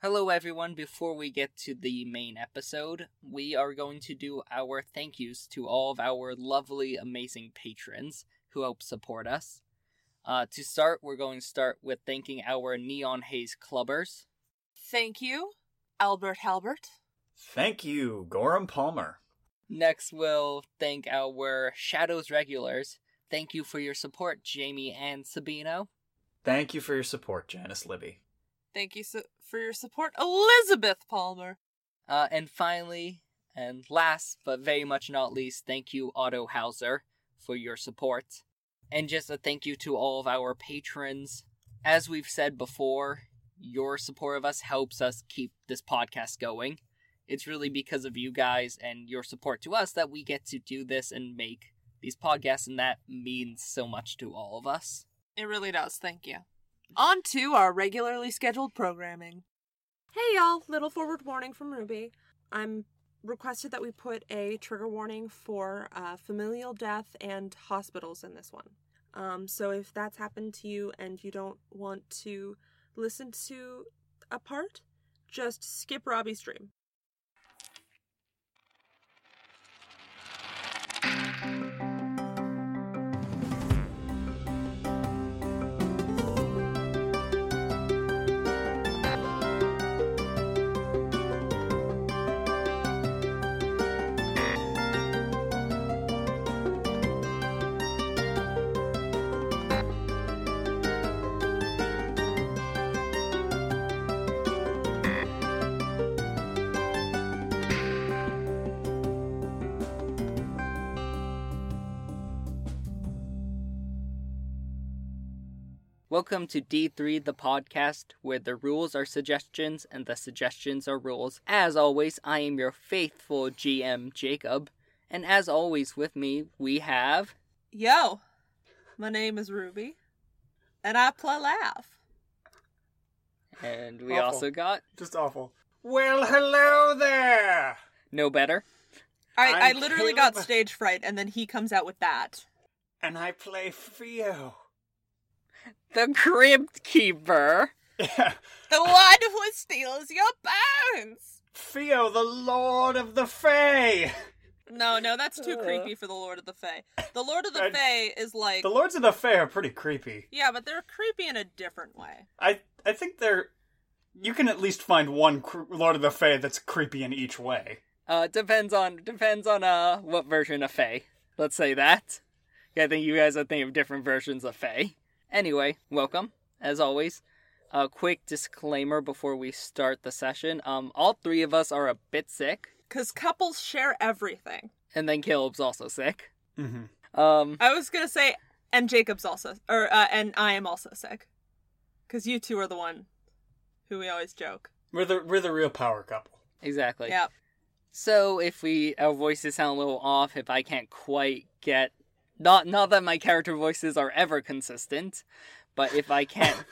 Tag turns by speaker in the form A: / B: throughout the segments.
A: Hello, everyone. Before we get to the main episode, we are going to do our thank yous to all of our lovely, amazing patrons who help support us. Uh, to start, we're going to start with thanking our Neon Haze Clubbers.
B: Thank you, Albert Halbert.
C: Thank you, Gorham Palmer.
A: Next, we'll thank our Shadows regulars. Thank you for your support, Jamie and Sabino.
C: Thank you for your support, Janice Libby.
B: Thank you so- for your support, Elizabeth Palmer.
A: Uh, and finally, and last but very much not least, thank you, Otto Hauser, for your support. And just a thank you to all of our patrons. As we've said before, your support of us helps us keep this podcast going. It's really because of you guys and your support to us that we get to do this and make these podcasts, and that means so much to all of us.
B: It really does. Thank you. On to our regularly scheduled programming.
D: Hey y'all, little forward warning from Ruby. I'm requested that we put a trigger warning for uh, familial death and hospitals in this one. Um, so if that's happened to you and you don't want to listen to a part, just skip Robbie's dream.
A: Welcome to D3, the podcast, where the rules are suggestions and the suggestions are rules. As always, I am your faithful GM, Jacob. And as always, with me, we have.
B: Yo, my name is Ruby, and I play laugh.
A: And we
C: Awful.
A: also got.
C: Just awful. Well, hello there.
A: No better.
C: I'm
B: I, I literally got
C: Caleb.
B: stage fright, and then he comes out with that.
C: And I play Fio.
A: The Crypt Keeper.
C: Yeah.
B: The one who steals your bones.
C: Fio, the Lord of the Fae.
B: No, no, that's
C: Uh.
B: too creepy for the Lord of the Fae. The Lord of the
C: And-
B: Fae is like,
C: The Lords of the Fae are pretty creepy.
B: yeah, but they're creepy in a different way.
C: I I think they're. You can at least find one cr- Lord of the Fae that's creepy in each way.
A: Uh, depends on depends on uh what version of Faye. Let's say that. I think you guys are thinking of different versions of Faye. Anyway, welcome as always. A quick disclaimer before we start the session. Um, all three of us are a bit sick,
B: Because couples share everything.
A: and then Caleb's also sick.
C: Mm-hmm.
A: Um,
B: I was gonna say, and Jacob's also, or uh, and I am also sick, because you two are the one who we always joke.
C: We're the we're the real power couple.
A: exactly.
B: yeah,
A: So if we our voices sound a little off, if I can't quite get not not that my character voices are ever consistent, but if I can't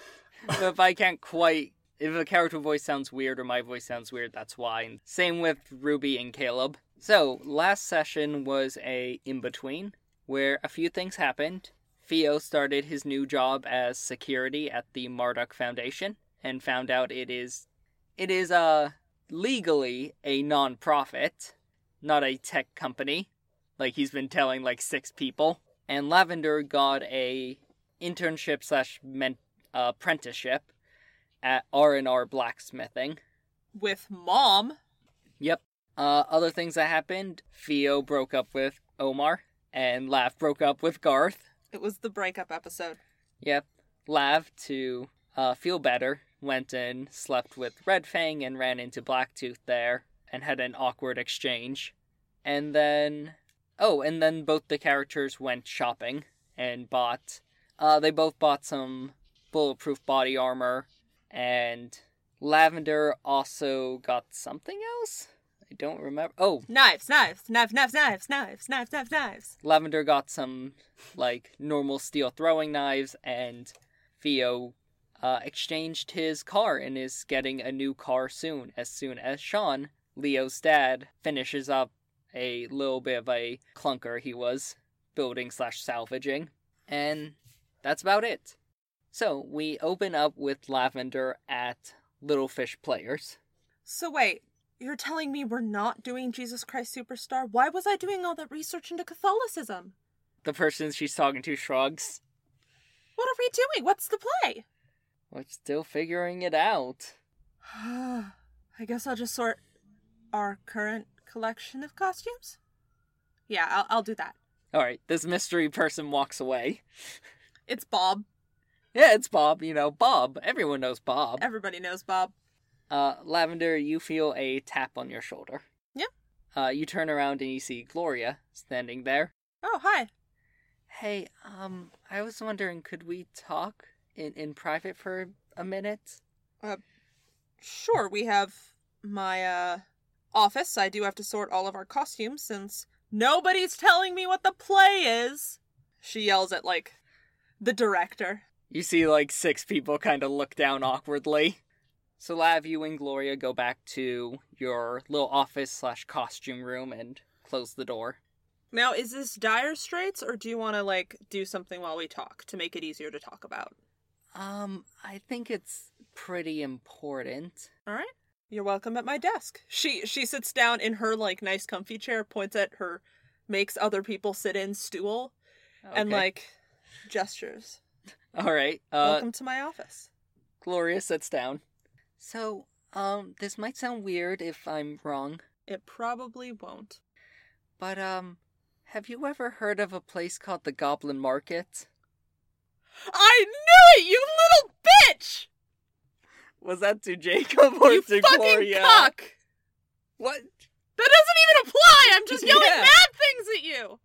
A: but if I can't quite if a character voice sounds weird or my voice sounds weird, that's why. Same with Ruby and Caleb. So last session was a in between where a few things happened. Theo started his new job as security at the Marduk Foundation and found out it is it is uh legally a non-profit, not a tech company, like he's been telling like six people. And Lavender got a internship slash men- uh, apprenticeship at R and R blacksmithing.
B: with mom.
A: Yep. Uh, other things that happened: Theo broke up with Omar, and Lav broke up with Garth.
B: It was the breakup episode.
A: Yep. Lav, to uh, feel better, went and slept with Red Fang and ran into Blacktooth there and had an awkward exchange. And then. Oh, and then both the characters went shopping and bought. Uh, they both bought some bulletproof body armor, and Lavender also got something else? I don't remember. Oh,
B: Knives, knives, knives, knives, knives, knives, knives, knives, knives.
A: Lavender got some like normal steel throwing knives, and Theo uh, exchanged his car and is getting a new car soon. As soon as Sean, Leo's dad, finishes up a little bit of a clunker he was building slash salvaging, and that's about it. So we open up with Lavender at Little Fish players.
B: So wait, you're telling me we're not doing Jesus Christ Superstar? Why was I doing all that research into Catholicism?
A: The person she's talking to shrugs.
B: What are we doing? What's the play?
A: We're still figuring it out.
B: I guess I'll just sort our current collection of costumes. Yeah, I'll, I'll do that.
A: All right, this mystery person walks away.
B: It's Bob.
A: Yeah, it's Bob. You know, Bob. Everyone knows Bob.
B: Everybody knows Bob.
A: Uh, Lavender, you feel a tap on your shoulder.
B: Yep.
A: Uh, you turn around and you see Gloria standing there.
B: Oh, hi.
A: Hey, um, I was wondering, could we talk in in private for a minute?
B: Sure, we have my uh office. I do have to sort all of our costumes since nobody's telling me what the play is. She yells at like the director.
A: You see, like six people kind of look down awkwardly. So Lav, you and Gloria go back to your little office slash costume room and close the door.
B: Now, is this dire straits or do you want to like do something while we talk to make it easier to talk about?
A: Um, I think it's pretty important.
B: All right. You're welcome at my desk. She she sits down in her like nice comfy chair, points at her makes other people sit in stool and
A: Okay.
B: like gestures.
A: all right. Uh,
B: welcome to my office.
A: Gloria sits down. So, um, this might sound weird if I'm wrong,
B: It probably won't.
A: but um, have you ever heard of a place called the Goblin Market?
B: I knew it, you little bitch!
A: Was that to Jacob or
B: you
A: to
B: fucking
A: Gloria?
B: cock!
A: What?
B: That doesn't even apply! I'm just yelling
A: Yeah.
B: mad things at you!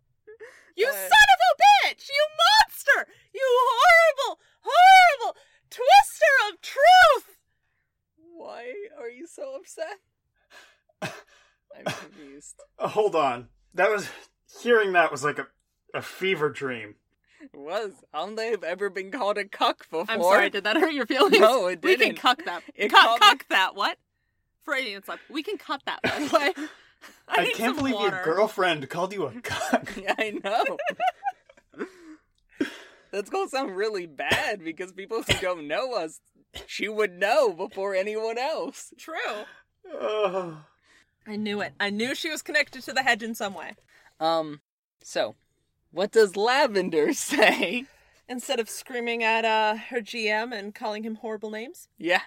B: You
A: Uh,
B: son of a bitch! You monster! You horrible, horrible twister of truth!
A: Why are you so upset? I'm confused.
C: Uh, hold on. That was hearing that was like a a fever dream.
A: Was I don't think I've ever been called a cuck before?
B: I'm sorry, did that hurt your feelings?
A: No, it
B: We can
A: didn't.
B: cuck that.
A: It
B: Cuck,
A: caught me-
B: cuck that, what? Freudian slip. We can cut that, by the way. I,
C: I,
B: need some
C: can't believe
B: water.
C: your girlfriend called you a cuck.
A: Yeah, I know. That's gonna sound really bad because people who don't know us, she would know before anyone else.
B: True.
C: Oh.
B: I knew it. I knew she was connected to the hedge in some way.
A: Um, so what does lavender say?
B: Instead of screaming at uh, her GM and calling him horrible names.
A: Yeah.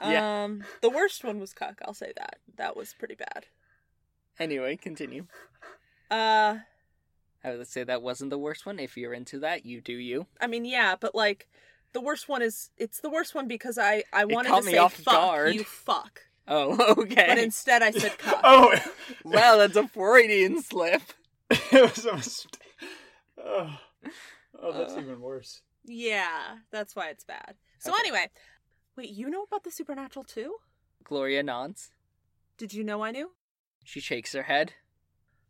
A: Yeah.
B: Um, the worst one was Cuck. I'll say that. That was pretty bad.
A: Anyway, continue.
B: Uh,
A: I would say that wasn't the worst one. If you're into that, you do you.
B: I mean, yeah, but like, the worst one is it's the worst one because I I wanted
A: caught
B: to
A: me
B: say
A: off
B: fuck
A: guard.
B: you fuck,
A: Oh, okay.
B: but instead I said Cuck.
C: Oh,
A: Wow, that's a Freudian slip.
C: it was a mistake. Oh, oh that's
A: Uh.
C: even worse.
B: Yeah, that's why it's bad. So
A: Okay.
B: anyway,
D: Wait, you know about the supernatural too?
A: Gloria nods.
B: did you know I knew?
A: She shakes her head.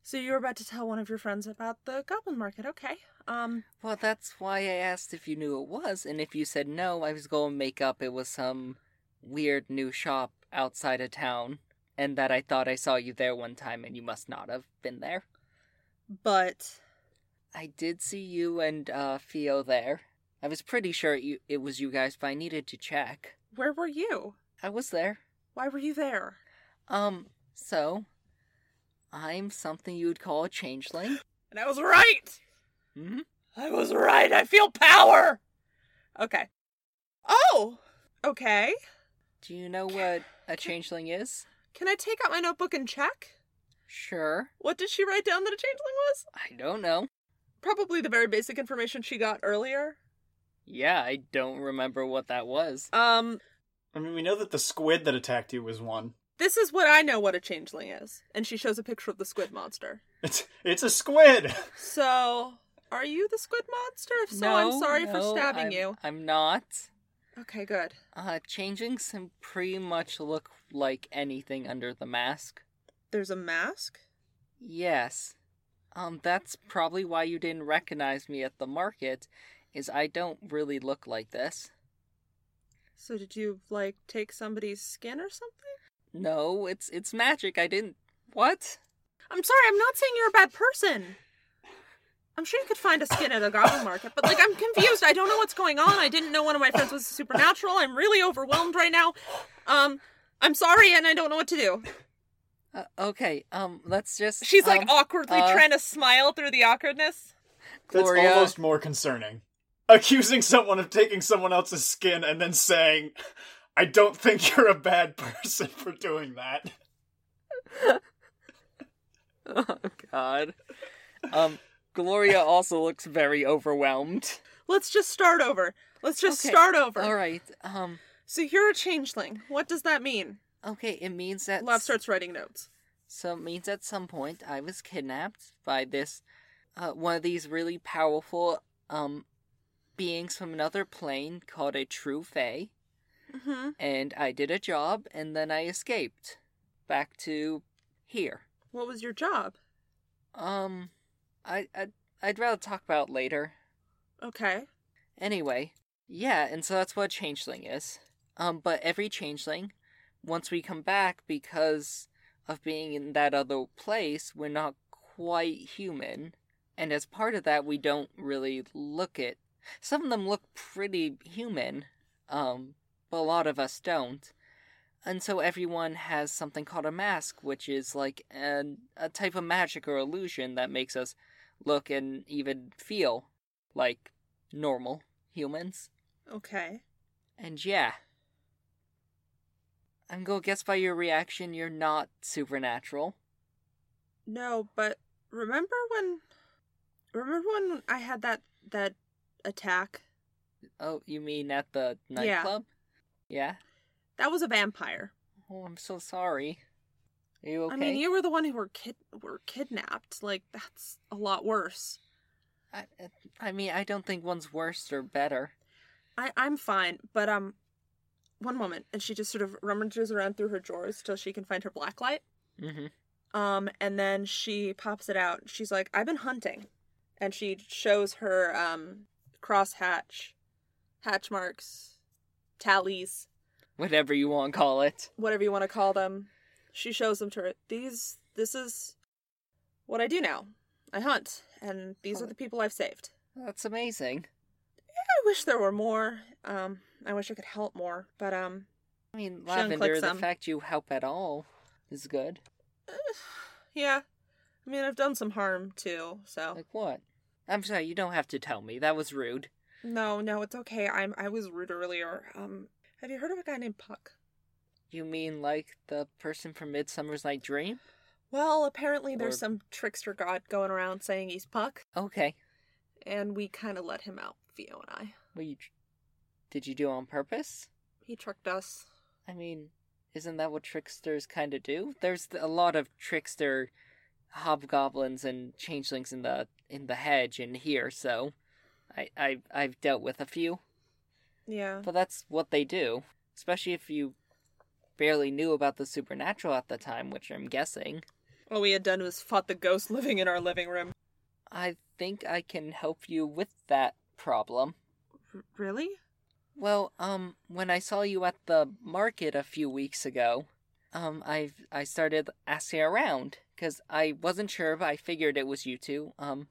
B: So you were about to tell one of your friends about the goblin market, okay? Um,
A: Well, that's why I asked if you knew it was, and if you said no, I was going to make up it was some weird new shop outside of town, and that I thought I saw you there one time and you must not have been there.
B: but
A: I did see you and uh, Theo there. I was pretty sure you, it was you guys, but I needed to check.
D: Where were you?
A: I was there.
D: Why were you there?
A: Um, so, I'm something you'd call a changeling.
B: and I was right.
A: hmm
B: I was right. I feel power. Okay. Oh. Okay.
A: Do you know what a changeling is?
B: Can I take out my notebook and check?
A: Sure.
B: What did she write down that a changeling was?
A: I don't know.
B: Probably the very basic information she got earlier.
A: Yeah, I don't remember what that was.
B: Um,
C: I mean, we know that the squid that attacked you was one.
B: this is what I know what a changeling is. And she shows a picture of the squid monster.
C: It's it's a squid.
B: So, are you the squid monster? If so, I'm sorry for
A: no,
B: stabbing
A: I'm-
B: you.
A: I'm not.
B: Okay, good.
A: Uh, changelings can pretty much look like anything under the mask.
B: There's a mask?
A: Yes. Um, that's probably why you didn't recognize me at the market, is I don't really look like this.
B: So, did you, like, take somebody's skin or something?
A: No, it's it's magic. I didn't. What?
B: I'm sorry, I'm not saying you're a bad person. I'm sure you could find a skin at a goblin market, but like I'm confused. I don't know what's going on. I didn't know one of my friends was supernatural. I'm really overwhelmed right now. Um, I'm sorry, and I don't know what to do.
A: Uh, okay, um, let's just.
E: She's like
A: um,
B: "Oh,
E: awkwardly
A: uh,
E: trying to smile through the awkwardness.
C: That's
A: Gloria.
C: almost more concerning. Accusing someone of taking someone else's skin and then saying, I don't think you're a bad person for doing that.
A: Oh God. Um, Gloria also looks very overwhelmed.
B: Let's just start over. Let's just
A: Okay,
B: start over.
A: All right. Um.
B: So you're a changeling. What does that mean?
A: Okay. It means that
B: Love starts writing notes.
A: So it means at some point I was kidnapped by this uh, one of these really powerful um beings from another plane called a true fae,
B: Mm-hmm.
A: and I did a job and then I escaped back to here.
B: What was your job?
A: Um, I I'd, I'd rather talk about it later.
B: Okay.
A: Anyway, yeah, and so that's what a changeling is. Um, but every changeling, once we come back, because of being in that other place, we're not quite human. And as part of that, we don't really look it. Some of them look pretty human, um, but a lot of us don't. And so everyone has something called a mask, which is like an, a type of magic or illusion that makes us look and even feel like normal humans.
B: Okay.
A: And yeah. I'm gonna guess by your reaction you're not supernatural.
B: No, but remember when? Remember when I had that that attack?
A: Oh, you mean at the
B: Yeah.
A: nightclub? Yeah.
B: That was a vampire.
A: Oh, I'm so sorry. Are you okay?
B: I mean, you were the one who were kid were kidnapped. Like that's a lot worse.
A: I, I mean, I don't think one's worse or better.
B: I I'm fine, but um, one moment, and she just sort of rummages around through her drawers till she can find her black light.
A: hmm
B: Um, and then she pops it out. She's like, "I've been hunting," and she shows her um cross hatch, hatch marks, tallies,
A: Whatever you want to call it.
B: whatever you want to call them. She shows them to her. These, this is what I do now. I hunt, and
A: Oh.
B: these are the people I've saved.
A: That's amazing.
B: I wish there were more. Um, I wish I could help more, but um,
A: I mean,
B: unclicks
A: Lavender, the
B: them.
A: fact you help at all is good.
B: yeah. I mean, I've done some harm too, so
A: Like what? I'm sorry, you don't have to tell me. That was rude.
B: no, no, it's okay. I'm I was rude earlier. Um, have you heard of a guy named Puck?
A: You mean like the person from Midsummer's Night Dream?
B: Well, apparently
A: Or-
B: there's some trickster god going around saying he's Puck,
A: Okay.
B: and we kind of let him out. Theo and I.
A: Well, you tr- did you do it on purpose?
B: He tricked us.
A: I mean, isn't that what tricksters kind of do? There's th- a lot of trickster hobgoblins and changelings in the in the hedge and here, so I, I I've dealt with a few,
B: Yeah.
A: but that's what they do. Especially if you barely knew about the supernatural at the time, which I'm guessing.
B: All we had done was fought the ghost living in our living room.
A: I think I can help you with that problem.
B: Really?
A: Well, um, when I saw you at the market a few weeks ago, um, I I started asking around because I wasn't sure, but I figured it was you two. Um,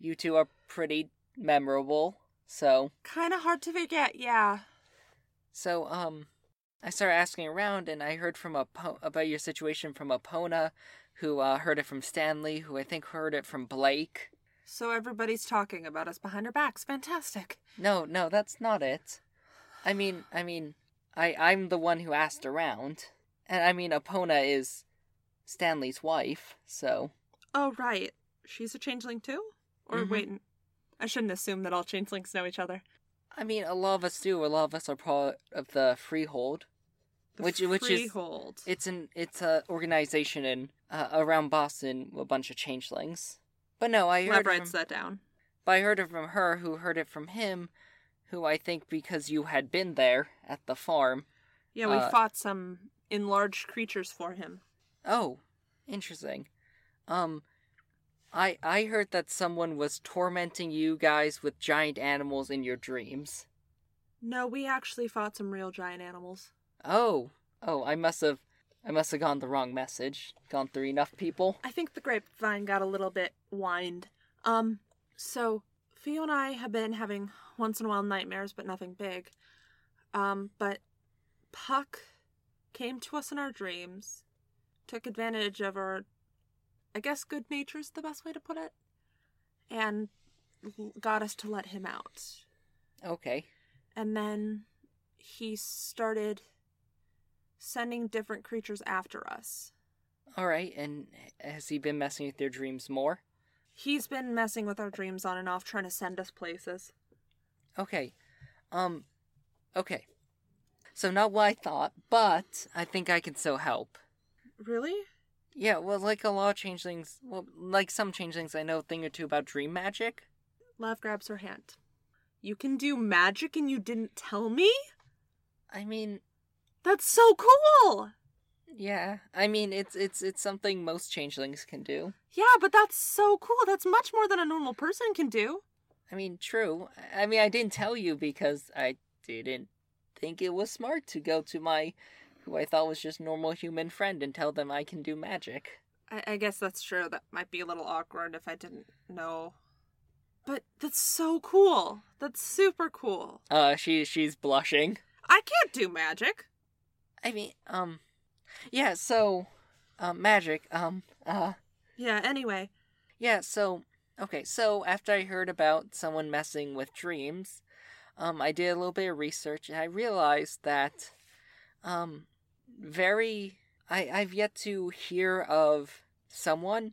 A: you two are pretty memorable, so
B: Kind of hard to forget, yeah.
A: so um, I started asking around, and I heard from a about your situation from Apona, who uh, heard it from Stanley, who I think heard it from Blake.
B: So everybody's talking about us behind our backs. Fantastic.
A: No, no, that's not it. I mean, I mean, I I'm the one who asked around, and I mean, Apona is Stanley's wife, so
B: Oh, right. She's a changeling too? Or
A: Mhm.
B: wait, I shouldn't assume that all changelings know each other.
A: I mean, a lot of us do. A lot of us are part of the Freehold. Which- which is-
B: Freehold.
A: It's an it's a organization in uh, around Boston, a bunch of changelings. But no, I heard
B: Lab
A: from,
B: writes that down.
A: but I heard it from her, who heard it from him, who I think because you had been there at the farm.
B: Yeah, we
A: Uh,
B: fought some enlarged creatures for him.
A: Oh, interesting. Um I I heard that someone was tormenting you guys with giant animals in your dreams.
B: No, we actually fought some real giant animals.
A: Oh. Oh, I must have I must have gone the wrong message. Gone through enough people.
B: I think the grapevine got a little bit whined. Um, So, Theo and I have been having once in a while nightmares, but nothing big. Um, but Puck came to us in our dreams, took advantage of our, I guess, good nature is the best way to put it, and l- got us to let him out.
A: Okay.
B: And then he started sending different creatures after us.
A: All right. And has he been messing with your dreams more?
B: He's been messing with our dreams on and off, trying to send us places.
A: Okay. Um okay. So not what I thought, but I think I can still help.
B: Really?
A: Yeah, well like a lot of changelings well like some changelings I know a thing or two about dream magic.
B: Love grabs her hand. You can do magic and you didn't tell me?
A: I mean
B: That's so cool!
A: yeah. I mean it's it's it's something most changelings can do.
B: Yeah, but that's so cool. That's much more than a normal person can do.
A: I mean true. I- I mean I didn't tell you because I didn't think it was smart to go to my who I thought was just normal human friend and tell them I can do magic.
B: I, I guess that's true. That might be a little awkward if I didn't know. But that's so cool. That's super cool.
A: Uh she she's blushing.
B: I can't do magic.
A: I mean, um, yeah. So, um, magic. Um, uh,
B: Yeah, anyway.
A: yeah. So, okay. So after I heard about someone messing with dreams, um, I did a little bit of research and I realized that, um, very. I I've yet to hear of someone,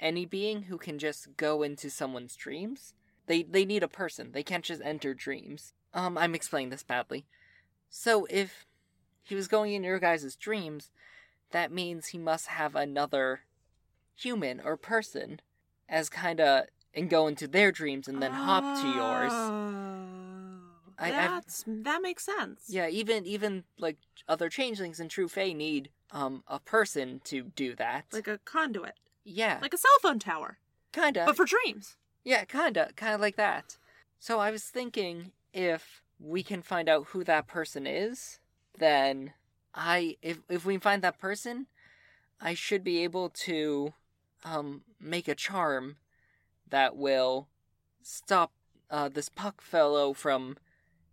A: any being who can just go into someone's dreams. They they need a person. They can't just enter dreams. Um, I'm explaining this badly. So if he was going in your guys' dreams, that means he must have another human or person as kind of and go into their dreams and then hop to yours.
B: Oh,
A: I- I've-
B: that's, that makes sense.
A: Yeah, even even like other changelings and true fae need um a person to do that.
B: Like a conduit,
A: yeah,
B: like a cell phone tower,
A: kind of.
B: but for dreams.
A: Yeah, kinda, kinda like that. So I was thinking if we can find out who that person is, then I if if we find that person, I should be able to um make a charm that will stop uh this puck fellow from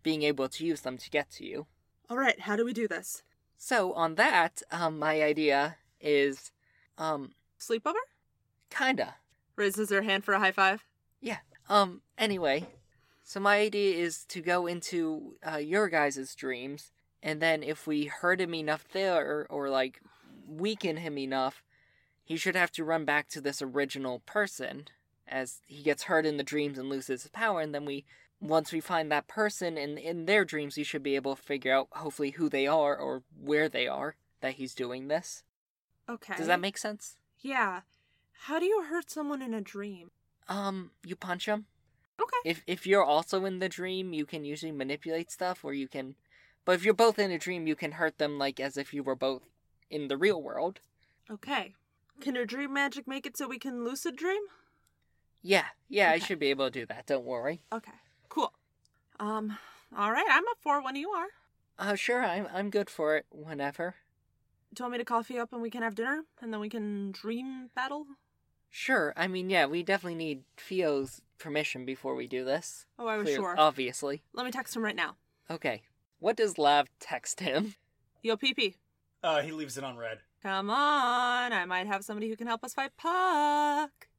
A: being able to use them to get to you.
B: All right, how do we do this?
A: So on that, um my idea is um
B: Sleepover?
A: kinda
B: Raises her hand for a high five.
A: Um, anyway, so my idea is to go into uh, your guys' dreams, and then if we hurt him enough there, or, or like weaken him enough, he should have to run back to this original person as he gets hurt in the dreams and loses his power, and then we. Once we find that person in in their dreams, we should be able to figure out hopefully who they are or where they are that he's doing this.
B: Okay.
A: Does that make sense?
B: Yeah. How do you hurt someone in a dream?
A: Um, you punch him.
B: Okay.
A: if if you're also in the dream, you can usually manipulate stuff, or you can. But if you're both in a dream, you can hurt them like as if you were both in the real world.
B: Okay. Can your dream magic make it so we can lucid dream?
A: Yeah, yeah, I
B: Okay.
A: should be able to do that. Don't worry.
B: Okay. Cool. Um, all right, I'm up for it when you are.
A: Uh, sure, I'm I'm good for it whenever.
B: Do you want me to coffee you up and we can have dinner and then we can dream battle?
A: Sure, I mean, yeah, we definitely need Fio's permission before we do this.
B: Oh, I was
A: Clear-
B: sure.
A: Obviously.
B: Let me text him right now.
A: Okay. What does Lav text him?
B: Yo, PP.
C: Uh, he leaves it on red.
B: Come on, I might have somebody who can help us fight Puck.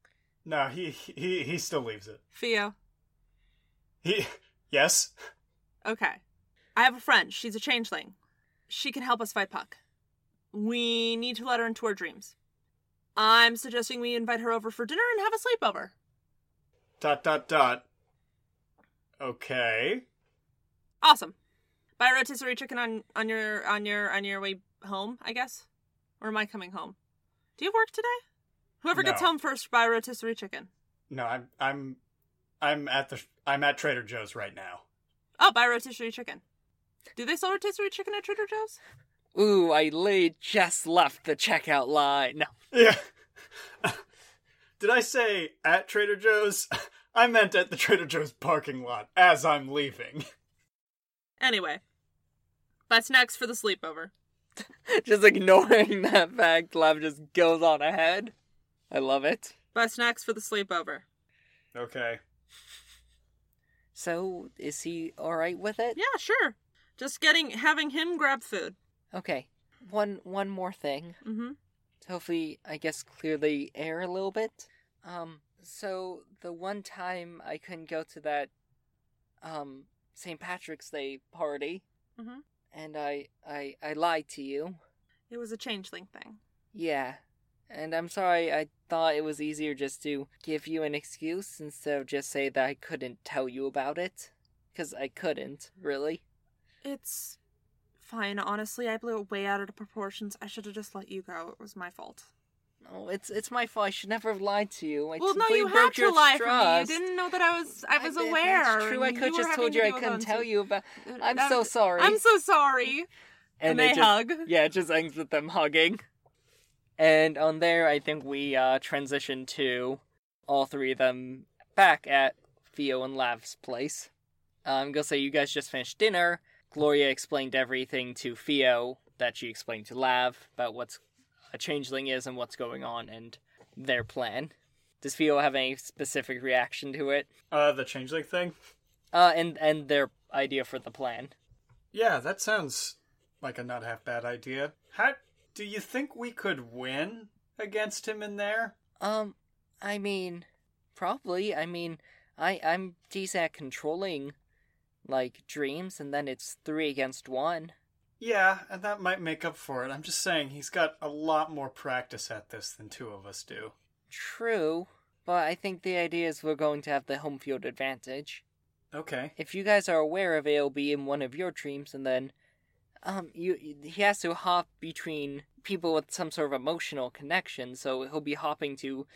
C: No, he he he still leaves it.
B: Theo.
C: He yes.
B: Okay. I have a friend. She's a changeling. She can help us fight Puck. We need to let her into our dreams. I'm suggesting we invite her over for dinner and have a sleepover.
C: Dot dot dot. Okay.
B: Awesome. Buy a rotisserie chicken on, on your on your on your way home, I guess. Or am I coming home? Do you have work today? Whoever gets
C: No.
B: home first, buy a rotisserie chicken.
C: No, I'm I'm I'm at the I'm at Trader Joe's right now.
B: Oh, buy a rotisserie chicken. Do they sell rotisserie chicken at Trader Joe's?
A: Ooh, I lay just left the checkout line. No.
C: Yeah. Did I say at Trader Joe's? I meant at the Trader Joe's parking lot as I'm leaving.
B: Anyway, buy snacks for the sleepover.
A: just ignoring that fact, Lav just goes on ahead. I love it.
B: Buy snacks for the sleepover.
C: Okay.
A: So, is he alright with it?
B: Yeah, sure. Just getting having him grab food.
A: Okay. One one more thing.
B: Mm-hmm.
A: hopefully i guess clear the air a little bit um so the one time i couldn't go to that um st patrick's day party
B: Mhm.
A: and i i i lied to you
B: It was a changeling thing.
A: yeah and i'm sorry i thought it was easier just to give you an excuse instead of just say that i couldn't tell you about it because i couldn't really
B: It's fine. Honestly, I blew it way out of proportions. I should have just let you go. It was my fault.
A: oh it's it's my fault i should never have lied to you I
D: well, no,
A: completely
D: you
A: broke
D: had to
A: your
D: lie
A: trust.
D: for me. You didn't know that I was. I was
A: bet
D: aware.
A: That's true. I
D: and
A: could
D: were
A: just
D: having
A: told
D: to
A: you I
D: do a
A: couldn't tell
D: concert.
A: you about.
D: Uh,
A: I'm
D: that-
A: so sorry.
D: I'm so sorry.
B: And,
A: it
B: they
A: just,
B: hug.
A: Yeah, it just ends with them hugging. And on there, I think we uh, transition to all three of them back at Theo and Lav's place. I'm gonna say you guys just finished dinner. Gloria explained everything to Theo that she explained to Lav about what's a changeling is and what's going on and their plan. Does Theo have any specific reaction to it?
C: Uh, the changeling thing.
A: Uh, and and their idea for the plan.
C: Yeah, that sounds like a not half bad idea. How do you think we could win against him in there?
A: Um, I mean, probably. I mean, I I'm decent at controlling, like dreams, and then it's three against one.
C: Yeah, and that might make up for it. I'm just saying he's got a lot more practice at this than two of us do.
A: True, but I think the idea is we're going to have the home field advantage.
C: Okay.
A: If you guys are aware of it, it'll be in one of your dreams, and then, um, you he has to hop between people with some sort of emotional connection, so he'll be hopping to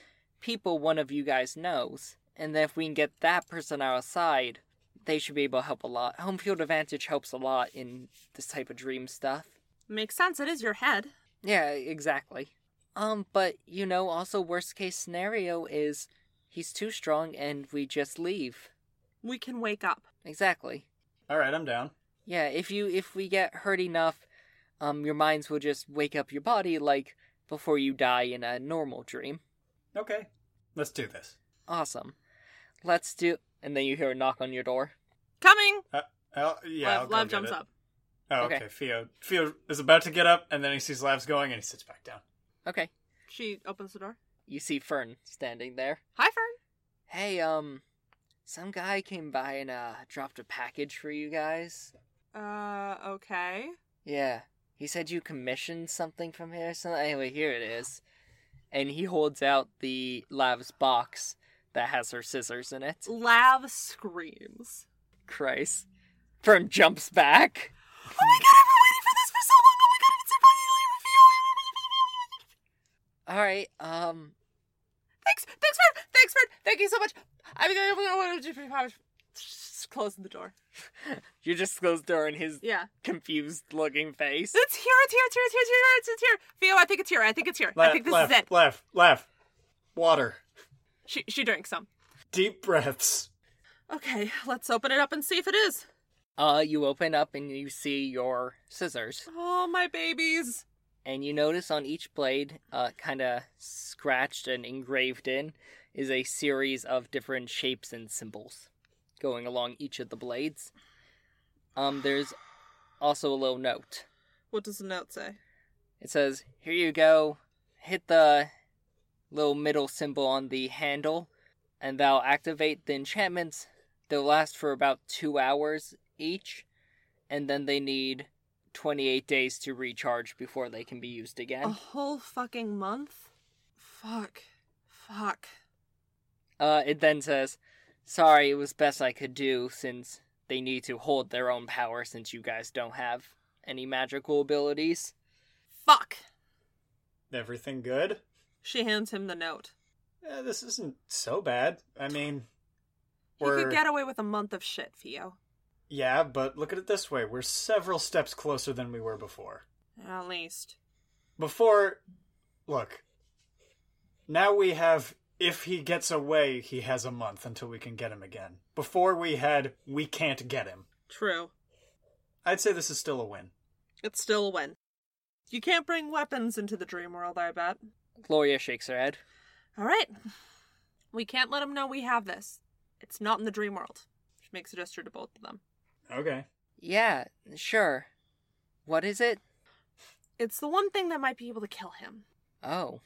A: people one of you guys knows, and then if we can get that person on our side, they should be able to help a lot. Home field advantage helps a lot in this type of dream stuff.
B: Makes sense. It is your head.
A: Yeah, exactly. Um, but you know, also worst case scenario is he's too strong and we just leave.
B: We can wake up.
A: Exactly.
C: All right, I'm down.
A: Yeah, if you if we get hurt enough, um your minds will just wake up your body like before you die in a normal dream.
C: Okay. Let's do this.
A: Awesome. Let's do and then you hear a knock on your door.
B: Coming.
C: Oh, yeah, I'll
B: Love,
C: go
B: Love
C: get
B: jumps
C: it.
B: up.
C: Oh,
A: Okay.
C: okay. Theo Theo is about to get up, and then he sees Lav's going, and he sits back down.
A: Okay.
B: She opens the door.
A: You see Fern standing there.
B: Hi, Fern.
A: Hey, um some guy came by and uh dropped a package for you guys.
B: Uh, okay.
A: Yeah. He said you commissioned something from here or something. Anyway, here it is. And he holds out the Lav's box that has her scissors in it.
B: Lav screams.
A: Christ. Fern jumps back.
B: Oh my god, I've been waiting for this for so long. Oh my god, it's a finally reveal.
A: All right. Um.
B: Thanks, thanks, Fred. Thanks, Fred. Thank you so much. I'm gonna, I'm gonna, I'm gonna just closing the door.
A: You just closed the door in his
B: Yeah,
A: confused looking face.
B: it's here. It's here. It's here. It's here. It's here. It's here. Theo, I think it's here. I think it's here. I
C: Lav,
B: think this
C: Lav,
B: is it.
C: Lav, Lav. Water.
B: She she drinks some.
C: Deep breaths.
B: Okay, let's open it up and see if it is.
A: Uh, you open up and you see your scissors,
B: Oh my babies.
A: and you notice on each blade, uh, kind of scratched and engraved in, is a series of different shapes and symbols, going along each of the blades. Um, there's also a little note.
B: What does the note say?
A: It says, "Here you go. Hit the little middle symbol on the handle, and that'll activate the enchantments. They'll last for about two hours each, and then they need 28 days to recharge before they can be used
B: A
A: again.
B: whole fucking month. Fuck. Fuck.
A: Uh, it then says, "Sorry, it was best I could do since they need to hold their own power since you guys don't have any magical abilities."
B: Fuck.
C: Everything good?
B: She hands him the note.
C: Eh, this isn't so bad. I mean,
B: He
C: we're
B: could get away with a month of shit, Theo.
C: yeah, but look at it this way: we're several steps closer than we were before.
B: At least.
C: Before, look. Now we have. If he gets away, he has a month until we can get him again. Before we had, we can't get him.
B: True.
C: I'd say this is still a win.
B: It's still a win. You can't bring weapons into the dream world, I bet.
A: Gloria shakes her head.
B: All right. We can't let him know we have this. It's not in the dream world. She makes a gesture to both of them.
C: Okay.
A: Yeah, sure. What is it?
D: It's the one thing that might be able to kill him.
A: Oh.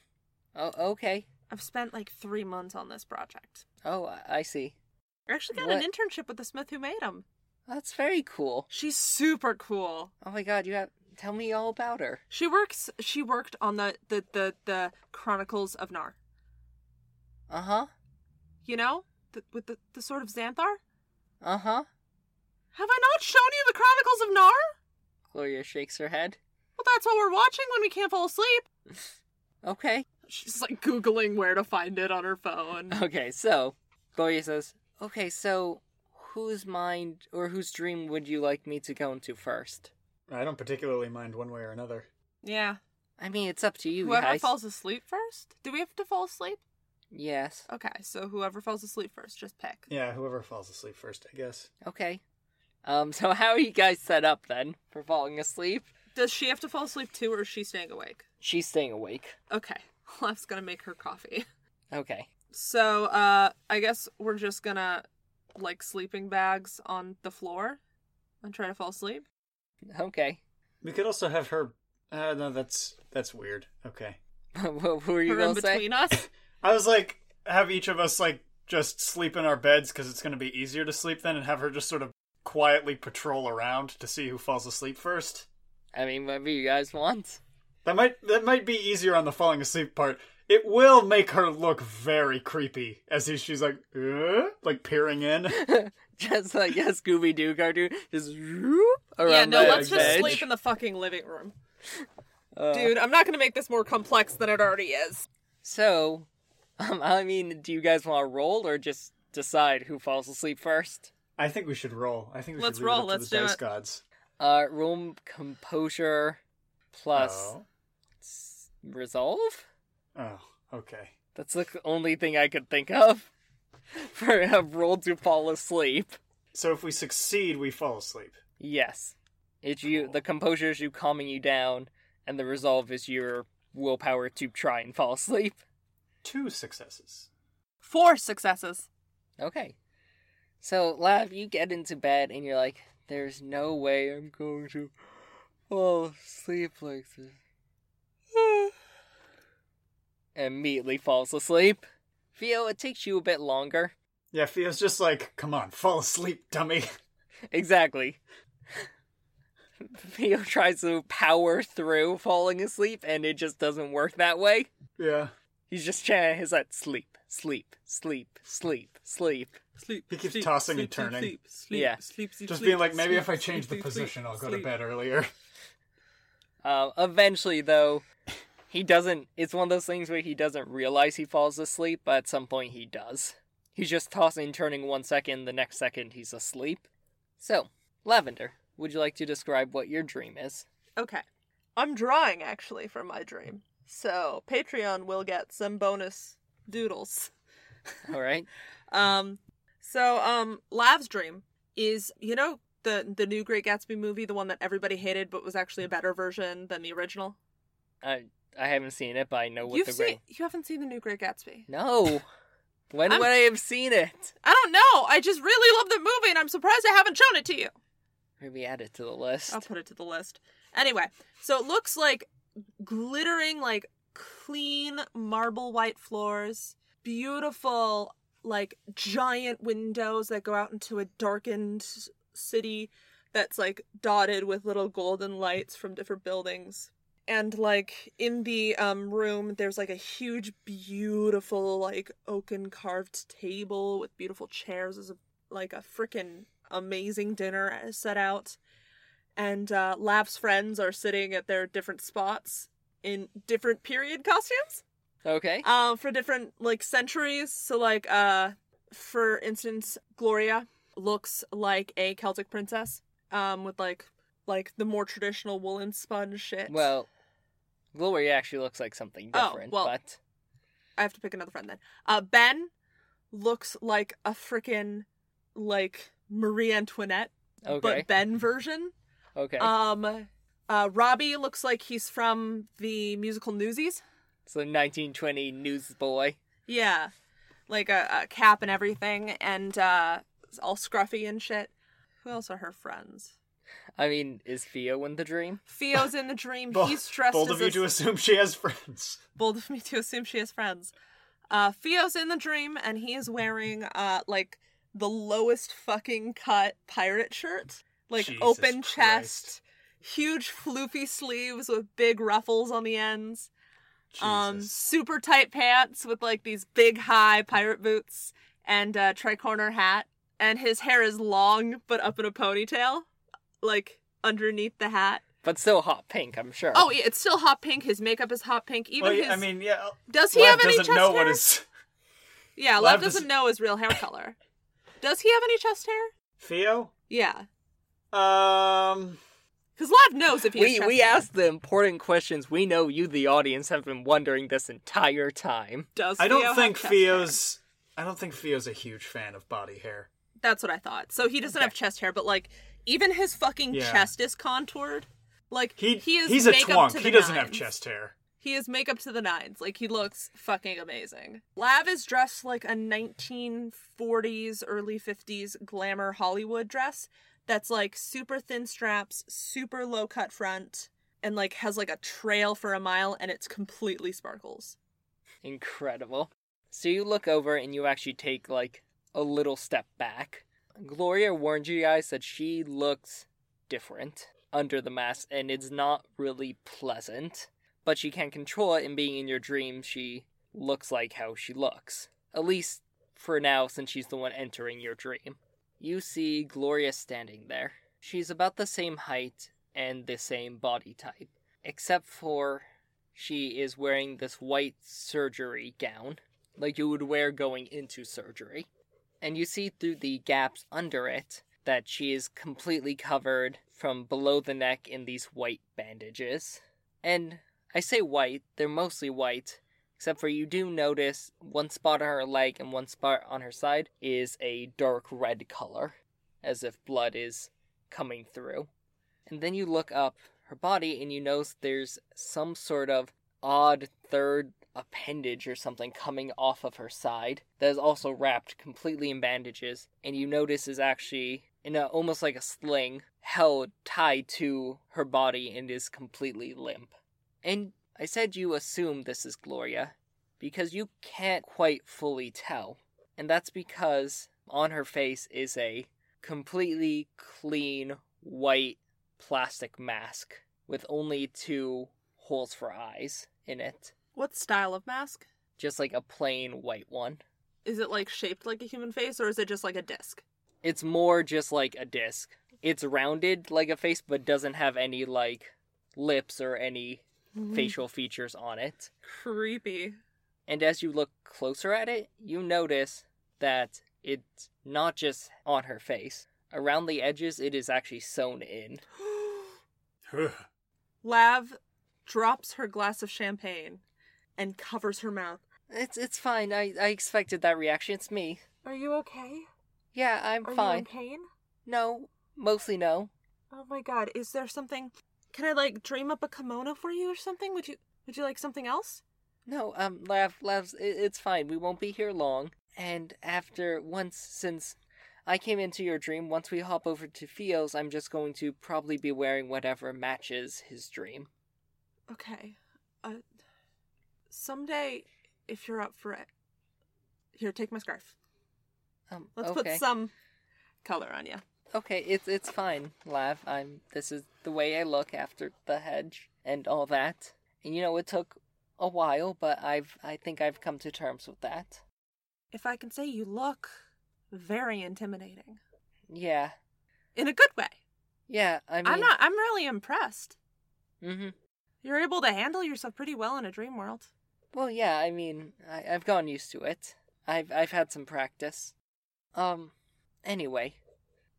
A: Oh, okay.
D: I've spent like three months on this project.
A: Oh, I- I see.
D: I actually got an
A: What?
D: internship with the Smith who made him.
A: That's very cool.
D: She's super cool.
A: Oh my god, you have. Tell me all about her.
D: She works. She worked on the the the, the Chronicles of Nar.
A: Uh huh.
D: You know, the, with the the sword of Xanthar.
A: Uh huh.
D: Have I not shown you the Chronicles of Nar?
A: Gloria shakes her head.
D: Well, that's what we're watching when we can't fall asleep.
A: Okay.
D: She's like googling where to find it on her phone.
A: Okay, so Gloria says, Okay, so whose mind or whose dream would you like me to go into first?
C: I don't particularly mind one way or another.
B: Yeah.
A: I mean, it's up to you
B: Whoever
A: guys.
B: falls asleep first? Do we have to fall asleep?
A: Yes.
B: Okay, so whoever falls asleep first, just pick.
C: Yeah, whoever falls asleep first, I guess.
A: Okay. Um, so how are you guys set up then for falling asleep?
B: Does she have to fall asleep too, or is she staying awake?
A: She's staying awake.
B: Okay, Lef's gonna make her coffee.
A: Okay.
B: So, uh, I guess we're just gonna, like, sleeping bags on the floor and try to fall asleep.
A: Okay.
C: We could also have her. Uh, no, that's that's weird. Okay.
A: what were you
B: Her in
A: going to say?
B: between us.
C: I was like, have each of us like just sleep in our beds because it's going to be easier to sleep then, and have her just sort of quietly patrol around to see who falls asleep first.
A: I mean, whatever you guys want.
C: That might that might be easier on the falling asleep part. It will make her look very creepy as he, she's like, "Uh?" like peering in.
A: Just like a Scooby Doo cartoon, just whoop around
B: Yeah, no,
A: the
B: let's just
A: edge.
B: sleep in the fucking living room.
A: Uh,
B: Dude, I'm not gonna make this more complex than it already is.
A: So, um, I mean, do you guys want to roll or just decide who falls asleep first?
C: I think we should roll. I think we
B: Let's
C: should leave it
B: roll,
C: up
B: let's
C: to the
B: do
C: dice
B: it.
C: gods.
A: Uh, room composure plus
C: Oh.
A: s- resolve.
C: Oh, okay.
A: That's the only thing I could think of for a roll to fall asleep.
C: So if we succeed, we fall asleep.
A: Yes. It's you
C: Cool.
A: the composure is you calming you down, and the resolve is your willpower to try and fall asleep.
C: Two successes.
B: Four successes.
A: Okay. So Lav, you get into bed and you're like, There's no way I'm going to fall asleep like this. And immediately falls asleep. Theo, it takes you a bit longer.
C: Yeah, Theo's just like, come on, fall asleep, dummy.
A: Exactly. Theo tries to power through falling asleep and it just doesn't work that way.
C: yeah.
A: He's just chanting his like sleep, sleep, sleep, sleep, sleep.
B: Sleep.
C: He keeps sleep, tossing and sleep, sleep, turning. sleep,
B: sleep,
A: Yeah.
B: sleep,
C: Just being like, maybe if I change the position, I'll go to bed earlier.
A: Uh, eventually, though, he doesn't. It's one of those things where he doesn't realize he falls asleep, but at some point he does. He's just tossing and turning one second, the next second he's asleep. So, Lavender, would you like to describe what your dream is?
B: Okay. I'm drawing actually for my dream. So Patreon will get some bonus doodles.
A: All right.
B: Um so um Lav's dream is you know the the new Great Gatsby movie, the one that everybody hated but was actually a better version than the original.
A: I I haven't seen it, but I know what
B: You've
A: the
B: seen
A: ring.
B: you haven't seen the new Great Gatsby.
A: No. When
B: I'm-
A: would I have seen it?
B: I don't know. I just really love the movie and I'm surprised I haven't shown it to you.
A: Maybe add it to the list.
B: I'll put it to the list. Anyway, so it looks like glittering, like clean marble white floors, beautiful, like giant windows that go out into a darkened city that's like dotted with little golden lights from different buildings. And like in the um room there's like a huge beautiful like oaken carved table with beautiful chairs as a like a freaking amazing dinner uh, set out and uh, Lav's friends are sitting at their different spots in different period costumes
A: Okay.
B: uh, for different like centuries. So like uh, for instance, Gloria looks like a Celtic princess um, with like like the more traditional woolen spun shit.
A: Well, Glory actually looks like something
B: Oh,
A: different,
B: well,
A: but
B: I have to pick another friend then. Uh, ben looks like a freaking like Marie Antoinette,
A: okay.
B: but Ben version.
A: okay.
B: Um, uh, Robbie looks like he's from the musical Newsies.
A: so 1920 newsboy.
B: Yeah, like a, a cap and everything. And uh, It's all scruffy and shit. Who else are her friends?
A: I mean, is Theo in the dream?
B: Fio's in the dream.
C: Bo-
B: He's dressed
C: Bold
B: as
C: of you
B: a
C: to assume she has friends.
B: bold of me to assume she has friends. Uh, Fio's in the dream, and he is wearing uh, like the lowest fucking cut pirate shirt, like
C: Jesus
B: open
C: Christ.
B: chest, huge floofy sleeves with big ruffles on the ends, um,
C: Jesus.
B: super tight pants with like these big high pirate boots and a tricorner hat, and his hair is long but up in a ponytail, like underneath the hat.
A: But still hot pink, I'm sure.
B: Oh, yeah, it's still hot pink. His makeup is hot pink. Even
C: Well,
B: his.
C: I mean, yeah.
B: Does he
C: Lev
B: have any
C: doesn't
B: chest
C: know
B: hair?
C: what is.
B: Yeah,
C: Lev
B: Lev doesn't
C: doesn't-
B: know his real hair color. Does he have any chest hair?
C: Theo?
B: Yeah,
C: Um.
B: because Lev knows if he has
A: we
B: chest
A: we
B: hair.
A: asked the important questions. We know you, the audience, have been wondering this entire time.
B: Does
C: I
B: Theo
C: don't
B: have
C: think
B: chest
C: Theo's. I don't think Theo's a huge fan of body hair.
B: hair? That's what I thought. So he doesn't have chest hair, but like even his fucking
C: Yeah.
B: chest is contoured. Like
C: He,
B: is.
C: he's a
B: makeup
C: twunk.
B: To the
C: He doesn't have
B: nines.
C: chest hair.
B: He is makeup to the nines. Like he looks fucking amazing. Lav is dressed like a 1940s, early 50s glamour Hollywood dress that's like super thin straps, super low cut front, and like has like a trail for a mile and it's completely sparkles.
A: Incredible. So you look over and you actually take like a little step back. Gloria warned you guys that she looks different under the mask and it's not really pleasant, but she can control it and being in your dream she looks like how she looks. At least for now since she's the one entering your dream. You see Gloria standing there. She's about the same height and the same body type, except for she is wearing this white surgery gown, like you would wear going into surgery. And you see through the gaps under it that she is completely covered from below the neck in these white bandages. And I say white, they're mostly white, except for you do notice one spot on her leg and one spot on her side is a dark red color, as if blood is coming through. And then you look up her body and you notice there's some sort of odd third appendage or something coming off of her side that is also wrapped completely in bandages and you notice is actually in a, almost like a sling held tied to her body and is completely limp and i said you assume this is gloria because you can't quite fully tell and that's because on her face is a completely clean white plastic mask with only two holes for eyes in it,
B: What style of mask?
A: just like a plain white one.
B: Is it like shaped like a human face or is it just like a disc?
A: It's more just like a disc. It's rounded like a face, but doesn't have any like lips or any
B: Mm-hmm.
A: facial features on it.
B: Creepy.
A: And as you look closer at it, you notice that it's not just on her face. Around the edges, it is actually sewn in.
C: Ugh.
B: Lav drops her glass of champagne and covers her mouth.
A: It's it's fine. I, I expected that reaction. It's me.
D: Are you okay?
A: Yeah,
B: Oh,
A: I'm
D: Are you in
A: fine.
D: pain?
A: No, mostly no.
D: Oh my god, is there something can I like dream up a kimono for you or something? Would you would you like something else?
A: No, um, Lav, Lav's, it, it's fine. We won't be here long. And after, once, since I came into your dream, once we hop over to Theo's, I'm just going to probably be wearing whatever matches his dream.
D: Okay. Uh someday if you're up for it. Here, take my scarf.
A: Um,
D: Let's
A: okay.
D: put some
B: Color on you.
A: Okay, it's, it's fine, Lav. I'm, this is the way I look after the hedge and all that. And you know, it took a while, but I've, I think I've come to terms with that.
D: if I can say you look very intimidating.
A: Yeah.
D: In a good way.
A: Yeah, I mean.
D: I'm not I'm really impressed.
A: Mm-hmm.
D: You're able to handle yourself pretty well in a dream world.
A: Well, yeah, I mean, I, I've gotten used to it. I've I've had some practice. Um, anyway,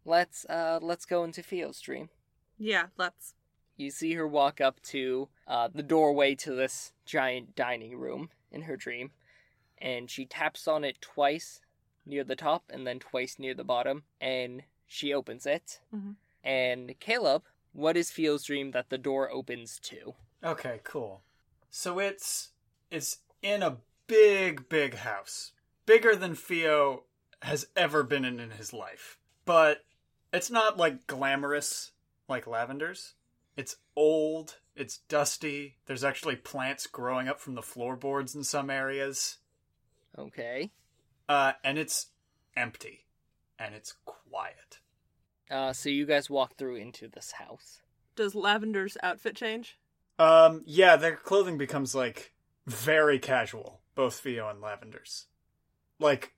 A: let's uh let's go into Theo's dream.
B: Yeah, let's.
A: You see her walk up to uh the doorway to this giant dining room in her dream, and she taps on it twice near the top and then twice near the bottom, and she opens it.
D: Mhm.
A: And Caleb, what is Theo's dream that the door opens to?
C: Okay, cool. So it's it's in a big, big house, bigger than Theo has ever been in in his life. But it's not like glamorous like Lavender's. It's old, it's dusty. There's actually plants growing up from the floorboards in some areas.
A: Okay.
C: Uh, and it's empty and it's quiet.
A: Uh, so you guys walk through into this house.
B: Does Lavender's outfit change?
C: Um, yeah, their clothing becomes like very casual, both Theo and Lavender's. Like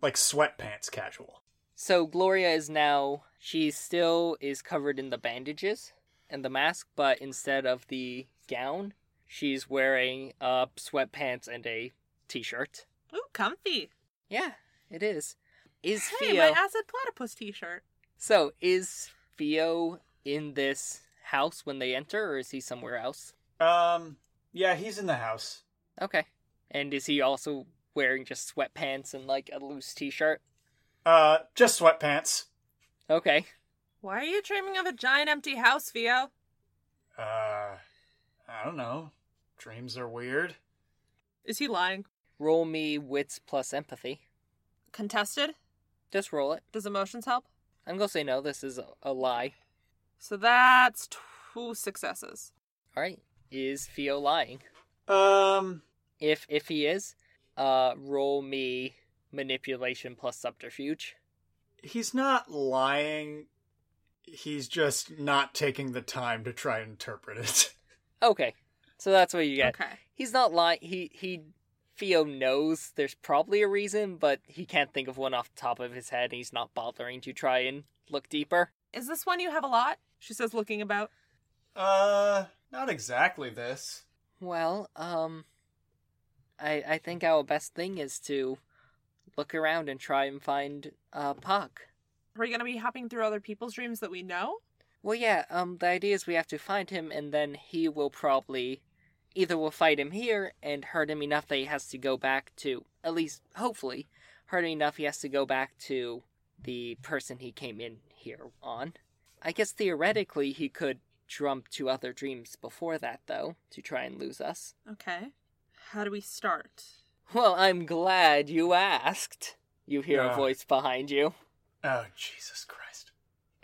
C: like sweatpants casual.
A: So Gloria is now she still is covered in the bandages and the mask, but instead of the gown, she's wearing uh sweatpants and a t-shirt.
B: Ooh, comfy.
A: Yeah, it is. Is
B: Hey,
A: Theo
B: my acid platypus t-shirt.
A: So is Theo in this house when they enter or is he somewhere else?
C: Um, yeah, he's in the house.
A: Okay. And is he also wearing just sweatpants and like a loose t-shirt?
C: Uh, just sweatpants.
A: Okay.
B: Why are you dreaming of a giant empty house, Vio?
C: Uh, I don't know. Dreams are weird.
B: Is he lying?
A: Roll me wits plus empathy.
B: Contested?
A: Just roll it.
B: Does emotions help?
A: I'm gonna say no. This is a, a lie.
B: So that's two successes.
A: All right. Is Theo lying?
C: Um,
A: If if he is, uh, roll me manipulation plus subterfuge.
C: he's not lying. He's just not taking the time to try and interpret it.
A: Okay. So that's what you get.
B: Okay.
A: He's not lying. He he. Theo knows there's probably a reason, but he can't think of one off the top of his head. And he's not bothering to try and look deeper.
B: Is this one you have a lot? She says, looking about.
C: Uh, not exactly this.
A: Well, um, I I think our best thing is to look around and try and find uh Puck.
B: Are we going to be hopping through other people's dreams that we know?
A: Well, yeah, um, the idea is we have to find him, and then he will probably either we'll fight him here and hurt him enough that he has to go back to, at least hopefully, hurt him enough he has to go back to the person he came in here on. I guess theoretically he could jump to other dreams before that, though, to try and lose us.
B: Okay. How do we start?
A: Well, I'm glad you asked. You hear
C: Yeah.
A: a voice behind you,
C: Oh, Jesus Christ.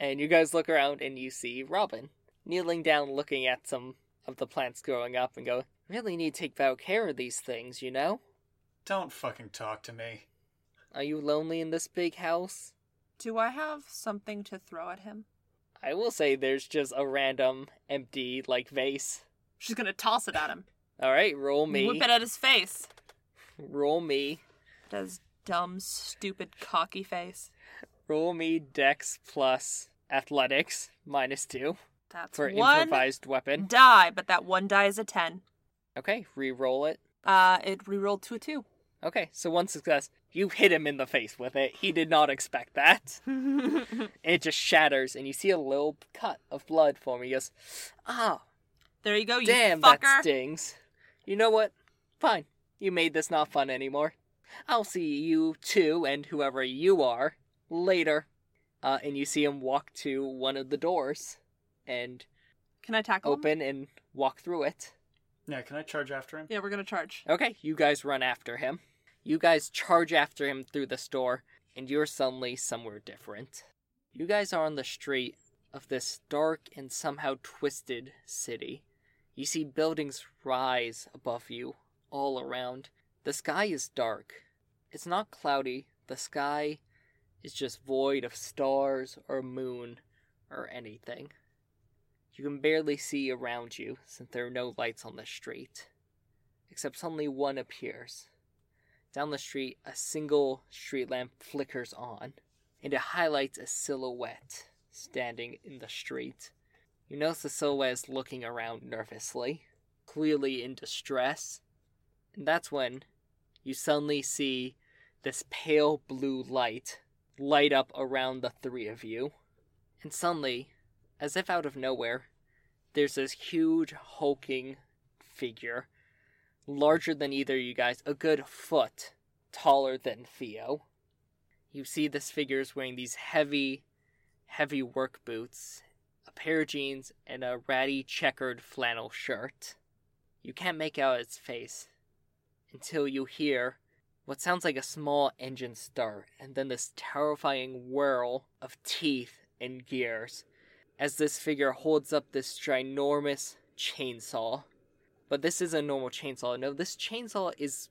A: and you guys look around and you see Robin kneeling down looking at some of the plants growing up and go, Really need to take better care of these things, you know?
C: Don't fucking talk to me.
A: Are you lonely in this big house?
B: Do I have something to throw at him?
A: I will say there's just a random empty, like, vase.
B: She's going to toss it at him.
A: Alright, roll me.
B: Whip it at his face.
A: Roll me.
B: Does dumb, stupid, cocky face.
A: Roll me dex plus athletics minus two
B: That's
A: for
B: one
A: improvised weapon.
B: die, but that one die is a 10.
A: Okay, re roll it.
B: Uh, it rerolled to a 2.
A: Okay, so one success. You hit him in the face with it. He did not expect that. it just shatters, and you see a little cut of blood forming. He goes, "Ah,
B: There Oh, you go, you
A: damn,
B: fucker.
A: that stings." You know what? Fine. You made this not fun anymore. I'll see you two and whoever you are later. Uh, and you see him walk to one of the doors and
B: Can I tackle him?
A: open and walk through it.
C: Yeah, can I charge after him?
B: Yeah, we're going to charge.
A: Okay, you guys run after him. You guys charge after him through the store, and you're suddenly somewhere different. You guys are on the street of this dark and somehow twisted city. You see buildings rise above you, all around. The sky is dark. It's not cloudy. The sky is just void of stars or moon or anything. You can barely see around you since there are no lights on the street except suddenly one appears. Down the street, a single street lamp flickers on, and it highlights a silhouette standing in the street. You notice the silhouette is looking around nervously, clearly in distress, and that's when you suddenly see this pale blue light light up around the three of you. And suddenly, as if out of nowhere, there's this huge, hulking figure larger than either of you guys, a good foot taller than Theo. You see this figure is wearing these heavy, heavy work boots, a pair of jeans, and a ratty checkered flannel shirt. You can't make out its face until you hear what sounds like a small engine start, and then this terrifying whirl of teeth and gears as this figure holds up this ginormous chainsaw. But this is a normal chainsaw. No, this chainsaw is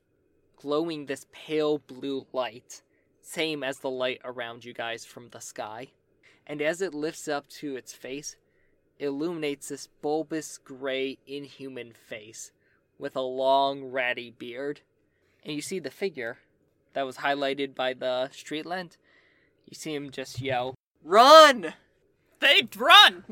A: glowing this pale blue light, same as the light around you guys from the sky. And as it lifts up to its face, illuminates this bulbous gray inhuman face with a long ratty beard. And you see the figure that was highlighted by the street lamp. You see him just yell, Run!
B: They run.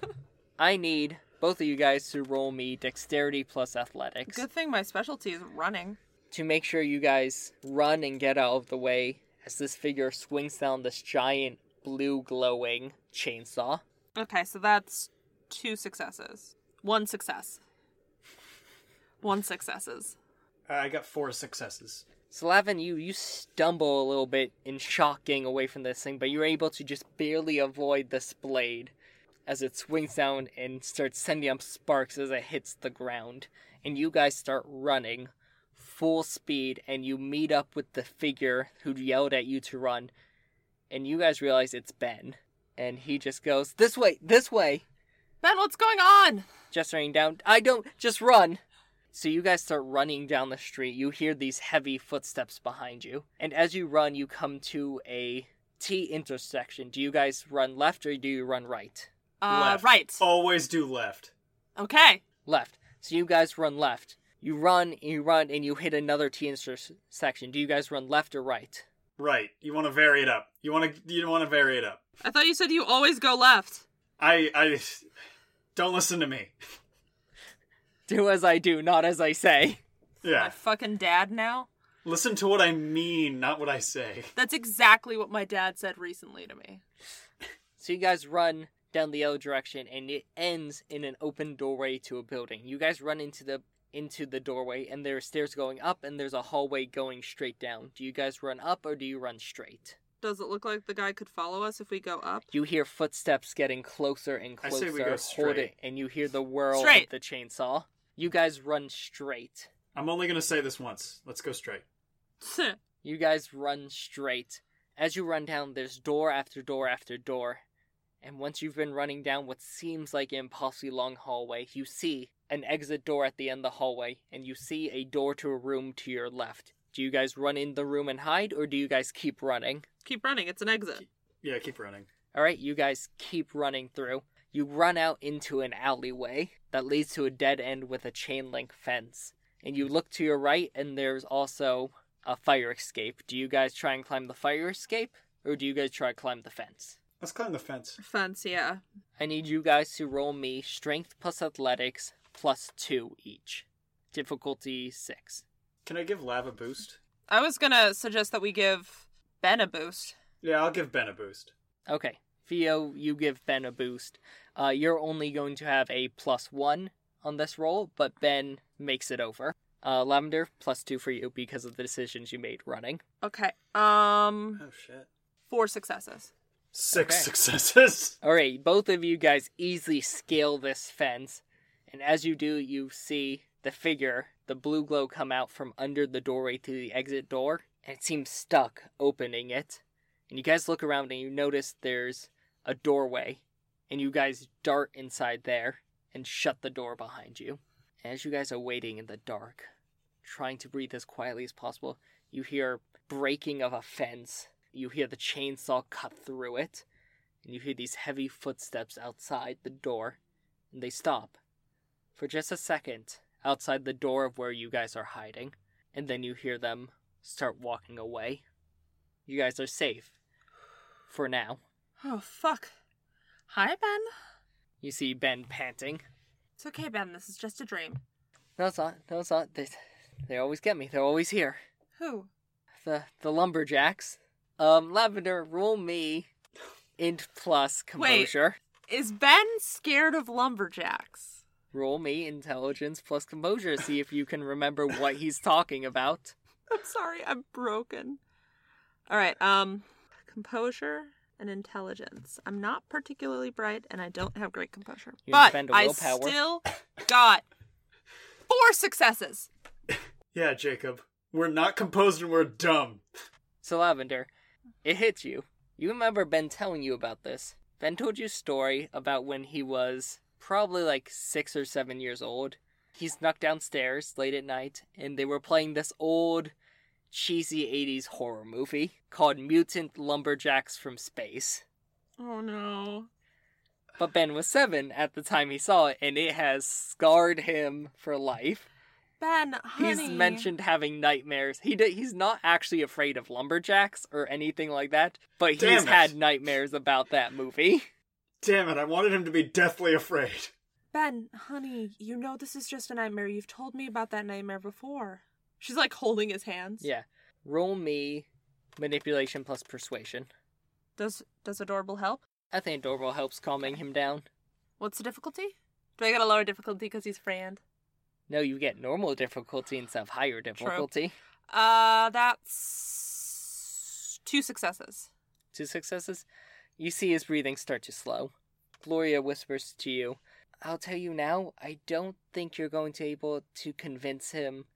A: I need both of you guys to roll me dexterity plus athletics
B: Good thing my specialty is running.
A: to make sure you guys run and get out of the way as this figure swings down this giant blue glowing chainsaw.
B: Okay, so that's two successes. One success. One successes.
C: I got four successes.
A: Slavin, you you stumble a little bit in shock getting away from this thing, but you're able to just barely avoid this blade as it swings down and starts sending up sparks as it hits the ground. And you guys start running full speed and you meet up with the figure who yelled at you to run. And you guys realize it's Ben. And he just goes, This way, this way
B: Ben, what's going on?
A: gesturing down. I don't just run. So you guys start running down the street. You hear these heavy footsteps behind you, and as you run, you come to a T intersection. Do you guys run left or do you run right?
B: Uh,
C: Left.
B: right.
C: Always do left.
B: Okay.
A: Left. So you guys run left. You run and you run and you hit another T intersection. Do you guys run left or right?
C: Right. You want to vary it up. You want to. You want to vary it up.
B: I thought you said you always go left.
C: I. I. Don't listen to me.
A: Do as I do, not as I say.
B: My
C: Yeah.
B: fucking dad now.
C: Listen to what I mean, not what I say.
B: That's exactly what my dad said recently to me.
A: So you guys run down the other direction, and it ends in an open doorway to a building. You guys run into the into the doorway, and there are stairs going up, and there's a hallway going straight down. Do you guys run up or do you run straight?
B: Does it look like the guy could follow us if we go up?
A: You hear footsteps getting closer and
C: I
A: closer.
C: say we go
A: Hold it,
C: straight.
A: and you hear the whirl
B: Straight.
A: of the chainsaw. You guys run straight.
C: I'm only gonna say this once. Let's go straight.
A: You guys run straight. As you run down, there's door after door after door. And once you've been running down what seems like an impossibly long hallway, you see an exit door at the end of the hallway, and you see a door to a room to your left. Do you guys run in the room and hide, or do you guys keep running?
B: Keep running. It's an exit.
C: Yeah. Keep running.
A: All right, you guys keep running through. You run out into an alleyway that leads to a dead end with a chain link fence. And you look to your right, and there's also a fire escape. Do you guys try and climb the fire escape, or do you guys try to climb the fence?
C: Let's climb the fence.
B: Fence, yeah.
A: I need you guys to roll me strength plus athletics plus two each. Difficulty six.
C: Can I give Lav a boost?
B: I was gonna suggest that we give Ben a boost.
C: Yeah, I'll give Ben a boost.
A: Okay, Theo, you give Ben a boost. Uh, you're only going to have a plus one on this roll, but Ben makes it over. Uh, Lavender, plus two for you because of the decisions you made running.
B: Okay. Um,
C: Oh shit.
B: four successes.
C: Six
A: Okay.
C: successes.
A: All right, both of you guys easily scale this fence, and as you do, you see the figure, the blue glow, come out from under the doorway to the exit door, and it seems stuck opening it. And you guys look around and you notice there's a doorway, and you guys dart inside there and shut the door behind you. And as you guys are waiting in the dark, trying to breathe as quietly as possible, you hear breaking of a fence. You hear the chainsaw cut through it and you hear these heavy footsteps outside the door, and they stop for just a second outside the door of where you guys are hiding, and then you hear them start walking away. You guys are safe for now.
B: Oh fuck. Hi, Ben.
A: You see Ben panting.
B: It's okay, Ben. This is just a dream.
A: No, it's not. No, it's not. They, they always get me. They're always here.
B: Who?
A: The the lumberjacks. Um, Lavender, roll me int plus composure.
B: Is Ben scared of lumberjacks?
A: Roll me intelligence plus composure. See if you can remember what he's talking about.
B: I'm sorry, I'm broken. All right, um composure and intelligence. I'm not particularly bright and I don't have great composure.
A: You can
B: but
A: spend a
B: I
A: willpower.
B: still got four successes.
C: yeah, Jacob. We're not composed and we're dumb.
A: So, Lavender, it hits you. You remember Ben telling you about this. Ben told you a story about when he was probably like six or seven years old. He snuck downstairs late at night, and they were playing this old, cheesy 80s horror movie called Mutant Lumberjacks from Space.
B: Oh no.
A: But Ben was seven at the time he saw it, and it has scarred him for life.
D: Ben, honey.
A: He's mentioned having nightmares. He d- he's not actually afraid of lumberjacks or anything like that, but he's
C: Damn it.
A: had nightmares about that movie.
C: Damn it, I wanted him to be deathly afraid.
D: Ben, honey, you know this is just a nightmare. You've told me about that nightmare before.
B: She's like holding his hands.
A: Yeah. Roll me manipulation plus persuasion.
B: Does does adorable help?
A: I think Adorable helps calming him down.
B: What's the difficulty? Do I get a lower difficulty because he's friend?
A: No, you get normal difficulty instead of higher difficulty.
B: Uh, that's two successes.
A: Two successes. You see his breathing start to slow. Gloria whispers to you, I'll tell you now, I don't think you're going to be able to convince him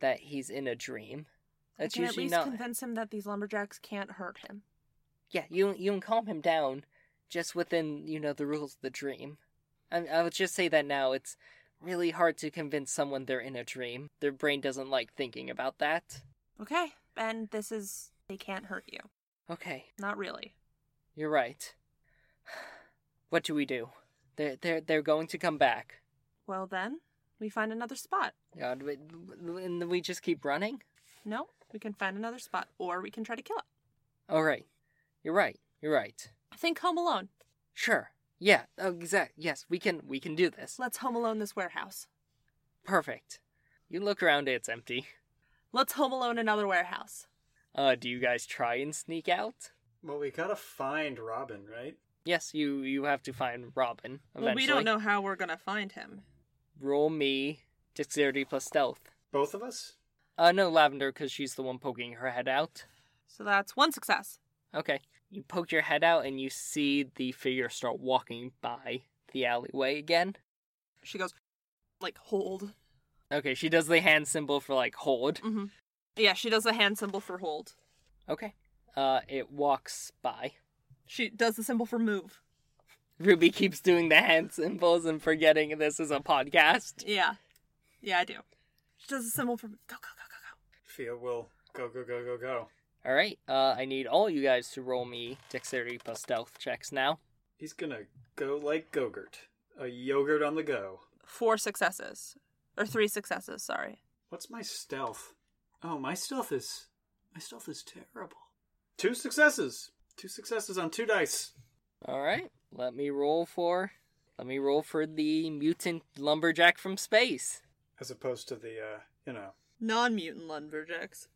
A: that he's in a dream.
D: I
A: That's
D: can at
A: usually
D: least
A: not
D: convince him that these lumberjacks can't hurt him.
A: yeah, you you can calm him down, just within you know the rules of the dream. I I would just say that now it's really hard to convince someone they're in a dream. Their brain doesn't like thinking about that.
D: Okay, Ben, this is they can't hurt you.
A: Okay,
D: Not really.
A: you're right. What do we do? They're they're they're going to come back.
D: Well then, we find another spot.
A: God, we- and we just keep running.
D: No, we can find another spot, or we can try to kill it.
A: All right, you're right. You're right.
B: I think Home Alone.
A: Sure. Yeah. Oh, exact. Yes, we can. We can do this.
D: Let's home alone this warehouse.
A: Perfect. You look around. It's empty.
B: Let's Home Alone another warehouse.
A: Uh, do you guys try and sneak out?
C: Well, we gotta find Robin, right?
A: Yes, you you have to find Robin eventually.
B: Well, we don't know how we're gonna find him.
A: Roll me dexterity plus stealth.
C: Both of us?
A: Uh, no Lavender because she's the one poking her head out.
B: So that's one success.
A: Okay, you poke your head out and you see the figure start walking by the alleyway again.
B: She goes, like hold.
A: Okay, she does the hand symbol for like hold.
B: Mm-hmm. Yeah, she does a hand symbol for hold.
A: Okay, uh, it walks by.
B: She does the symbol for move.
A: Ruby keeps doing the hand symbols and forgetting this is a podcast.
B: Yeah, yeah, I do. She does the symbol for go go go go
C: Fia will go, go, go, go, go.
A: All right, uh, I need all you guys to roll me dexterity plus stealth checks now.
C: He's gonna go like Gogurt. A yogurt on the go.
B: go. Four successes or three successes. Sorry.
C: What's my stealth? Oh, my stealth is. My stealth is terrible. Two successes! Two successes on two dice.
A: All right, let me roll for. Let me roll for the mutant lumberjack from space.
C: As opposed to the, uh, you know.
B: Non mutant lumberjacks.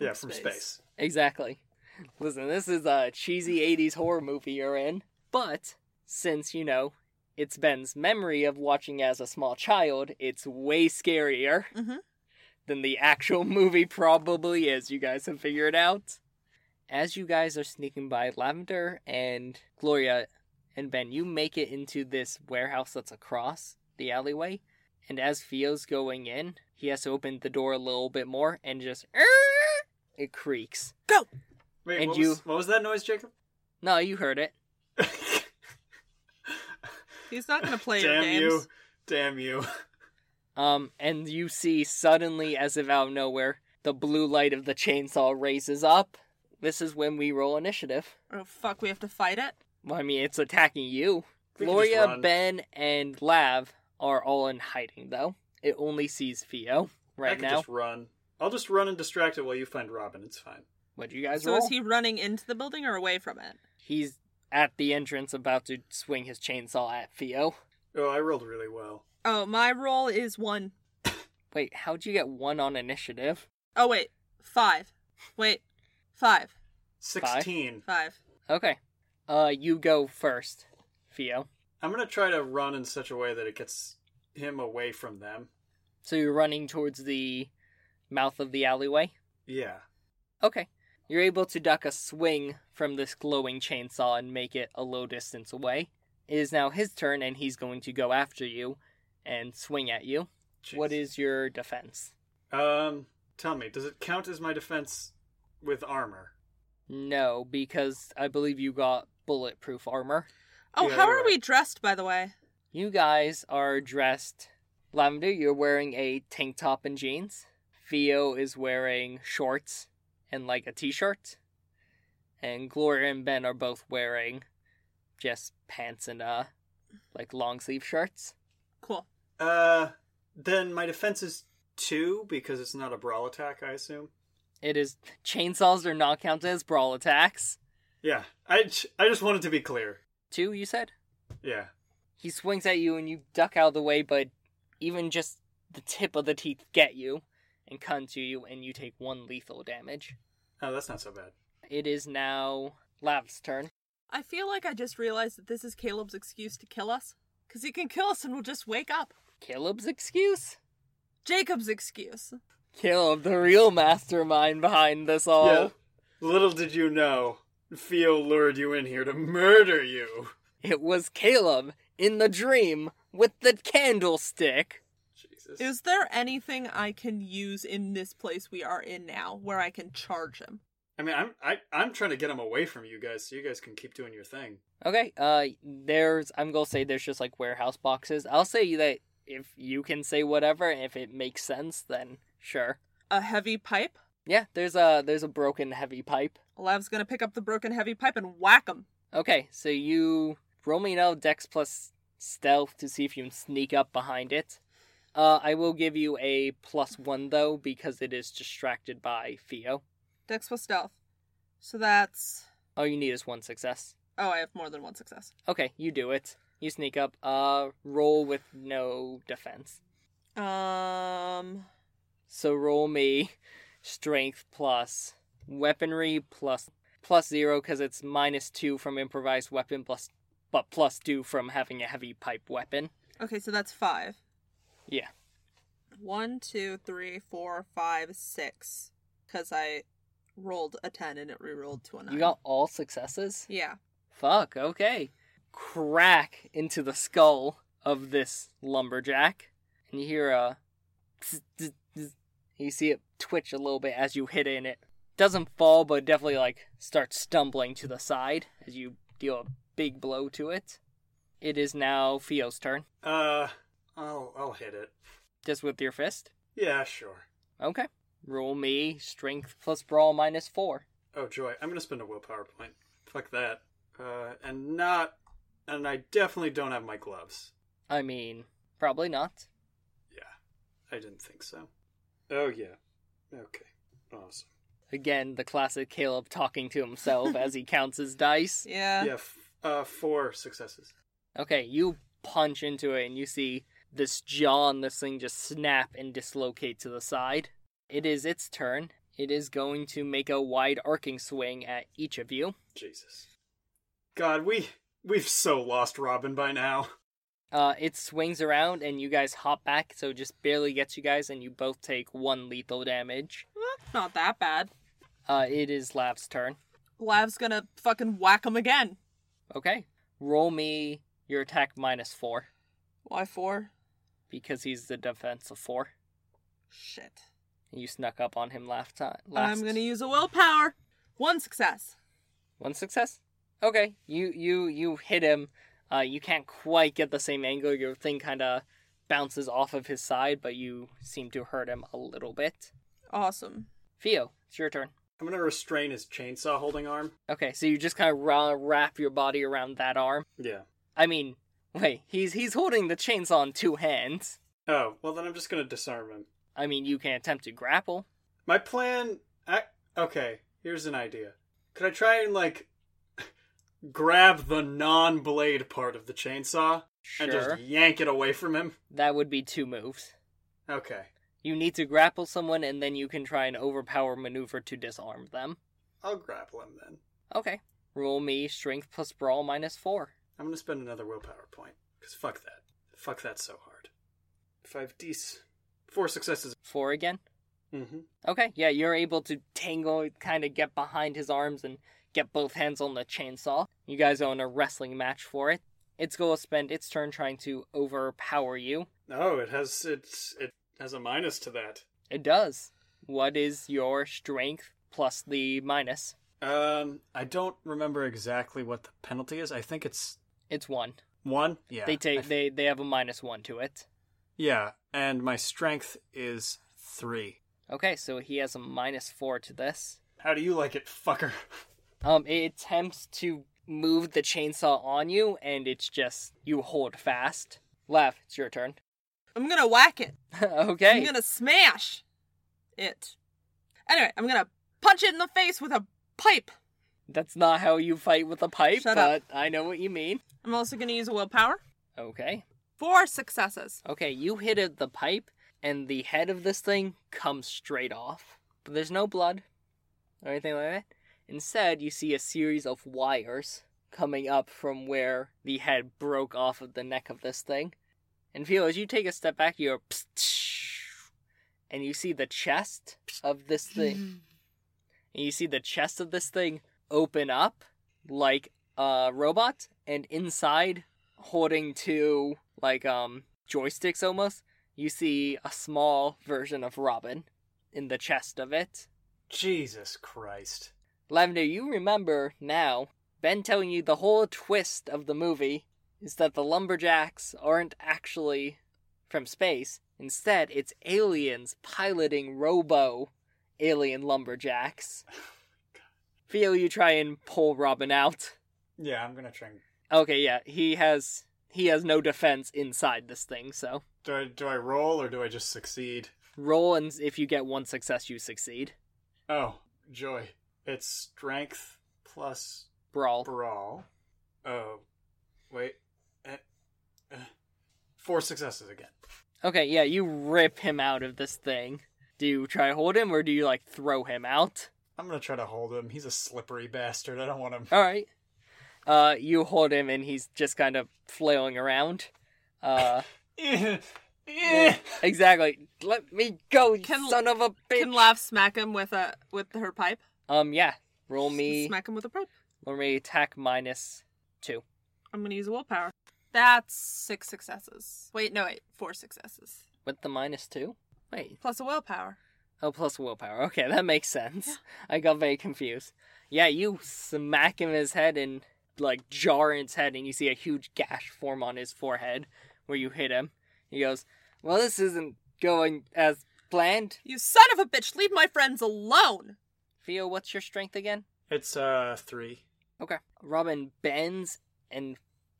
C: yeah, from space.
A: Exactly. Listen, this is a cheesy 80s horror movie you're in, but since, you know, it's Ben's memory of watching as a small child, it's way scarier
C: Mm-hmm.
B: Mhm.
A: than the actual movie probably is. You guys have figured out. As you guys are sneaking by, Lavender and Gloria and Ben, you make it into this warehouse that's across the alleyway. And as Fio's going in, he has to open the door a little bit more and just. It creaks.
C: Wait,
A: And
C: what,
A: you-
C: was, what was that noise, Jacob?
A: No, you heard it.
B: He's not gonna play your
C: Damn
B: games.
C: you. Damn you.
A: Um, and you see suddenly, as if out of nowhere, the blue light of the chainsaw raises up. This is when we roll initiative.
B: Oh fuck, we have to fight it.
A: Well, I mean, it's attacking you.
C: We can just
A: Gloria,
C: run.
A: Ben, and Lav are all in hiding, though. It only sees Theo
C: I
A: right
C: can
A: now.
C: just run. I'll just run and distract it while you find Robin. It's fine.
A: What do you guys
B: So
A: roll?
B: is he running into the building or away from it?
A: He's at the entrance, about to swing his chainsaw at Theo.
C: Oh, I rolled really well.
B: Oh, my roll is one.
A: Wait, how'd you get one on initiative?
B: Oh wait, five. Wait, five,
C: 16.
B: five.
A: Okay. Uh, you go first, Theo.
C: I'm going to try to run in such a way that it gets him away from them.
A: So you're running towards the mouth of the alleyway?
C: Yeah.
A: Okay. You're able to duck a swing from this glowing chainsaw and make it a low distance away. It is now his turn, and he's going to go after you and swing at you.
C: Jeez.
A: What is your defense?
C: Um, Tell me, does it count as my defense with armor?
A: No, because I believe you got bulletproof armor.
B: Oh,
C: Yeah,
B: how
C: you're
B: are we
C: right.
B: dressed, by the way?
A: You guys are dressed. Lavender, you're wearing a tank top and jeans. Theo is wearing shorts and like a t shirt. And Gloria and Ben are both wearing just pants and uh like long sleeve shirts.
B: Cool.
C: Uh, then my defense is two because it's not a brawl attack, I assume.
A: It is chainsaws are not counted as brawl attacks.
C: Yeah, I, j- I just wanted to be clear.
A: Two, you said?
C: Yeah.
A: He swings at you and you duck out of the way, but even just the tip of the teeth get you and come to you and you take one lethal damage.
C: Oh, that's not so bad.
A: It is now Lav's turn.
B: I feel like I just realized that this is Caleb's excuse to kill us. Because he can kill us and we'll just wake up.
A: Caleb's excuse?
B: Jacob's excuse.
A: Caleb, the real mastermind behind this all.
C: Yeah. Little did you know, Theo lured you in here to murder you.
A: It was Caleb in the dream with the candlestick.
C: Jesus.
B: Is there anything I can use in this place we are in now where I can charge him?
C: I mean, I'm I, I'm trying to get him away from you guys so you guys can keep doing your thing.
A: Okay, uh there's I'm gonna say there's just like warehouse boxes. I'll say that if you can say whatever, if it makes sense, then sure.
B: A heavy pipe?
A: Yeah, there's a there's a broken heavy pipe.
B: Lav's gonna pick up the broken heavy pipe and whack him.
A: Okay, so you roll me now dex plus stealth to see if you can sneak up behind it. Uh, I will give you a plus one though because it is distracted by Theo.
B: Dex plus stealth. So that's.
A: All you need is one success.
B: Oh, I have more than one success.
A: Okay, you do it. You sneak up. Uh, roll with no defense.
B: Um.
A: So roll me strength plus weaponry plus plus zero because it's minus two from improvised weapon plus but plus two from having a heavy pipe weapon.
B: Okay, so that's five.
A: Yeah.
B: One, two, three, four, five, six. Because I rolled a ten and it rerolled to a nine.
A: You got all successes.
B: Yeah.
A: Fuck, okay. Crack into the skull of this lumberjack, and you hear a. tss, tss, tss. You see it twitch a little bit as you hit it, and it doesn't fall, but definitely like starts stumbling to the side as you deal a big blow to it. It is now Theo's turn,
C: Uh, I'll I'll hit it.
A: just with your fist.
C: Yeah, sure.
A: Okay. Roll me strength plus brawl minus four.
C: Oh joy, I'm gonna spend a willpower point. Fuck that. Uh, and not, and I definitely don't have my gloves.
A: I mean, probably not.
C: Yeah, I didn't think so. Oh yeah. Okay. Awesome.
A: Again, the classic Caleb talking to himself as he counts his dice.
B: Yeah.
C: yeah. F- uh, four successes.
A: Okay, you punch into it and you see this jaw on this thing just snap and dislocate to the side. It is its turn. It is going to make a wide arcing swing at each of you.
C: Jesus. God, we we've so lost Robin by now.
A: Uh, it swings around and you guys hop back, so it just barely gets you guys, and you both take one lethal damage.
B: That's not that bad.
A: Uh, it is Lav's turn.
B: Lav's gonna fucking whack him again.
A: Okay, roll me your attack minus four
B: Why four?
A: because he's the defense of four.
B: Shit.
A: You snuck up on him last time. Last.
B: I'm gonna use a willpower. One success.
A: One success. Okay, you you you hit him. Uh, you can't quite get the same angle. Your thing kind of bounces off of his side, but you seem to hurt him a little bit.
B: Awesome.
A: Theo, it's your turn.
C: I'm gonna restrain his chainsaw holding arm.
A: Okay, so you just kind of ra- wrap your body around that arm.
C: Yeah.
A: I mean, wait, he's he's holding the chainsaw in two hands.
C: Oh well, then I'm just gonna disarm him.
A: I mean, you can attempt to grapple.
C: My plan. I okay. Here's an idea. Could I try and like grab the non-blade part of the chainsaw
A: Sure,
C: and just yank it away from him?
A: that would be two moves.
C: Okay.
A: You need to grapple someone, and then you can try an overpower maneuver to disarm them.
C: I'll grapple him then.
A: Okay, roll me strength plus brawl minus four.
C: I'm gonna spend another willpower point because fuck that. Fuck that so hard. Five D's. Four successes.
A: Four again.
C: Mm-hmm.
A: Okay, yeah, you're able to tangle, kind of get behind his arms and get both hands on the chainsaw. You guys own a wrestling match for it. It's going to spend its turn trying to overpower you.
C: Oh, it has it's it has a minus to that.
A: It does. What is your strength plus the minus?
C: Um, I don't remember exactly what the penalty is. I think it's
A: It's one.
C: one. Yeah.
A: they
C: I
A: take
C: th-
A: they they have a minus one to it.
C: Yeah, and my strength is three.
A: Okay, so he has a minus four to this.
C: How do you like it, fucker?
A: Um, it attempts to move the chainsaw on you, and it's just you hold fast. Laugh. It's your turn.
B: I'm gonna whack it.
A: okay.
B: I'm gonna smash it. Anyway, I'm gonna punch it in the face with a pipe.
A: That's not how you fight with a pipe,
B: Shut
A: but
B: up.
A: I know what you mean.
B: I'm also gonna use willpower.
A: Okay.
B: Four successes.
A: Okay, you hit it, the pipe, and the head of this thing comes straight off. But there's no blood or anything like that. Instead, you see a series of wires coming up from where the head broke off of the neck of this thing. And Philo, as you take a step back, you're and you see the chest of this thing. And you see the chest of this thing open up like a robot, and inside, holding two like um joysticks almost, you see a small version of Robin in the chest of it.
C: Jesus Christ.
A: Lavender, you remember now Ben telling you the whole twist of the movie is that the lumberjacks aren't actually from space. Instead, it's aliens piloting robo alien lumberjacks. Feel you try and pull Robin out.
C: Yeah, I'm gonna try. And...
A: Okay, yeah, he has he has no defense inside this thing, so
C: Do I do I roll or do I just succeed?
A: roll and if you get one success, you succeed.
C: Oh, joy! It's strength plus
A: Brawl.
C: brawl. Oh, wait. Eh, eh. Four successes again.
A: Okay, yeah, you rip him out of this thing. Do you try to hold him or do you like throw him out?
C: I'm gonna try to hold him. He's a slippery bastard. I don't want him.
A: All right. Uh, you hold him and he's just kind of flailing around. Uh,
C: Eh, eh.
A: exactly. Let me go, you
B: Can-
A: son of a bitch.
B: Can laugh smack him with a with her pipe.
A: um, yeah. Roll me.
B: Smack him with a pipe.
A: Roll me attack minus two.
B: I'm gonna use a willpower. That's six successes. Wait, no, wait, four successes
A: With the minus two. Wait.
B: plus a willpower.
A: Oh, plus willpower. Okay, that makes sense. I got very confused. Yeah, you smack him in his head and like jar in his head, and you see a huge gash form on his forehead where you hit him. He goes, "Well, this isn't going as planned."
B: You son of a bitch! Leave my friends alone.
A: Theo, what's your strength again?
C: It's uh three.
A: Okay. Robin bends and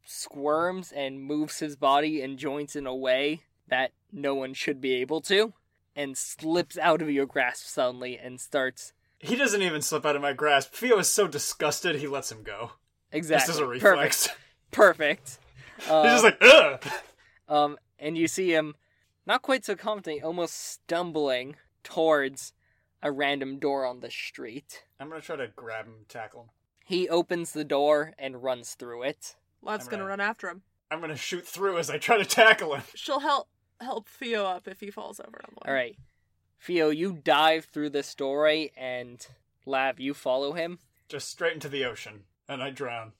A: squirms and moves his body and joints in a way that no one should be able to, and slips out of your grasp suddenly and starts
C: He doesn't even slip out of my grasp. Theo is so disgusted he lets him go.
A: exactly.
C: This is a reflex.
A: Perfect. Perfect. Uh,
C: He's just like, ugh.
A: um, and you see him, not quite so confident, almost stumbling towards a random door on the street.
C: I'm gonna try to grab him, tackle him.
A: He opens the door and runs through it.
B: Love's
C: I'm
B: gonna
C: right.
B: run after him.
C: I'm gonna shoot through as I try to tackle him.
B: She'll help help Theo up if he falls over. On one.
A: All right. Theo, you dive through this doorway and Lav, you follow him.
C: Just straight into the ocean, and I drown.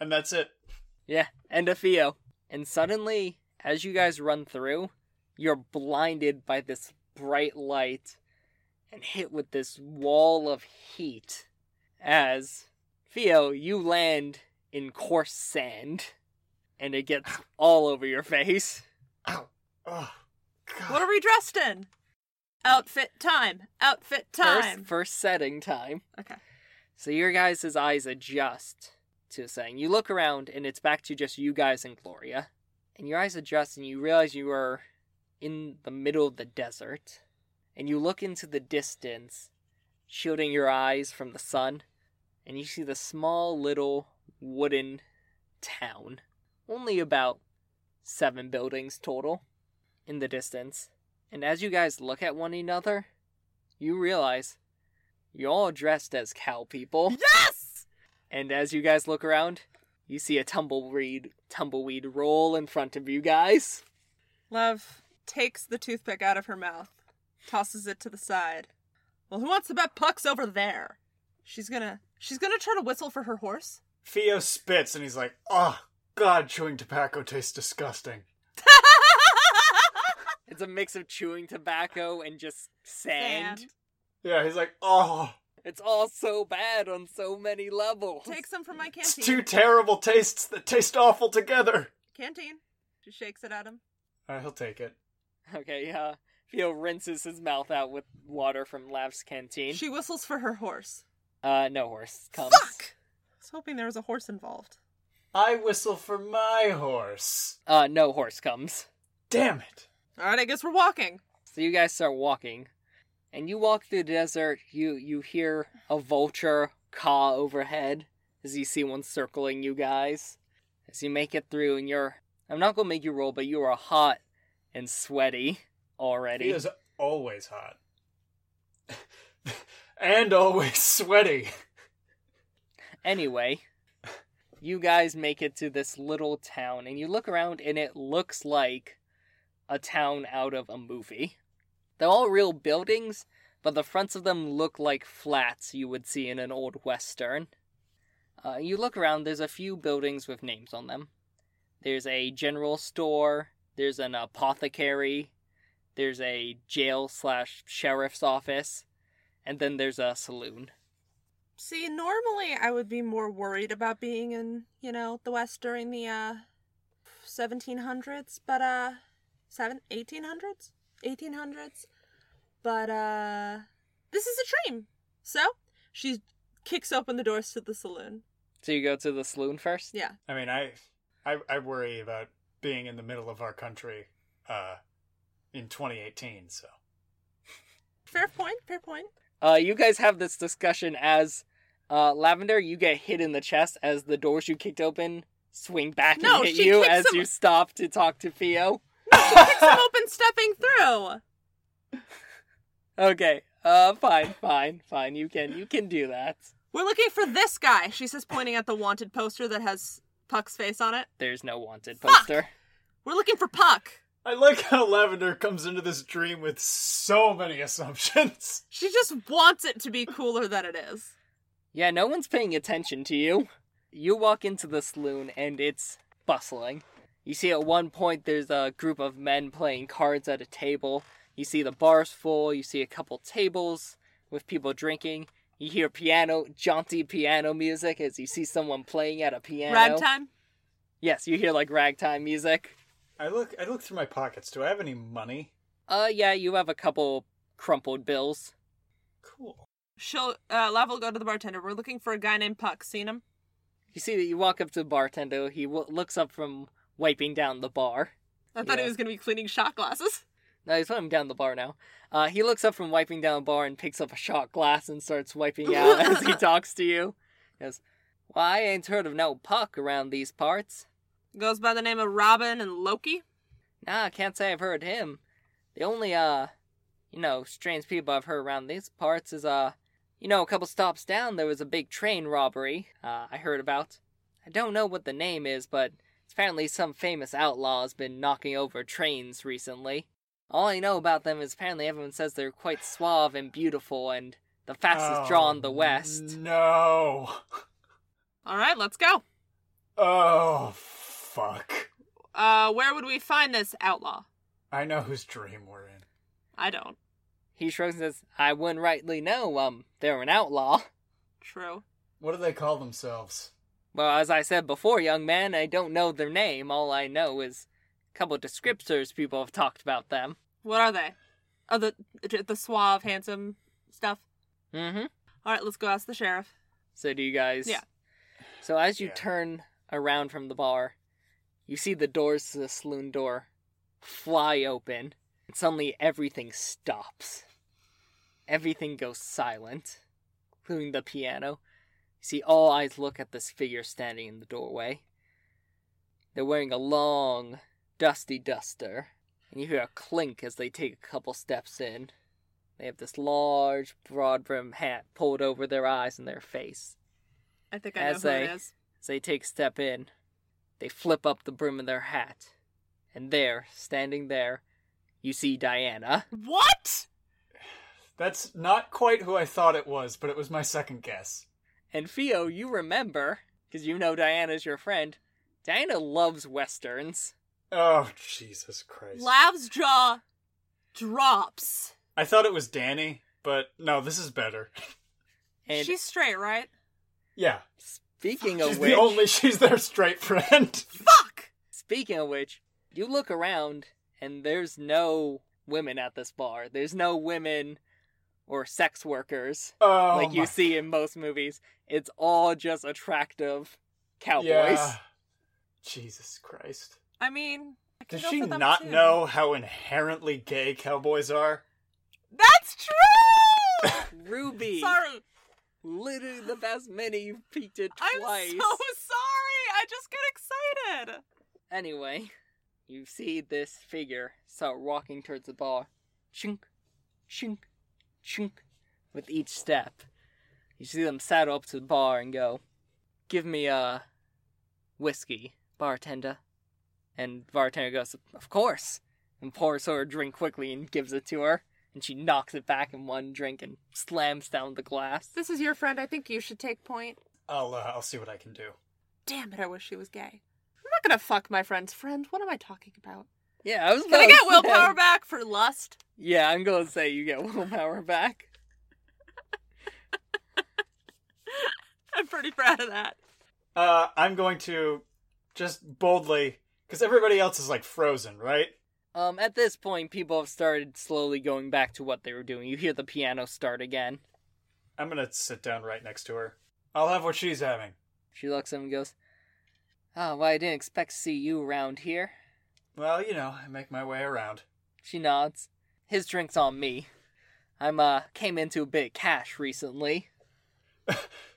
C: And that's it.
A: Yeah, and a Theo. And suddenly, as you guys run through, you're blinded by this bright light and hit with this wall of heat as Theo, you land in coarse sand and it gets all over your face.
C: Ow. Oh, God.
B: What are we dressed in? Outfit time. Outfit time.
A: First, first setting time.
B: Okay.
A: So your guys' eyes adjust to saying you look around and it's back to just you guys and Gloria. And your eyes adjust and you realize you are in the middle of the desert. And you look into the distance, shielding your eyes from the sun, and you see the small little wooden town. Only about seven buildings total in the distance. And as you guys look at one another, you realize you're all dressed as cow people.
B: Yes.
A: And as you guys look around, you see a tumbleweed tumbleweed roll in front of you guys.
B: Love takes the toothpick out of her mouth, tosses it to the side. Well, who wants to bet pucks over there? She's gonna she's gonna try to whistle for her horse.
C: Theo spits, and he's like, oh, God, chewing tobacco tastes disgusting.
A: It's a mix of chewing tobacco and just sand.
B: Sand.
C: Yeah, he's like, oh,
A: It's all so bad on so many levels.
B: Take some from my
C: it's
B: canteen.
C: two terrible tastes that taste awful together.
B: Canteen. She shakes it at him.
C: All right, he'll take it.
A: Okay, yeah. Theo rinses his mouth out with water from Lav's canteen.
B: She whistles for her horse.
A: Uh, no horse comes.
B: Fuck! I was hoping there was a horse involved.
C: I whistle for my horse.
A: Uh, no horse comes.
C: Damn it.
B: All right, I guess we're walking.
A: So you guys start walking, and you walk through the desert. You you hear a vulture caw overhead as you see one circling you guys. As you make it through, and you're I'm not gonna make you roll, but you are hot and sweaty
C: He
A: already.
C: is always hot. and always sweaty.
A: Anyway, you guys make it to this little town, and you look around, and it looks like a town out of a movie. They're all real buildings, but the fronts of them look like flats you would see in an old western. Uh, you look around, there's a few buildings with names on them. There's a general store, there's an apothecary, there's a jail slash sheriff's office, and then there's a saloon.
D: See, normally I would be more worried about being in, you know, the West during the uh 1700s, but uh seven 1800s, 1800s. But uh this is a dream. So, she kicks open the doors to the saloon.
A: So you go to the saloon first?
D: Yeah.
C: I mean, I, I, I worry about being in the middle of our country, uh, in 2018. So
D: Fair point, fair point.
A: Uh, you guys have this discussion as uh, Lavender, you get hit in the chest as the doors you kicked open swing back
D: No,
A: and hit
D: she
A: you
D: kicks
A: as
D: them-
A: you stop to talk to Theo.
D: Kicks them open stepping through.
A: Okay, uh, fine, fine, fine. You can you can do that.
D: We're looking for this guy, she says pointing at the wanted poster that has Puck's face on it.
A: There's no wanted
D: Fuck!
A: poster.
D: We're looking for Puck.
C: I like how Lavender comes into this dream with so many assumptions.
D: She just wants it to be cooler than it is.
A: Yeah, no one's paying attention to you. You walk into the saloon and it's bustling. You see at one point there's a group of men playing cards at a table. You see the bars full, you see a couple tables with people drinking. You hear piano, jaunty piano music as you see someone playing at a piano.
D: Ragtime.
A: Yes, you hear like ragtime music.
C: I look, I look through my pockets. Do I have any money?
A: Uh yeah, you have a couple crumpled bills.
C: Cool.
D: She'll uh, Lav will go to the bartender. We're looking for a guy named Puck. Seen him?
A: You see that you walk up to the bartender. He w- looks up from wiping down the bar.
D: I thought
A: Yeah.
D: he was gonna be cleaning shot glasses.
A: No, he's putting him down the bar now. Uh, he looks up from wiping down the bar and picks up a shot glass and starts wiping out as he talks to you. He goes, Well, I ain't heard of no puck around these parts.
D: Goes by the name of Robin and Loki.
A: Nah, I can't say I've heard him. The only, uh, you know, strange people I've heard around these parts is, uh, you know, a couple stops down there was a big train robbery, uh, I heard about. I don't know what the name is, but it's apparently some famous outlaw has been knocking over trains recently. All I know about them is apparently everyone says they're quite suave and beautiful and the fastest draw in the West.
C: Oh, No.
D: All right, let's go.
C: Oh fuck!
D: Uh, where would we find this outlaw?
C: I know whose dream we're in.
D: I don't.
A: He shrugs and says, I wouldn't rightly know, um, they're an outlaw.
D: True.
C: What do they call themselves?
A: Well, as I said before, young man, I don't know their name. All I know is a couple of descriptors people have talked about them.
D: What are they? Oh, the the suave, handsome stuff.
A: Mm-hmm.
D: All right, let's go ask the sheriff.
A: So do you guys?
D: Yeah.
A: So as you
C: Yeah.
A: turn around from the bar, you see the doors to the saloon door fly open, and suddenly everything stops. Everything goes silent, including the piano. You see all eyes look at this figure standing in the doorway. They're wearing a long, dusty duster, and you hear a clink as they take a couple steps in. They have this large, broad brimmed hat pulled over their eyes and their face.
D: I think I know
A: As
D: who it
A: a-
D: is.
A: As they take a step in, they flip up the brim of their hat, and there, standing there, you see Diana.
D: What?
C: That's not quite who I thought it was, but it was my second guess.
A: And Theo, you remember, because you know Diana's your friend, Diana loves westerns.
C: Oh Jesus Christ!
D: Lav's jaw drops.
C: I thought it was Danny, But no, this is better.
A: And
B: She's straight, right?
C: Yeah.
A: speaking
C: she's
A: of which,
C: the only she's their straight friend.
B: Fuck!
A: speaking of which, you look around and there's no women at this bar. There's no women or sex workers
C: Oh,
A: like you
C: my-
A: see in most movies. It's all just attractive cowboys.
C: Yeah. Jesus Christ.
B: I mean, I can
C: Does
B: go
C: she
B: for them
C: not
B: too.
C: know how inherently gay cowboys are?
B: That's true.
A: Ruby,
B: sorry,
A: literally the best mini you've peeked at
B: I'm
A: twice.
B: so sorry. I just get excited.
A: Anyway, you see this figure start walking towards the bar. Chink, chink, chink, with each step. You see them saddle up to the bar and go, Give me a whiskey, bartender. And bartender goes, Of course. And pours her a drink quickly and gives it to her. And she knocks it back in one drink and slams down the glass.
B: This is your friend. I think you should take point.
C: I'll uh, I'll see what I can do.
B: Damn it! I wish she was gay. I'm not gonna fuck my friend's friend. What am I talking about?
A: Yeah, I was
B: Can I
A: about
B: get
A: to
B: willpower
A: say-
B: back for lust?
A: Yeah, I'm gonna say you get willpower back.
B: I'm pretty proud of that.
C: Uh, I'm going to just boldly, because everybody else is like frozen, right?
A: Um, at this point, people have started slowly going back to what they were doing. You hear the piano start again.
C: I'm gonna sit down right next to her. I'll have what she's having.
A: She looks at him and goes, Oh, well, I didn't expect to see you around here.
C: Well, you know, I make my way around.
A: She nods. His drink's on me. I'm, uh, came into a bit of cash recently.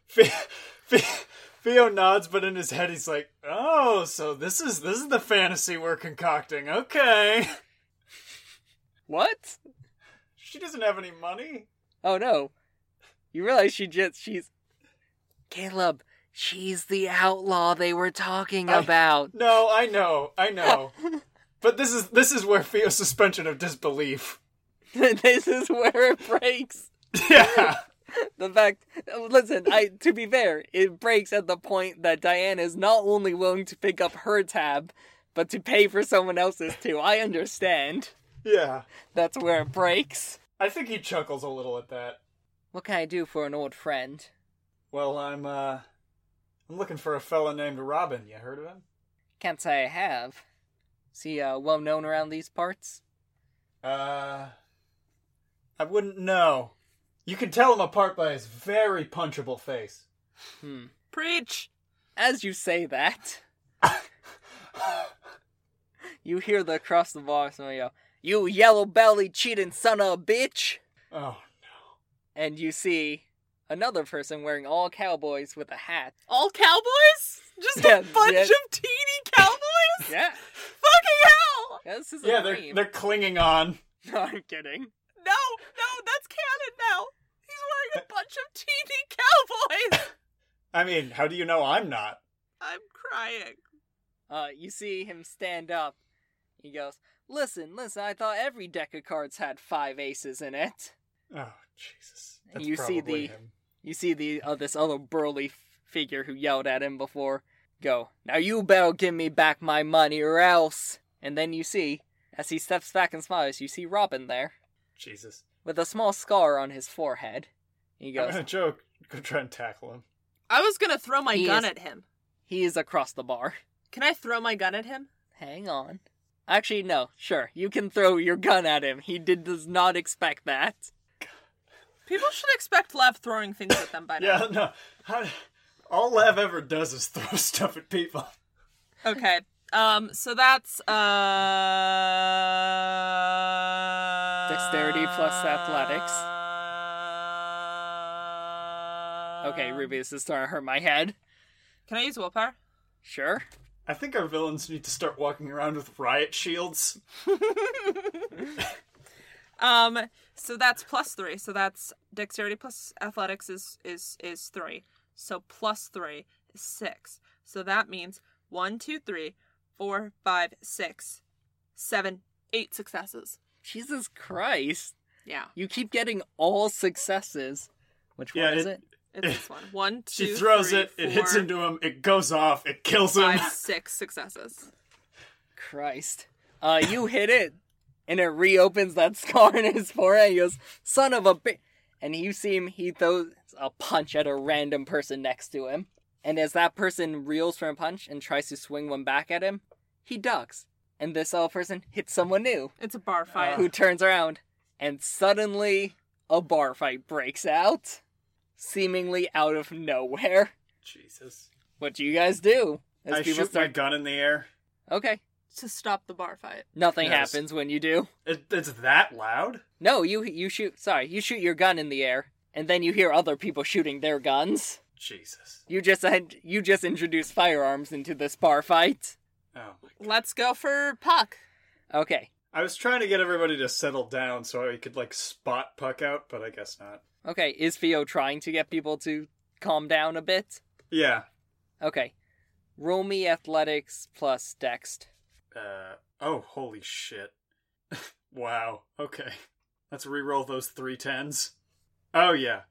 C: Fe- Fe- Theo nods, but in his head he's like, "Oh, so this is this is the fantasy we're concocting." Okay.
A: What?
C: She doesn't have any money.
A: Oh no. You realize she just, she's. Caleb, she's the outlaw they were talking
C: I-
A: about.
C: No, I know, I know. but this is this is where Theo's suspension of disbelief.
A: this is where it breaks.
C: Yeah.
A: The fact, listen, I to be fair, it breaks at the point that Diane is not only willing to pick up her tab, but to pay for someone else's too. I understand.
C: Yeah.
A: That's where it breaks.
C: I think he chuckles a little at that.
A: What can I do for an old friend?
C: Well, I'm uh I'm looking for a fella named Robin. You heard of him?
A: Can't say I have. See, uh, well known around these parts.
C: Uh I wouldn't know. You can tell him apart by his very punchable face.
A: Hmm.
B: Preach.
A: As you say that, you hear the across the bar someone go, "You yellow-bellied cheating son of a bitch!"
C: Oh.
A: And you see another person wearing all cowboys with a hat.
B: All cowboys? Just
A: Yeah,
B: a bunch
A: yeah.
B: of teeny cowboys?
A: Yeah.
B: Fucking hell!
A: Yeah, this is a
C: Yeah,
A: dream.
C: they're they're clinging on.
A: No, I'm kidding.
B: No, no, that's canon now. He's wearing a bunch of teeny cowboys.
C: I mean, how do you know I'm not?
B: I'm crying.
A: Uh, you see him stand up. He goes, "Listen, listen. I thought every deck of cards had five aces in it."
C: Oh, Jesus.
A: And
C: That's
A: you see
C: probably
A: the-
C: him.
A: You see the uh, this other burly f- figure who yelled at him before. Go now. You better give me back my money, or else. And then you see, as he steps back and smiles, you see Robin there
C: Jesus.
A: with a small scar on his forehead. He
C: I'm
A: goes,
C: gonna joke. Go try and tackle him.
B: I was gonna throw my
A: He
B: gun
A: is-
B: at him.
A: "He is across the bar."
B: Can I throw my gun at him?
A: Hang on. Actually, no. Sure, you can throw your gun at him. He did does not expect that.
B: People should expect Lev throwing things at them by now.
C: Yeah, no. How, all Lav ever does is throw stuff at people.
B: Okay. Um, so that's uh
A: Dexterity plus athletics.
B: Um,
A: Okay, Ruby, this is starting to hurt my head.
B: Can I use willpower?
A: Sure.
C: I think our villains need to start walking around with riot shields.
B: Um, so that's plus three. So that's dexterity plus athletics is is is three. So plus three is six. So that means one, two, three, four, five, six, seven, eight successes.
A: Jesus Christ.
B: Yeah,
A: You keep getting all successes. Which one
C: Yeah,
A: is it?
C: it-
B: it's this one. One, two,
C: She throws
B: three,
C: it, it hits
B: four,
C: into him, it goes off, it kills him.
B: five, six successes.
A: Christ. Uh, you hit it, and it reopens that scar in his forehead. He goes, son of a bitch. and you see him he throws a punch at a random person next to him and as that person reels from a punch and tries to swing one back at him he ducks and this other person hits someone new
B: It's a
C: Uh,
B: bar fight.
A: who turns around and suddenly a bar fight breaks out seemingly out of nowhere
F: Jesus.
A: what do you guys do As
C: I shoot my gun in the air.
A: okay
B: to stop the bar fight.
C: Oh
A: nothing
C: Yes.
A: happens when you do
C: It, it's that loud?
A: no you you shoot sorry you shoot your gun in the air and then you hear other people shooting their guns
C: Jesus.
A: You just had you just introduced firearms into this bar fight.
C: Oh. my-
B: Let's go for Puck.
A: Okay.
C: I was trying to get everybody to settle down so I could like spot puck out, but I guess not.
A: Okay, is Theo trying to get people to calm down a bit?
C: Yeah.
A: Okay. Roll me athletics plus dext.
C: Uh oh, holy shit. wow. Okay. Let's re-roll those three tens. Oh yeah.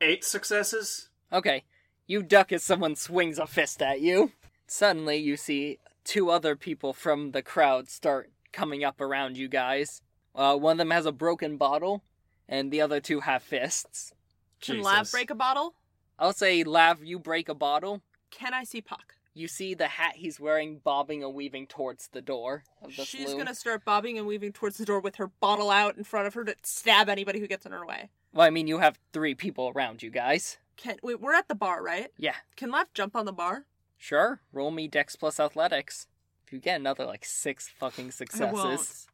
C: Eight successes?
A: Okay. You duck as someone swings a fist at you. Suddenly you see two other people from the crowd start coming up around you guys. Uh, one of them has a broken bottle, and the other two have fists.
B: Can
C: Jesus.
B: Lav break a bottle?
A: I'll say, Lav, you break a bottle,
B: Can I see Puck?
A: You see the hat he's wearing bobbing and weaving towards the door of the
B: She's
A: saloon.
B: gonna start bobbing and weaving towards the door with her bottle out in front of her to stab anybody who gets in her way.
A: Well, I mean, you have three people around you guys.
B: Can wait, we're at the bar, right?
A: Yeah,
B: Can Lav jump on the bar?
A: sure. Roll me Dex plus Athletics. If you get another like six fucking
B: I
A: successes,
B: won't.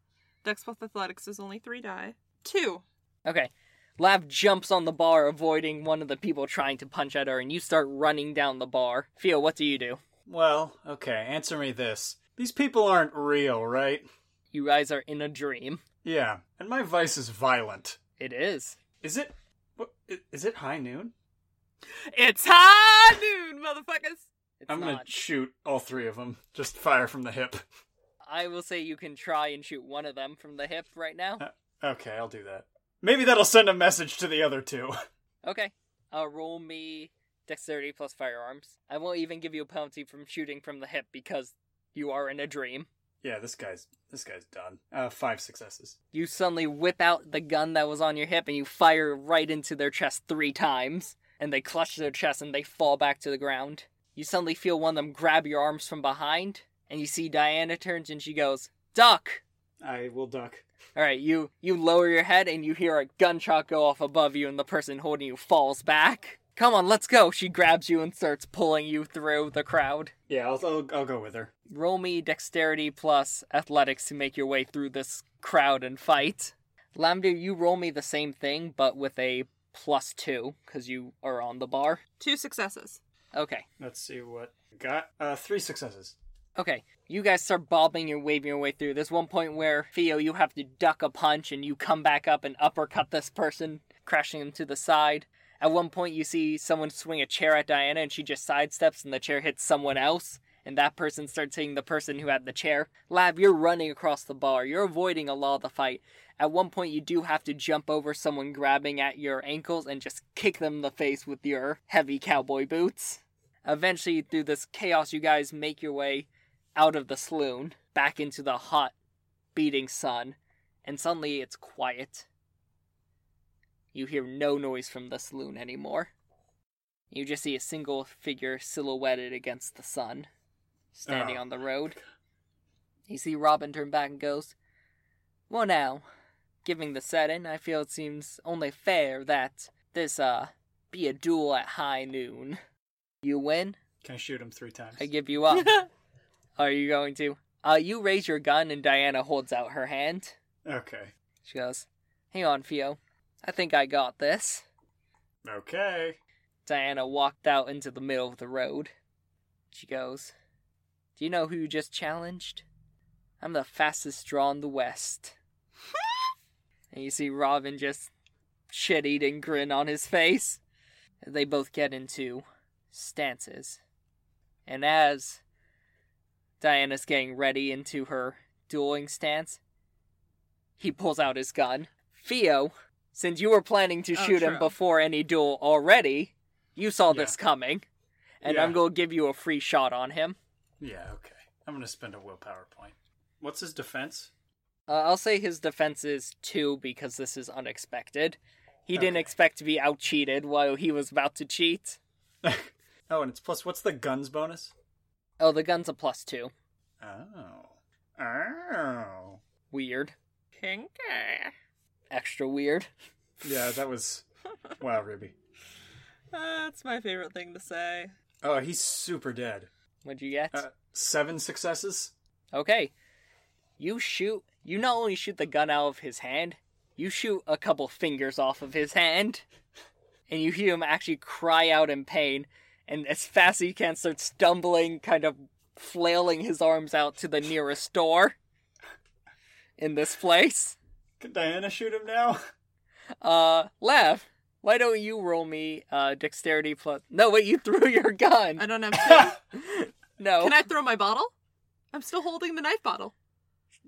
B: Dex plus athletics is only three die. Two.
A: okay. Lav jumps on the bar, avoiding one of the people trying to punch at her, and you start running down the bar. Theo, what do you do?
C: Well, okay, answer me this. These people aren't real, right?
A: You guys are in a dream.
C: Yeah. And my vice is violent.
A: It is.
C: Is it what i- is it high noon?
B: It's high noon, motherfuckers.
A: It's
C: I'm
A: not.
C: gonna shoot all three of them. Just fire from the hip.
A: I will say you can try and shoot one of them from the hip right now.
C: Uh, okay, I'll do that. Maybe that'll send a message to the other two.
A: Okay. Uh, roll me dexterity plus firearms. I won't even give you a penalty from shooting from the hip because you are in a dream.
C: yeah, this guy's this guy's done. Uh, five successes.
A: You suddenly whip out the gun that was on your hip and you fire right into their chest three times, and they clutch their chest and they fall back to the ground. You suddenly feel one of them grab your arms from behind, and you see Diana turns and she goes, Duck!
C: I will duck.
A: Alright, you, you lower your head and you hear a gunshot go off above you and the person holding you falls back. Come on, let's go! She grabs you and starts pulling you through the crowd.
C: Yeah, I'll I'll, I'll go with her.
A: Roll me dexterity plus athletics to make your way through this crowd and fight. Lambda, you roll me the same thing, but with a plus two, because you are on the bar.
B: Two successes.
A: Okay.
C: Let's see what we got. Uh, three successes.
A: Okay, you guys start bobbing and waving your way through. There's one point where Theo, you have to duck a punch and you come back up and uppercut this person, crashing him to the side. At one point, you see someone swing a chair at Diana and she just sidesteps and the chair hits someone else, and that person starts hitting the person who had the chair. Lab, you're running across the bar, you're avoiding a lot of the fight. At one point, you do have to jump over someone grabbing at your ankles and just kick them in the face with your heavy cowboy boots. Eventually, through this chaos, you guys make your way out of the saloon, back into the hot, beating sun, and suddenly it's quiet. You hear no noise from the saloon anymore. You just see a single figure silhouetted against the sun, standing
C: Oh.
A: on the road. You see Robin turn back and goes, Well, now, giving the setting, I feel it seems only fair that this, uh, be a duel at high noon. You win,
C: Can I shoot him three times?
A: I give you up. Are you going to? Uh, you raise your gun and Diana holds out her hand.
C: Okay.
A: She goes, Hang on, Theo. I think I got this.
C: Okay.
A: Diana walked out into the middle of the road. She goes, Do you know who you just challenged? I'm the fastest draw in the West. and you see Robin just shit eating grin on his face. They both get into stances. And as Diana's getting ready into her dueling stance, he pulls out his gun. Theo, since you were planning to
B: Oh,
A: shoot him
B: true.
A: before any duel already, you saw this coming, and I'm
C: Yeah.
A: going to give you a free shot on him.
C: Yeah. Okay. I'm gonna spend a willpower point. What's his defense?
A: Uh, I'll say his defense is two because this is unexpected. He didn't
C: Okay.
A: expect to be out cheated while he was about to cheat.
C: Oh, and it's plus. What's the guns bonus?
A: Oh, the gun's a plus two.
C: Oh. Oh.
A: Weird.
B: Kinky.
A: Extra weird.
C: Yeah, that was. Wow, Ruby.
B: That's my favorite thing to say.
C: Oh, he's super dead.
A: What'd you get?
C: Uh, seven successes?
A: Okay. You shoot. You not only shoot the gun out of his hand, you shoot a couple fingers off of his hand. And you hear him actually cry out in pain. And as fast as he can, start stumbling, kind of flailing his arms out to the nearest door in this place.
C: Can Diana shoot him now?
A: Uh, Lev, why don't you roll me uh, dexterity plus. No, wait, you threw your gun.
B: I don't have to.
A: No,
B: Uh, Can I throw my bottle? I'm still holding the knife bottle.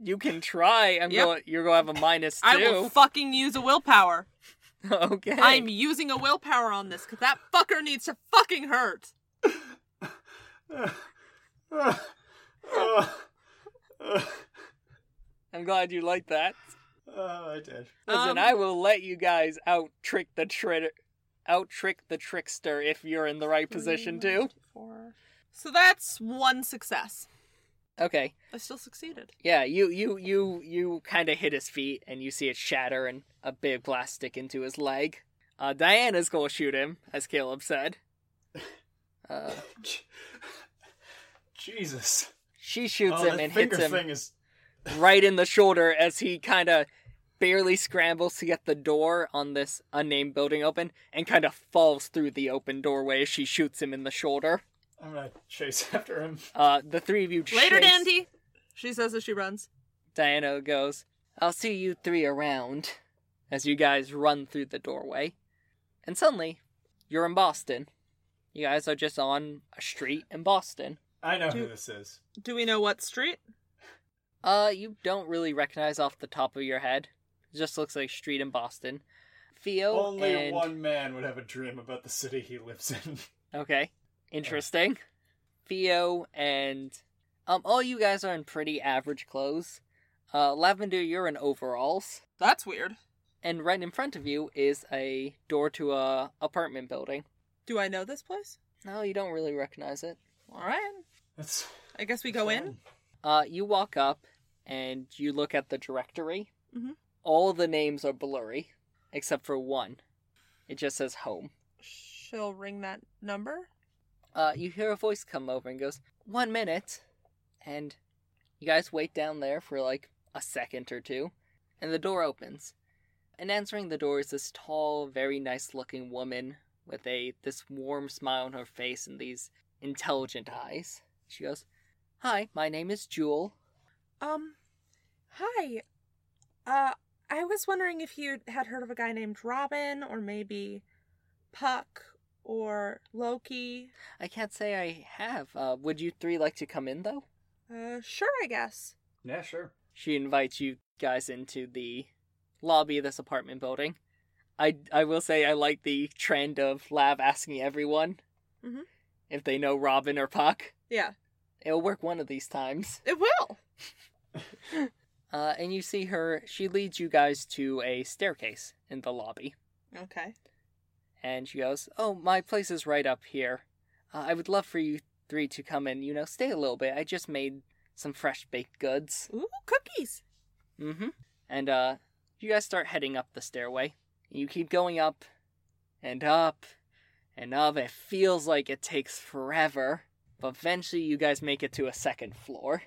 A: you can try. I'm
B: Yep.
A: going. You're going to have a minus two.
B: I will fucking use a willpower.
A: okay.
B: I'm using a willpower on this because that fucker needs to fucking hurt.
C: Uh, uh, uh,
A: I'm glad you like that.
C: oh, I did.
A: Listen,
B: Um,
A: I will let you guys out trick the trick, out trick the trickster if you're in the right position to.
B: So that's one success.
A: Okay,
B: I still succeeded.
A: yeah, you you you you kind of hit his feet and you see it shatter and a big of glass stick into his leg. Uh, Diana's gonna shoot him, as Caleb said. Uh,
C: Je- Jesus.
A: she shoots
C: oh,
A: him
C: that
A: and
C: finger
A: hits him
C: thing is.
A: right in the shoulder as he kind of barely scrambles to get the door on this unnamed building open and kind of falls through the open doorway as she shoots him in the shoulder.
C: I'm gonna chase after him.
A: Uh, the three of you
B: Later,
A: chase.
B: Dandy. She says as she runs.
A: Diana goes, I'll see you three around as you guys run through the doorway. And suddenly, you're in Boston. You guys are just on a street in Boston.
C: I know who
B: Dude.
C: this is.
B: Do we know what street?
A: Uh, you don't really recognize off the top of your head. It just looks like street in Boston. Theo
C: Only
A: Oh, and...
C: one man would have a dream about the city he lives in.
A: Okay. Interesting. Theo and um all you guys are in pretty average clothes. Uh Lavender, you're in overalls.
B: That's weird.
A: And right in front of you is a door to a apartment building.
B: Do I know this place?
A: No, you don't really recognize it.
B: All right.
C: That's
B: I guess we go in.
A: Uh you walk up and you look at the directory.
B: Mhm.
A: All the names are blurry except for one. It just says home.
B: She'll ring that number.
A: uh, you hear a voice come over and goes, one minute. And you guys wait down there for like a second or two, and the door opens. And answering the door is this tall, very nice looking woman with a this warm smile on her face and these intelligent eyes. She goes, Hi, my name is Jewel.
D: Um, hi. Uh, I was wondering if you had heard of a guy named Robin, or maybe Puck, or Loki.
A: I can't say I have. Uh, would you three like to come in though?
D: Uh, sure, I guess.
C: Yeah, sure.
A: she invites you guys into the lobby of this apartment building. I I will say I like the trend of Lav asking everyone
B: Mhm.
A: if they know Robin or Puck.
B: Yeah,
A: It'll work one of these times.
B: it will.
A: Uh, and you see her. She leads you guys to a staircase in the lobby,
B: Okay.
A: and she goes, "Oh, my place is right up here. Uh, I would love for you three to come and you know stay a little bit. I just made some fresh baked goods."
B: Ooh, cookies.
A: Mm-hmm. And uh you guys start heading up the stairway. You keep going up and up and up. It feels like it takes forever. But eventually you guys make it to a second floor.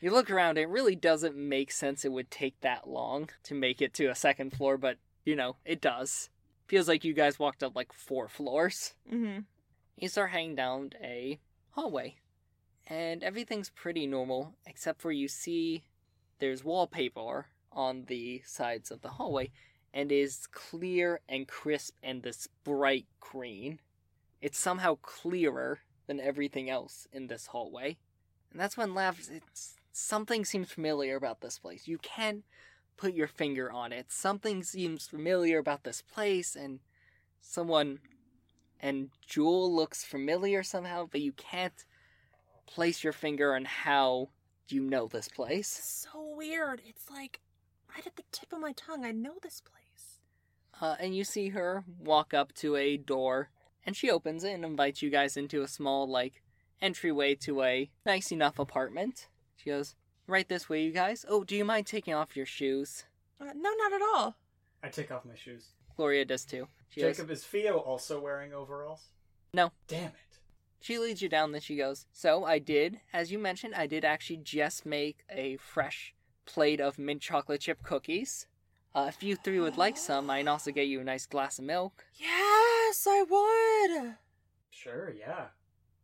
A: You look around, it really doesn't make sense it would take that long to make it to a second floor, but you know, it does. Feels like you guys walked up like four floors.
B: mm-hmm.
A: You start heading down a hallway, and everything's pretty normal except for you see there's wallpaper on the sides of the hallway, and it is clear and crisp and this bright green. It's somehow clearer than everything else in this hallway, and that's when Lav. It's something seems familiar about this place. You can put your finger on it. Something seems familiar about this place, and someone and Jewel looks familiar somehow, but you can't place your finger on how you know this place.
D: So weird. It's like right at the tip of my tongue. I know this place.
A: Uh, and you see her walk up to a door, and she opens it and invites you guys into a small, like, entryway to a nice enough apartment. She goes, Right this way, you guys. Oh, do you mind taking off your shoes?
D: Uh, no, not at all.
C: I take off my shoes.
A: Gloria does too. She goes,
C: Jacob, is Theo also wearing overalls?
A: No.
C: Damn it.
A: She leads you down, then she goes, So I did, as you mentioned, I did actually just make a fresh plate of mint chocolate chip cookies. Uh, if you three would like some, I can also get you a nice glass of milk.
D: Yes, I would.
C: Sure, yeah.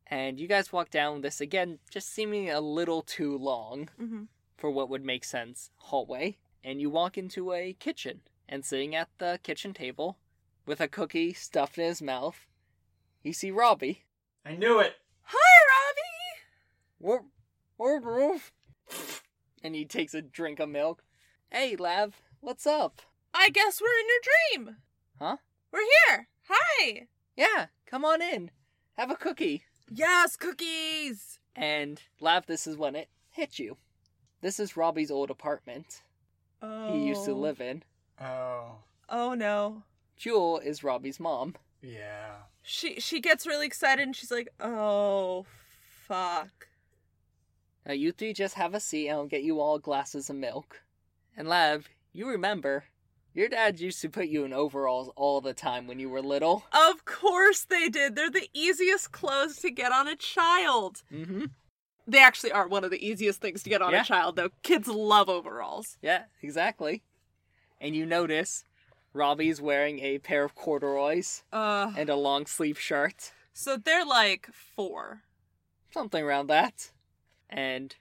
A: And you guys walk down this again, just seeming a little too long
D: Mhm.
A: for what would make sense hallway. And you walk into a kitchen, and sitting at the kitchen table with a cookie stuffed in his mouth, you see Robbie.
C: I knew it.
D: Hi,
A: What? What, Roof? And he takes a drink of milk. Hey, Lav, what's up?
B: I guess we're in your dream.
A: Huh?
B: We're here. Hi.
A: Yeah, come on in. Have a cookie.
D: Robbie. Yes, cookies.
A: And Lav, this is when it hit you. This is Robbie's old apartment
B: Oh.
A: he used to live in.
C: Oh,
B: Oh no.
A: Jewel is Robbie's mom.
C: yeah.
B: She she gets really excited and she's like, "Oh fuck."
A: Now, you three just have a seat and I'll get you all glasses of milk. And Lav, you remember, your dad used to put you in overalls all the time when you were little.
B: Of course they did. They're the easiest clothes to get on a child.
A: Mm hmm.
B: They actually are one of the easiest things to get on
A: Yeah.
B: a child though. Kids love overalls.
A: Yeah, exactly. And you notice Robbie's wearing a pair of corduroys
B: Uh
A: and a long sleeve shirt,
B: so they're like 4.
A: something around that. And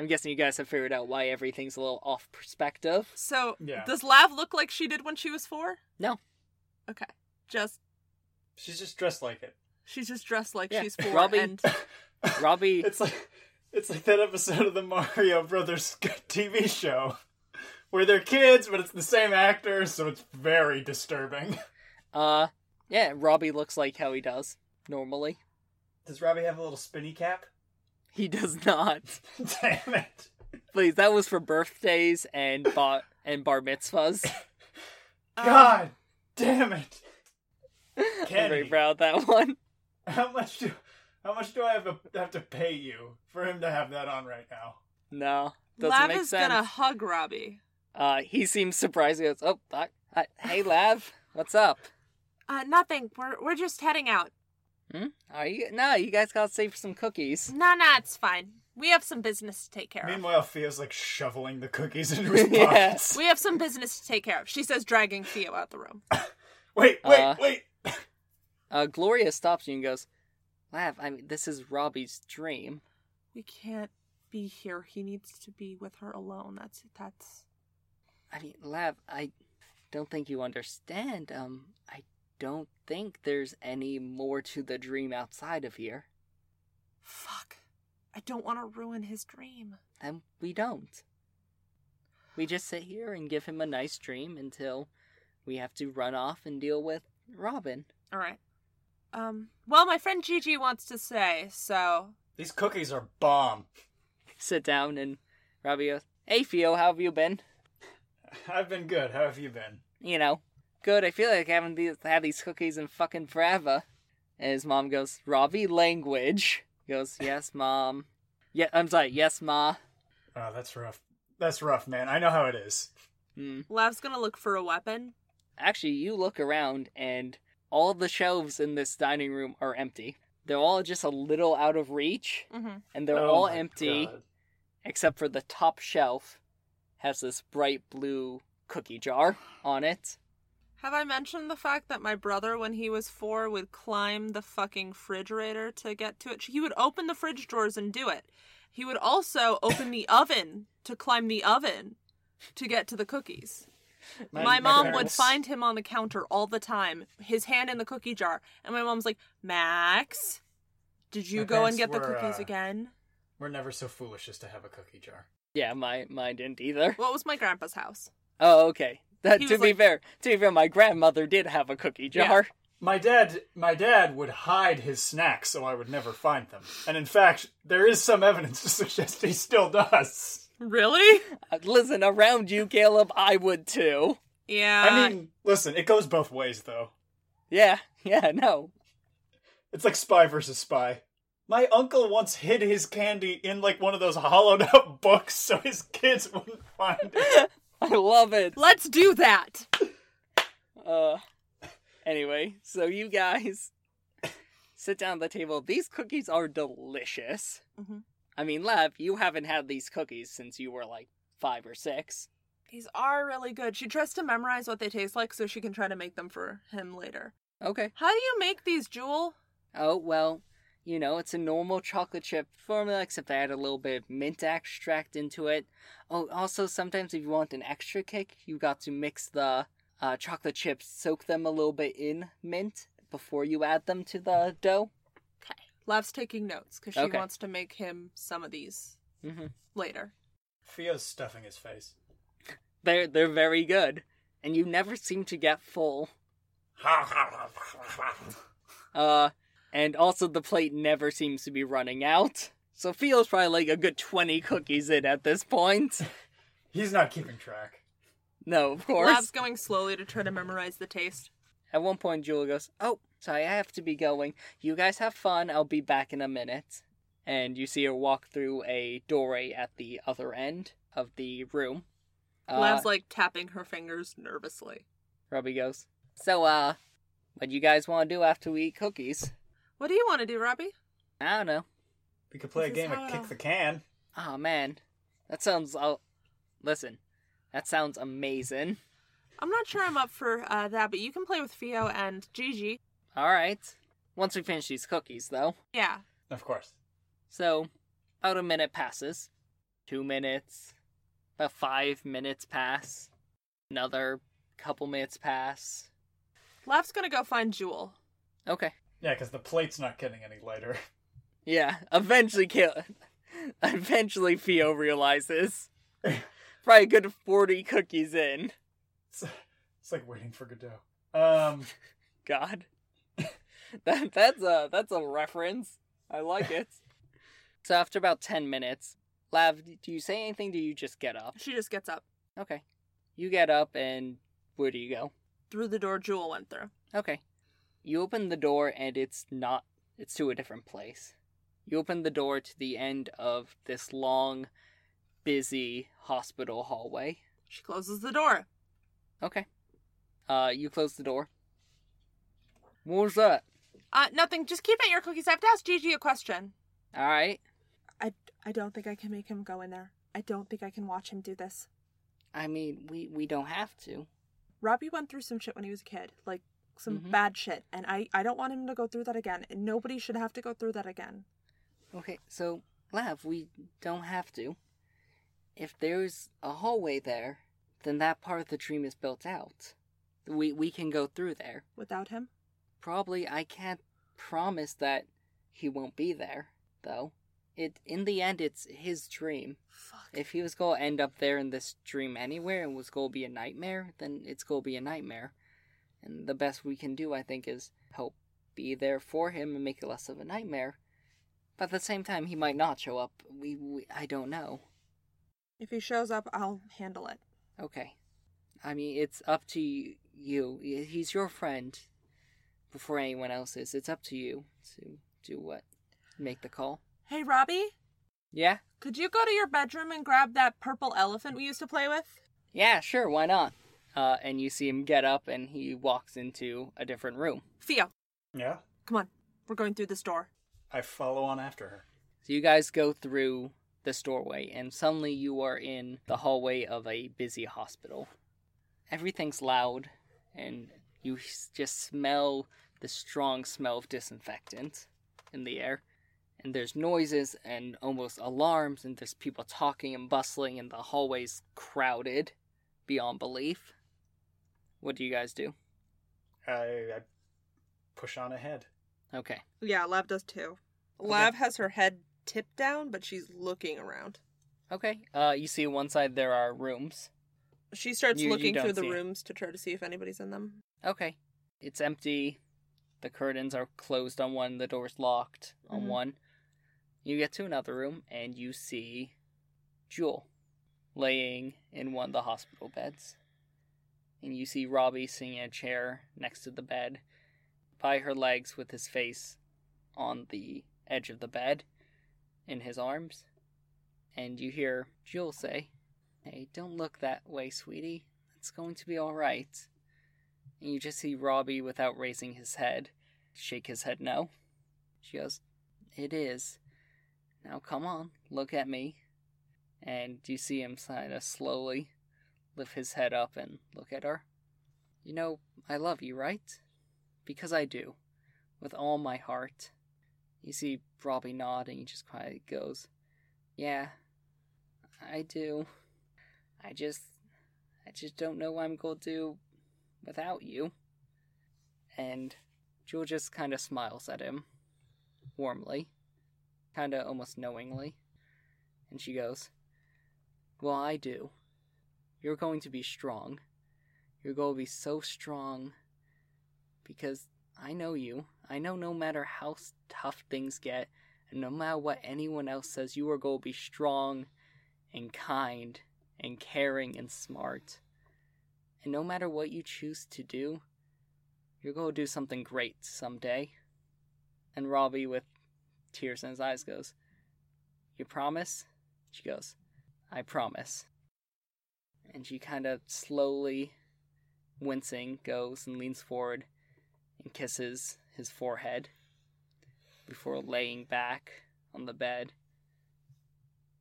A: I'm guessing you guys have figured out why everything's a little off perspective.
B: So
C: Yeah.
B: does Lav look like she did when she was 4?
A: No.
B: Okay. Just
C: She's just dressed like it.
B: she's just dressed like
A: Yeah.
B: she's 4
A: Robbie-
B: and
A: Robbie,
C: It's like it's like that episode of the Mario Brothers TV show where they're kids, but it's the same actor, so it's very disturbing.
A: uh, yeah, Robbie looks like how he does normally.
C: Does Robbie have a little spinny cap?
A: He does not.
C: Damn it!
A: Please, that was for birthdays and bar and bar mitzvahs.
C: God damn it!
A: Um, I'm very
C: Kenny.
A: proud of that one.
C: How much do how much do I have, to, have to pay you for him to have that on right now?
A: No, doesn't
B: Lav
A: make
B: is
A: sense.
B: gonna hug Robbie.
A: Uh, he seems surprised. He goes, "Oh, I, I, hey, Lav, what's up?
D: Uh, nothing. We're we're just heading out.
A: Hmm? Are you? No, you guys gotta save for some cookies.
D: No, no, it's fine. We have some business to take care of.
C: Meanwhile, Theo's like shoveling the cookies into his
A: Yeah.
C: pockets.
D: We have some business to take care of.
B: She says dragging Theo out the room.
C: Wait, wait,
A: Uh,
C: wait!
A: Uh, Gloria stops you and goes, Lav, I mean, this is Robbie's dream.
B: We can't be here. He needs to be with her alone. That's that's
A: I mean, Lav, I don't think you understand. Um, I don't think there's any more to the dream outside of here,
B: Fuck. I don't want to ruin his dream.
A: and we don't. We just sit here and give him a nice dream until we have to run off and deal with Robin.
B: All right. Um, well, my friend Gigi wants to say, so
C: These cookies are bomb.
A: sit down and Robbie goes, Hey Theo, how have you been?
C: I've been good. How have you been?
A: You know, good. I feel like I haven't these- had these cookies in fucking forever. And his mom goes, Robbie, language. He goes, Yes, mom. Yeah, I'm sorry. Yes, ma.
C: Oh, that's rough. That's rough, man. I know how it is.
A: Hmm.
B: Lav's going to look for a weapon.
A: Actually, you look around and all the shelves in this dining room are empty. They're all just a little out of reach,
B: Mm-hmm.
A: and they're
C: Oh
A: all
C: my
A: empty
C: God.
A: except for the top shelf has this bright blue cookie jar on it.
B: Have I mentioned the fact that my brother, when he was four, would climb the fucking refrigerator to get to it? He would open the fridge drawers and do it. He would also open the oven to climb the oven to get to the cookies. my
C: My, my
B: mom would
C: parents-
B: find him on the counter all the time, his hand in the cookie jar, and my mom's like, "Max, did you
C: My
B: go and
C: parents
B: get the
C: were,
B: cookies
C: uh,
B: again?"
C: We're never so foolish as to have a cookie jar.
A: Yeah, my mine didn't either.
B: Well, it was my grandpa's house.
A: Oh, okay. That,
B: He
A: to
B: was
A: be
B: like-
A: fair, to be fair, my grandmother did have a cookie jar.
C: My dad, my dad would hide his snacks so I would never find them. And in fact, there is some evidence to suggest he still does.
B: Really?
A: Uh, Listen, around you, Caleb, I would too.
B: Yeah.
C: I mean, listen, it goes both ways though.
A: Yeah, yeah, no.
C: It's like spy versus spy. My uncle once hid his candy in like one of those hollowed out books so his kids wouldn't find it.
A: I love it.
B: let's do that.
A: Uh, anyway, so you guys sit down at the table. These cookies are delicious.
B: Mhm.
A: I mean, Lev, you haven't had these cookies since you were like five or six.
B: These
D: are
B: really good. She tries to memorize what they taste like so she can try to make them for him later.
A: Okay.
B: How do you make these, Jewel?
A: Oh, well, you know, it's a normal chocolate chip formula, except I add a little bit of mint extract into it. Oh, also, sometimes if you want an extra kick, you got to mix the uh, chocolate chips, soak them a little bit in mint before you add them to the dough.
B: Lev's taking notes because she
A: Okay.
B: wants to make him some of these
A: Mm-hmm.
B: later.
C: Theo's stuffing his face.
A: They're they're very good, and you never seem to get full. Uh, and also the plate never seems to be running out. So feels probably like a good twenty cookies in at this point.
C: He's not keeping track.
A: No, of course.
B: Lev's going slowly to try to memorize the taste.
A: At one point, Jewel goes, "Oh, sorry, I have to be going. You guys have fun. I'll be back in a minute." And you see her walk through a doorway at the other end of the room. Uh,
B: Lev's like tapping her fingers nervously.
A: Ruby goes, "So, uh, what do you guys want to do after we eat cookies?
B: What do you want to do, Robbie?
A: I don't know."
C: We could play
D: This
C: a
D: is
C: game
D: how
C: of
D: it
C: kick
D: all-
C: the can.
A: Oh man, that sounds. Oh, listen, that sounds amazing.
D: I'm not sure I'm up for uh, that, but you can play with Fio and Gigi.
A: All right. Once we finish these cookies, though.
D: Yeah.
C: Of course.
A: So, about a minute passes, two minutes, about five minutes pass, another couple minutes pass.
B: Lev's gonna go find Jewel.
A: Okay.
C: Yeah, because the plate's not getting any lighter.
A: Yeah. Eventually, kill. Eventually, Theo realizes. Probably a good forty cookies in.
C: It's, it's like waiting for Godot. Um,
A: God. that that's a that's a reference. I like it. so after about ten minutes, Lav, do you say anything? Do you just get up?
B: She just gets up
A: Okay. You get up and where do you go?
B: through the door Jewel went through.
A: Okay. You open the door and it's not it's to a different place. You open the door to the end of this long, busy hospital hallway.
B: She closes the door.
A: Okay. Uh you close the door. What was that?
B: Uh, nothing. Just keep at your cookies. I have to ask Gigi a question.
A: Alright.
D: I, I don't think I can make him go in there. I don't think I can watch him do this.
A: I mean, we we don't have to.
D: Robbie went through some shit when he was a kid, like some
A: Mhm.
D: bad shit, and I, I don't want him to go through that again. And nobody should have to go through that again.
A: Okay, so, Lav, we don't have to. If there's a hallway there, then that part of the dream is built out. We we can go through there.
D: Without him,
A: Probably I can't promise that he won't be there, though. It in the end it's his dream.
D: fuck.
A: If he was gonna end up there in this dream anywhere and was gonna be a nightmare, then it's gonna be a nightmare. And the best we can do, I think, is help be there for him and make it less of a nightmare. But at the same time, he might not show up. We, we I don't know.
D: If he shows up, I'll handle it.
A: Okay. I mean, it's up to y- you. Y- He's your friend before anyone else is. It's up to you to do what? Make the call.
B: Hey, Robbie,
A: Yeah?
B: could you go to your bedroom and grab that purple elephant we used to play with?
A: Yeah, sure, why not? Uh, and you see him get up and he walks into a different room.
B: Theo,
C: yeah,
B: come on. We're going through this door.
C: I follow on after her.
A: So you guys go through this doorway, and suddenly you are in the hallway of a busy hospital. Everything's loud, and you s- just smell the strong smell of disinfectant in the air. And there's noises and almost alarms, and there's people talking and bustling, and the hallway's crowded beyond belief. What do you guys do?
C: I, I push on ahead.
A: Okay.
D: Yeah, Lav does too. Lav has her head tipped down, but she's looking around.
A: Okay. Uh, you see, one side there are rooms.
D: She starts
A: You- you
D: looking
A: don't
D: through the
A: see it.
D: rooms to try to see if anybody's in them.
A: Okay. It's empty. The curtains are closed on one, the door's locked on
D: Mhm.
A: one. You get to another room and you see Jewel laying in one of the hospital beds. and you see Robbie sitting in a chair next to the bed by her legs with his face on the edge of the bed in his arms. And you hear Jewel say, Hey, don't look that way, sweetie. It's going to be alright. And you just see Robbie, without raising his head, shake his head no. She goes, It is. Now come on, look at me. And you see him kind of slowly lift his head up and look at her. You know, I love you, right? Because I do. With all my heart. You see Robbie nod and he just quietly goes, Yeah, I do. I just. I just don't know what I'm gonna do without you. And Jewel just kind of smiles at him, warmly, kind of almost knowingly. And she goes, Well, I do. You're going to be strong. You're going to be so strong because I know you. I know no matter how s- tough things get, and no matter what anyone else says, you are going to be strong and kind and caring and smart. And no matter what you choose to do, you're going to do something great someday. And Robbie, with tears in his eyes, goes, You promise? She goes, I promise. And she kind of slowly, wincing, goes and leans forward and kisses his forehead before laying back on the bed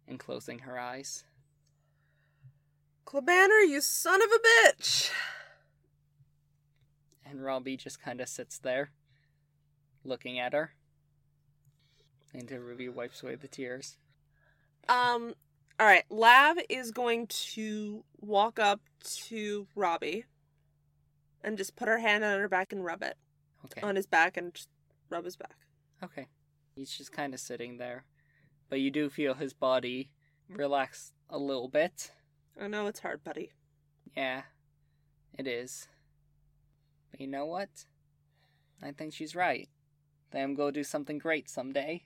A: and closing her eyes.
D: Clabanner, you son of a bitch!
A: And Robbie just kind of sits there, looking at her. And Ruby wipes away the tears.
D: Um,
B: All right, Lab is going to walk up to Robbie
D: and just put her hand on her back and rub it
A: Okay.
D: on his back and just rub his back.
A: Okay. He's just kind of sitting there. But you do feel his body relax a little bit.
D: I know it's hard, buddy.
A: Yeah, it is. But you know what? I think she's right. Then I'm going to do something great someday.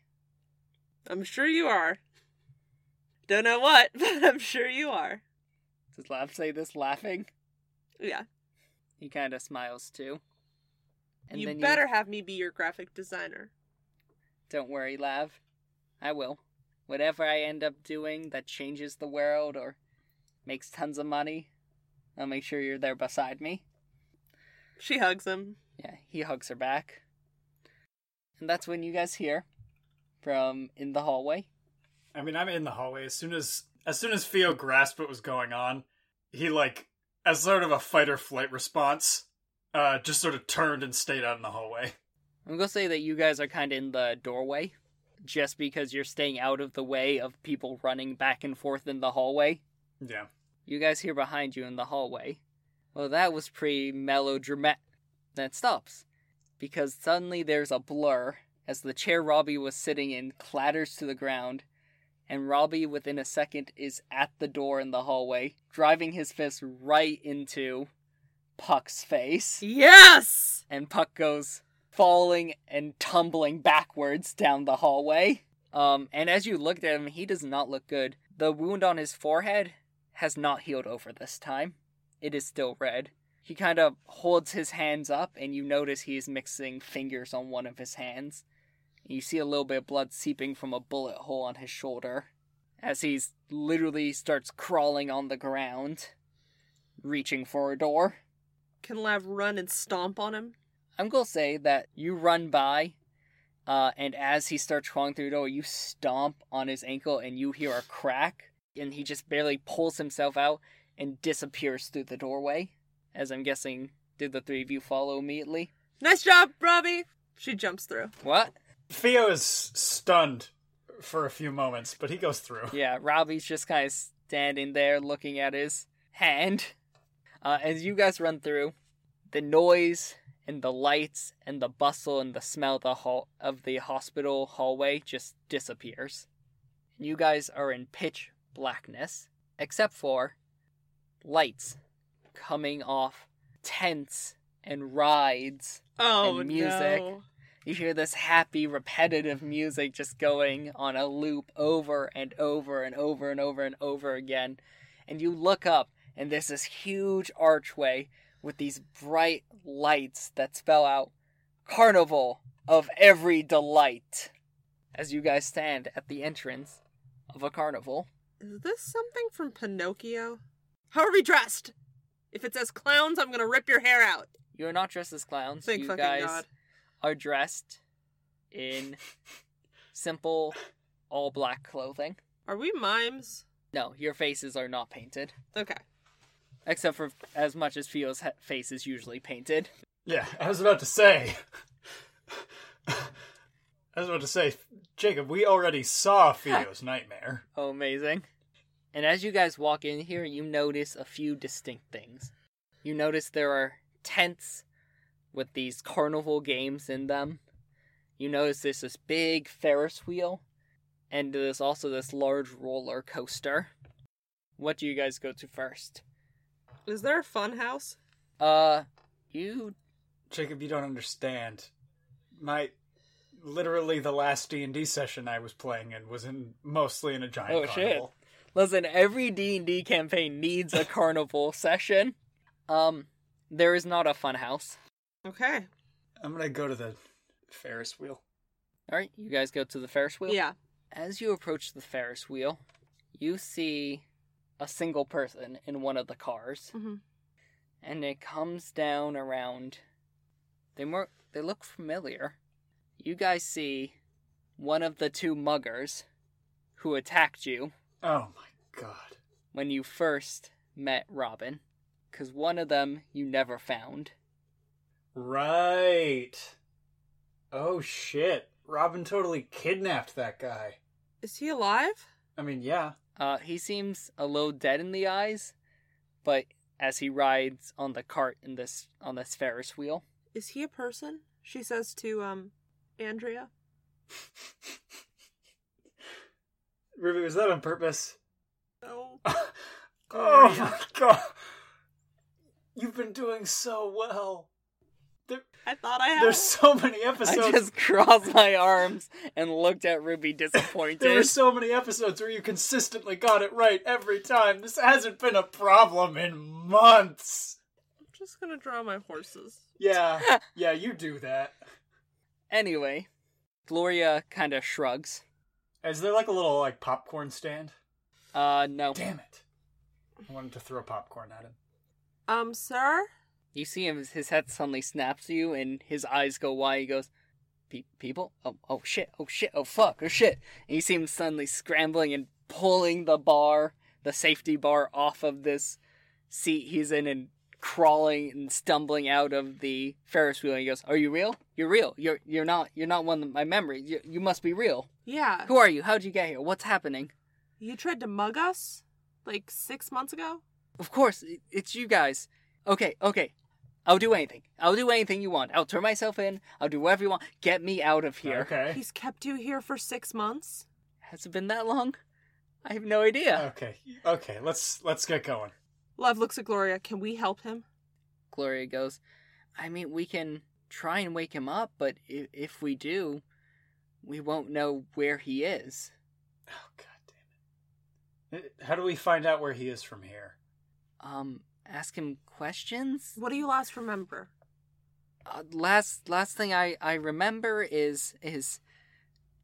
D: I'm sure you are. Don't know what, but I'm sure you are.
A: Does Lav say this laughing?
D: Yeah.
A: He kind of smiles too.
D: you
A: then
D: better have me be your graphic designer.
A: Don't worry, Lav. I will. Whatever I end up doing that changes the world or makes tons of money, I'll make sure you're there beside me.
D: She hugs him.
A: Yeah, he hugs her back. And that's when you guys hear from in the hallway.
C: I mean, I'm in the hallway. As soon as as soon as Theo grasped what was going on, he like as sort of a fight or flight response, uh, just sort of turned and stayed out in the hallway.
A: I'm gonna say that you guys are kind of in the doorway, just because you're staying out of the way of people running back and forth in the hallway.
C: Yeah.
A: You guys hear behind you in the hallway. Well, that was pretty melodramatic. Then it stops, because suddenly there's a blur as the chair Robbie was sitting in clatters to the ground, and Robbie, within a second, is at the door in the hallway, driving his fist right into Puck's face
D: Yes!
A: and Puck goes falling and tumbling backwards down the hallway. Um, and as you looked at him, he does not look good. The wound on his forehead has not healed over this time. It is still red. He kind of holds his hands up, and you notice he is mixing fingers on one of his hands. You see a little bit of blood seeping from a bullet hole on his shoulder as he's literally starts crawling on the ground, reaching for a door.
D: Can Lav run and stomp on him?
A: I'm gonna say that you run by, uh, and as he starts crawling through the door, you stomp on his ankle and you hear a crack, and he just barely pulls himself out and disappears through the doorway. As I'm guessing, did the three of you follow immediately?
D: Nice job, Robbie! She jumps through.
A: What?
C: Theo is stunned for a few moments, but he goes through.
A: Yeah, Robbie's just kind of standing there looking at his hand. Uh, as you guys run through, the noise and the lights and the bustle and the smell of the, hall- of the hospital hallway just disappears. And you guys are in pitch blackness, except for lights coming off tents and rides
D: Oh,
A: And music.
D: no.
A: you hear this happy, repetitive music just going on a loop over and over and over and over and over again. And you look up, and there's this huge archway with these bright lights that spell out Carnival of Every Delight. As you guys stand at the entrance of a carnival.
B: Is this something from Pinocchio? How are we dressed? If it says clowns, I'm gonna rip your hair out.
A: You're not dressed as clowns.
B: Thank
A: you
B: fucking
A: guys
B: God.
A: are dressed in simple all black clothing.
B: Are we mimes?
A: No, your faces are not painted.
B: Okay.
A: Except for as much as Fio's ha- face is usually painted.
C: Yeah, I was about to say. I was about to say, Jacob, we already saw Theo's nightmare.
A: Oh, amazing. And as you guys walk in here, you notice a few distinct things. You notice there are tents with these carnival games in them. You notice there's this big Ferris wheel, and there's also this large roller coaster. What do you guys go to first?
B: Is there a fun house?
A: Uh, you.
C: Jacob, you don't understand. My literally the last D and D session I was playing in was in mostly in a giant
A: Oh, shit.
C: carnival.
A: Listen, every D&D campaign needs a carnival session. Um, there is not a fun house.
B: Okay.
C: I'm gonna go to the Ferris wheel.
A: All right, you guys go to the Ferris wheel.
B: Yeah.
A: As you approach the Ferris wheel, you see a single person in one of the cars,
D: Mhm.
A: and it comes down around. They more they look familiar. You guys see one of the two muggers who attacked you
C: Oh my god.
A: when you first met Robin, because one of them you never found.
C: Right. Oh shit. Robin totally kidnapped that guy.
B: Is he alive?
C: I mean, yeah.
A: Uh, he seems a little dead in the eyes, but as he rides on the cart in this on this Ferris wheel.
D: Is he a person? She says to um Andrea.
C: Ruby, was that on purpose?
D: No.
C: Oh my god. You've been doing so well. There,
D: I thought I had
C: there's so many episodes.
A: I just crossed my arms and looked at Ruby disappointed.
C: There were so many episodes where you consistently got it right every time. This hasn't been a problem in months.
B: I'm just gonna draw my horses.
C: Yeah, yeah, you do that.
A: Anyway, Gloria kind of shrugs.
C: Is there like a little like popcorn stand?
A: Uh, no.
C: Damn it! I wanted to throw popcorn at him.
D: Um, sir?
A: You see him, his head suddenly snaps to you and his eyes go wide. He goes, "Pe- People? Oh, oh shit, oh shit, oh fuck, oh shit. And you see him suddenly scrambling and pulling the bar, the safety bar, off of this seat he's in and crawling and stumbling out of the Ferris wheel. And he goes, Are you real? You're real. You're, you're not, you're not one of my memories. You, you must be real.
D: Yeah.
A: Who are you? How'd you get here? What's happening?
D: You tried to mug us like six months ago?
A: Of course, i- it's you guys. Okay, okay. I'll do anything. I'll do anything you want. I'll turn myself in. I'll do whatever you want. Get me out of here.
C: Okay.
D: He's kept you here for six months?
A: Has it been that long? I have no idea.
C: Okay. Okay. Let's let's get going.
D: Love looks at Gloria. Can we help him?
A: Gloria goes, I mean, we can try and wake him up, but if, if we do, we won't know where he is.
C: Oh god damn it! How do we find out where he is from here?
A: Um, ask him questions?
D: What do you last remember?
A: uh, last last thing I I remember is is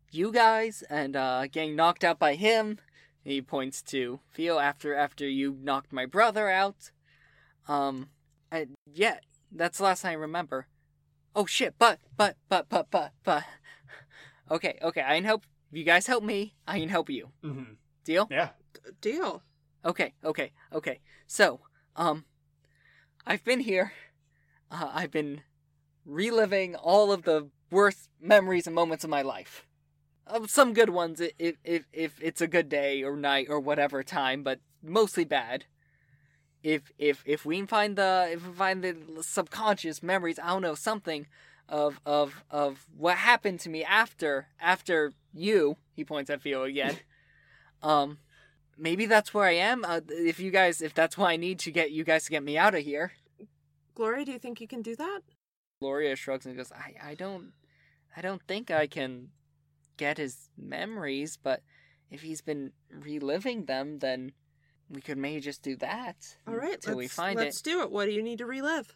A: you guys and uh getting knocked out by him. He points to Theo after after you knocked my brother out. Um, I, yeah, that's the last thing I remember. Oh shit! But but but but but but. Okay, okay. I can help. If you guys help me, I can help you.
C: Mm-hmm.
A: Deal?
D: Uh,
C: Yeah.
B: D- deal.
A: Okay, okay, okay. So, um, I've been here. Uh, I've been reliving all of the worst memories and moments of my life. Um, some good ones, i- i- if if it's a good day or night or whatever time, but mostly bad. If if if we can find the if we find the subconscious memories, I don't know something of of of what happened to me after after you. He points at Theo again. um maybe that's where I am. Uh, if you guys, if that's what I need to get you guys to get me out of here.
D: Gloria, do you think you can do that?
A: Gloria shrugs and goes, I, I don't, I don't think I can get his memories, but if he's been reliving them, then We could maybe just do that.
D: All right,
A: Till
D: let's,
A: we find
D: let's
A: it.
D: do it. What do you need to relive?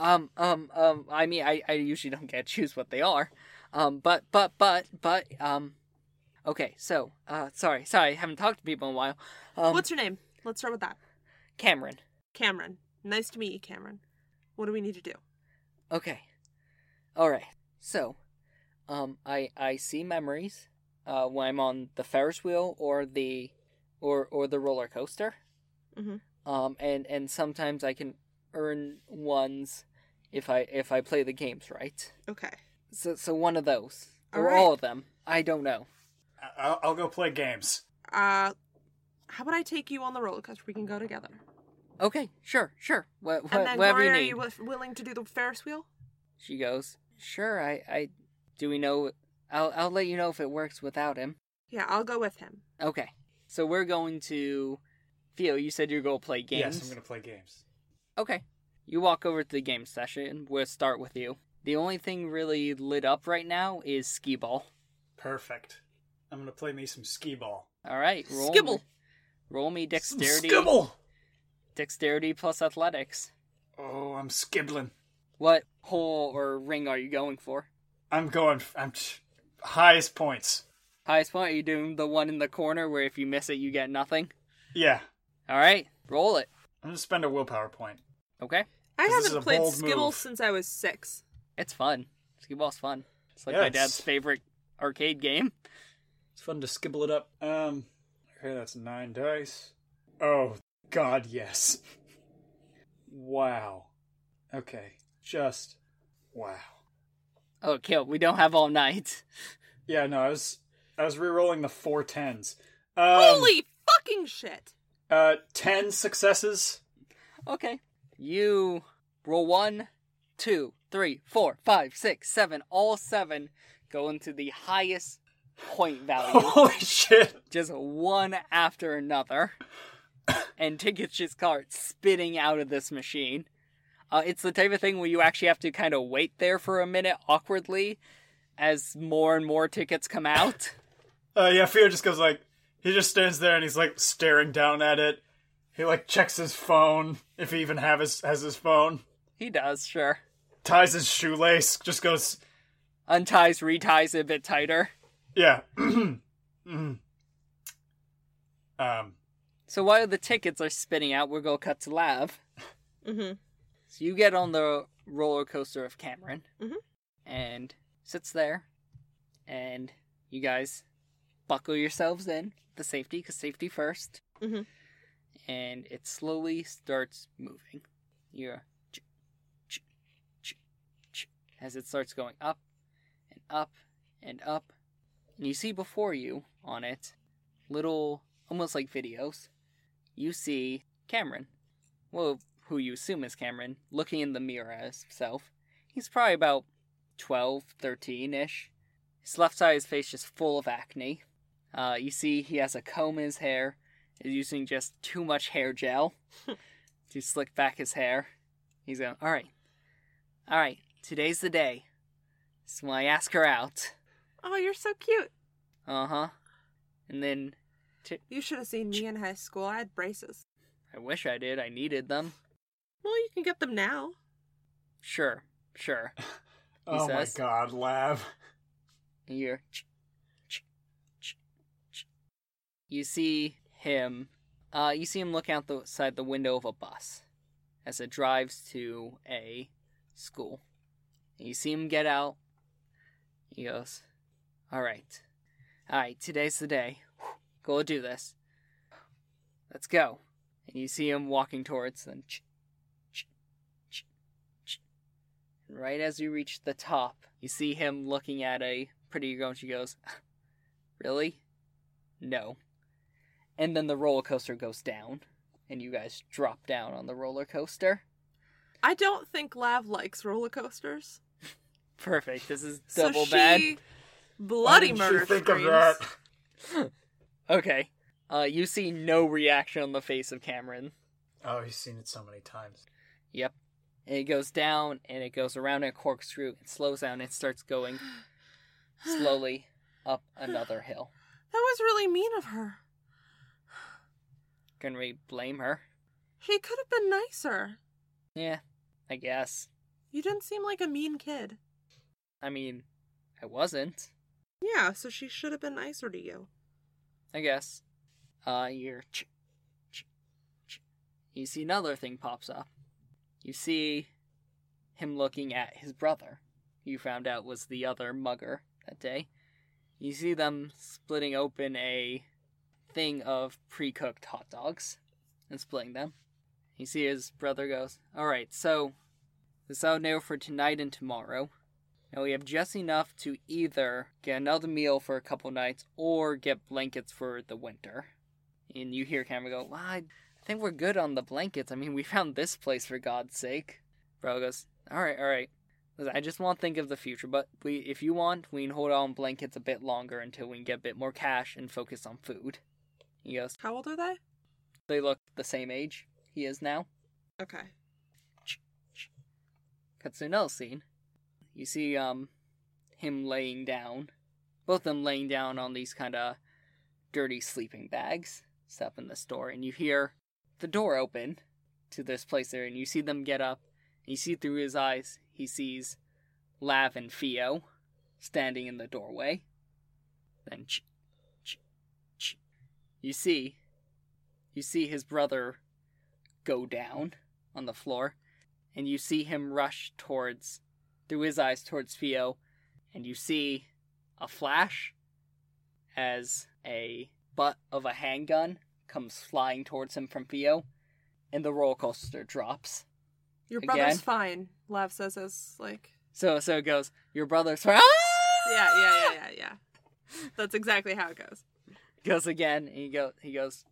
A: Um, um, um. I mean, I, I usually don't get to choose what they are. Um, but, but, but, but, um. Okay, so, uh, sorry, sorry, haven't talked to people in a while. Um,
D: What's your name? Let's start with that.
A: Cameron?
D: Cameron. Nice to meet you, Cameron. What do we need to do?
A: Okay. All right. So, um, I I see memories, uh, when I'm on the Ferris wheel or the, or or the roller coaster.
D: Mhm.
A: Um, and and sometimes I can earn ones, if I if I play the games right.
D: Okay.
A: So so one of those
D: All
A: or
D: right.
A: all of them. I don't know.
C: I- I'll, I'll go play games.
D: Uh, how about I take you on the roller coaster? We can go together.
A: Okay, sure, sure. What,
D: And
A: what,
D: then,
A: whatever
D: Gloria,
A: you
D: are
A: need.
D: you wi- willing to do the Ferris wheel?
A: She goes, sure. I I do we know? I'll I'll let you know if it works without him.
D: Yeah, I'll go with him.
A: Okay. So we're going to Theo, you said you're going to play games.
C: Yes, I'm gonna play games.
A: Okay. You walk over to the game session. We'll start with you. The only thing really lit up right now is skee ball.
C: Perfect. I'm gonna play me some skee ball.
A: All right, roll
B: Skibble.
A: Me, roll me
C: Some
A: dexterity.
C: Skibble.
A: Dexterity plus athletics.
C: Oh, I'm skibbling.
A: What hole or ring are you going for?
C: I'm going. f- I'm t- highest points.
A: Highest point. Are you doing the one in the corner where if you miss it you get nothing?
C: Yeah,
A: All right, roll it.
C: I'm gonna spend a willpower point.
A: Okay,
D: I
C: 'Cause this is
D: haven't
C: a
D: played
C: bold
D: Skibble
C: move.
D: since I was six.
A: it's fun. Skee ball's fun. It's like
C: Yeah,
A: my
C: it's-
A: dad's favorite arcade game.
C: It's fun to skibble it up. Um, okay, that's nine dice. Oh God, yes. Wow. Okay, just wow.
A: Oh, kill. We don't have all night.
C: Yeah, no, I was I was re-rolling the four tens. Um,
D: Holy fucking shit!
C: Uh, ten successes.
A: Okay. You roll one, two, three, four, five, six, seven. All seven go into the highest point value,
C: Holy shit!
A: just one after another. And tickets just start spitting out of this machine. Uh, it's the type of thing where you actually have to kind of wait there for a minute awkwardly as more and more tickets come out.
C: Uh, yeah, Fear just goes like he just stands there and he's like staring down at it. He like checks his phone if he even have his has his phone.
A: he does, sure.
C: Ties his shoelace. Just goes
A: Unties, reties it a bit tighter.
C: yeah. Mhm. Um.
A: So while the tickets are spitting out, we're going to cut to Lav.
D: Mm-hmm.
A: So you get on the roller coaster of Cameron
D: Mhm.
A: and sits there, and you guys buckle yourselves in the safety because safety 1st
D: Mhm.
A: and it slowly starts moving. You're ch- ch- ch- ch- as it starts going up and up and up, and you see before you on it little, almost like videos. You see Cameron well, who you assume is Cameron, looking in the mirror at himself. He's probably about 12, 13 ish. His left side of his face just full of acne. Uh, you see he has a comb in his hair, is using just too much hair gel to slick back his hair. He's going, Alright, alright, today's the day. So when I ask her out,
D: Oh, you're so cute.
A: uh huh. And then,
D: You should have seen me in high school. I had braces.
A: I wish I did, I needed them.
D: Well, you can get them now.
A: Sure, sure.
C: oh
A: says.
C: my God, Lav.
A: and you're ch- ch- ch- ch- you see him uh you see him look out the side the window of a bus as it drives to a school and you see him get out he goes all right all right today's the day go do this let's go and you see him walking towards them ch- ch- ch- ch- and right as you reach the top you see him looking at a pretty girl and she goes really no and then the roller coaster goes down and you guys drop down on the roller coaster
D: I don't think Lav likes roller coasters.
A: perfect this is
D: So
A: double
D: she
A: bad
D: Bloody
C: Why didn't you
D: murder
C: think
D: screams.
C: of that?
A: okay uh, you see no reaction on the face of cameron
C: Oh, he's seen it so many times.
A: Yep. And it goes down and it goes around in a corkscrew and slows down and starts going slowly up another hill.
D: That was really mean of her.
A: Can we blame her?
B: He could have been nicer.
A: Yeah, I guess.
B: You didn't seem like a mean kid.
A: I mean, I wasn't.
B: Yeah, so she should have been nicer to you.
A: I guess. Uh, you're. Ch- ch- ch- you see another thing pops up. You see him looking at his brother, you found out was the other mugger that day. You see them splitting open a thing of pre cooked hot dogs and splitting them. You see his brother goes, Alright, so this out now for tonight and tomorrow. Now we have just enough to either get another meal for a couple nights or get blankets for the winter. And you hear Cameron go, well, I think we're good on the blankets. I mean, we found this place for God's sake. Bro goes, all right, all right. Listen, I just want to think of the future, but we, if you want, we can hold on blankets a bit longer until we can get a bit more cash and focus on food. He goes,
B: How old are they?
A: they look the same age he is now.
B: Okay.
A: Katsunel scene. You see um him laying down, both of them laying down on these kind of dirty sleeping bags stuff in the store, and you hear the door open to this place there, and you see them get up. And you see through his eyes, he sees Lav and Theo standing in the doorway. Then ch- ch- ch- you see, you see his brother go down on the floor and you see him rush towards, through his eyes, towards Theo, and you see a flash as a butt of a handgun comes flying towards him from Theo, and the roller coaster drops.
B: Your
A: Again?
B: brother's fine, Lav says as like
A: So so it goes. Your brother's ah!
B: Yeah, yeah, yeah, yeah, yeah. That's exactly how it goes.
A: goes again, and he go he goes.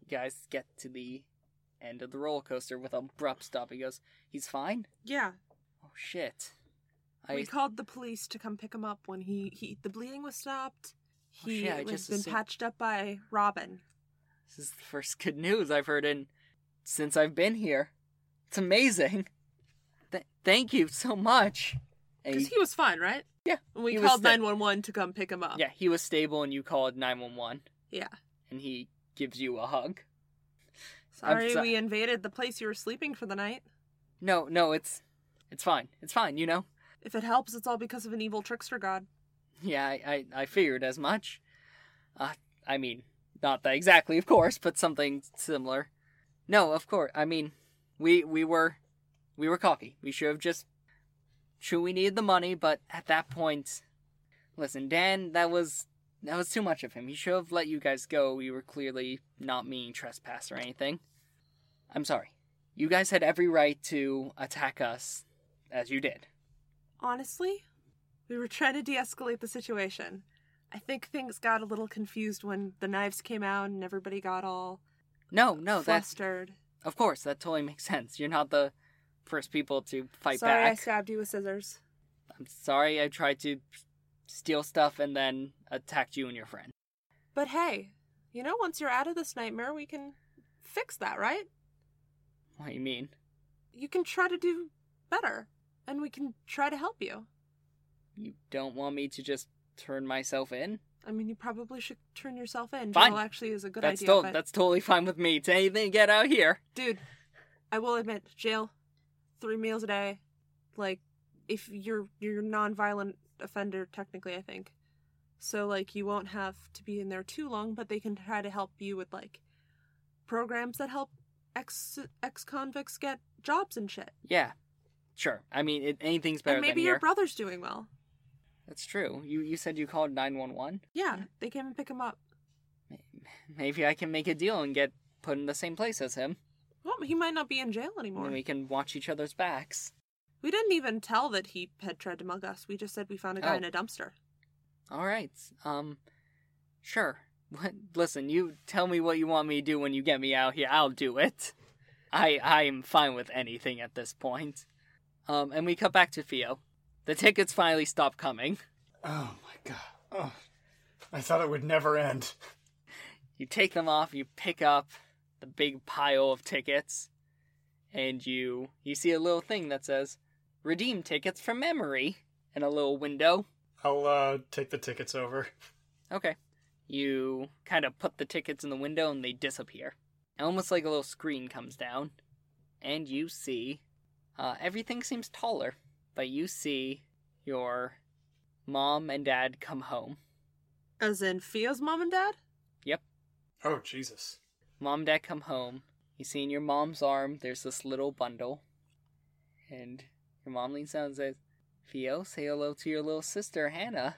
A: You guys get to the end of the roller coaster with abrupt stop. He goes. He's fine.
B: Yeah.
A: Oh shit.
B: We called the police to come pick him up when he, he the bleeding was stopped.
A: Oh,
B: He
A: shit, I
B: has
A: just
B: been
A: assumed-
B: patched up by Robin.
A: This is the first good news I've heard in since I've been here. It's amazing. Th- thank you so much. And
B: Because
A: you-
B: he was fine, right?
A: Yeah,
B: And we
A: he was
B: called
A: sta-
B: 911 to come pick him up.
A: yeah, he was stable, and you called nine one one,
B: Yeah.
A: and he gives you a hug.
B: Sorry
A: so-
B: we invaded the place you were sleeping for the night.
A: No, no, it's it's fine. It's fine. You know.
B: If it helps, it's all because of an evil trickster god.
A: Yeah, I I, I figured as much. Uh, I mean, not that exactly, of course, but something similar. No, of course. I mean, we we were we were cocky. We should have just sure we needed the money, but at that point, listen, Dan, that was that was too much of him. He should have let you guys go. We were clearly not meaning trespass or anything. I'm sorry. You guys had every right to attack us as you did.
B: Honestly, we were trying to de escalate the situation. I think things got a little confused when the knives came out and everybody got all
A: No, no, that's
B: flustered.
A: Of course, that totally makes sense. You're not the first people to fight
B: Sorry, I
A: back.
B: stabbed you with scissors.
A: I'm sorry I tried to steal stuff and then attacked you and your friend.
B: But hey, you know, once you're out of this nightmare, we can fix that, right?
A: What do you mean?
B: You can try to do better, and we can try to help you.
A: You don't want me to just turn myself in?
B: I mean, you probably should turn yourself in.
A: Fine.
B: Jail actually is a good
A: that's
B: idea.
A: to-
B: but
A: that's totally fine with me. It's anything to get out here.
B: dude, I will admit, jail, three meals a day. Like, if you're you're a nonviolent offender, technically, I think. So like, you won't have to be in there too long, but they can try to help you with like programs that help ex ex convicts get jobs and shit.
A: Yeah. Sure. I mean, it, anything's better
B: and maybe
A: than
B: your
A: here.
B: brother's doing well.
A: That's true. You you said you called 911?
B: Yeah, they came and pick him up.
A: Maybe I can make a deal and get put in the same place as him.
B: Well, he might not be in jail anymore.
A: And we can watch each other's backs.
B: We didn't even tell that he had tried to mug us. We just said we found a guy
A: Oh.
B: in a dumpster.
A: All right. Um, sure. What, listen, you tell me what you want me to do when you get me out here. I'll do it. I I am fine with anything at this point. Um, and we cut back to Theo. The tickets finally stop coming.
C: Oh my god. Oh, I thought it would never end.
A: You take them off. You pick up the big pile of tickets, and you you see a little thing that says "Redeem tickets from memory" and a little window.
C: I'll uh, take the tickets over.
A: Okay. You kind of put the tickets in the window and they disappear. Almost like a little screen comes down, and you see uh, everything seems taller, but you see your mom and dad come home.
B: As in Fia's mom and dad?
C: Oh, Jesus.
A: Mom and dad come home. You see in your mom's arm there's this little bundle, and your mom leans down and says, "Theo, say hello to your little sister Hannah."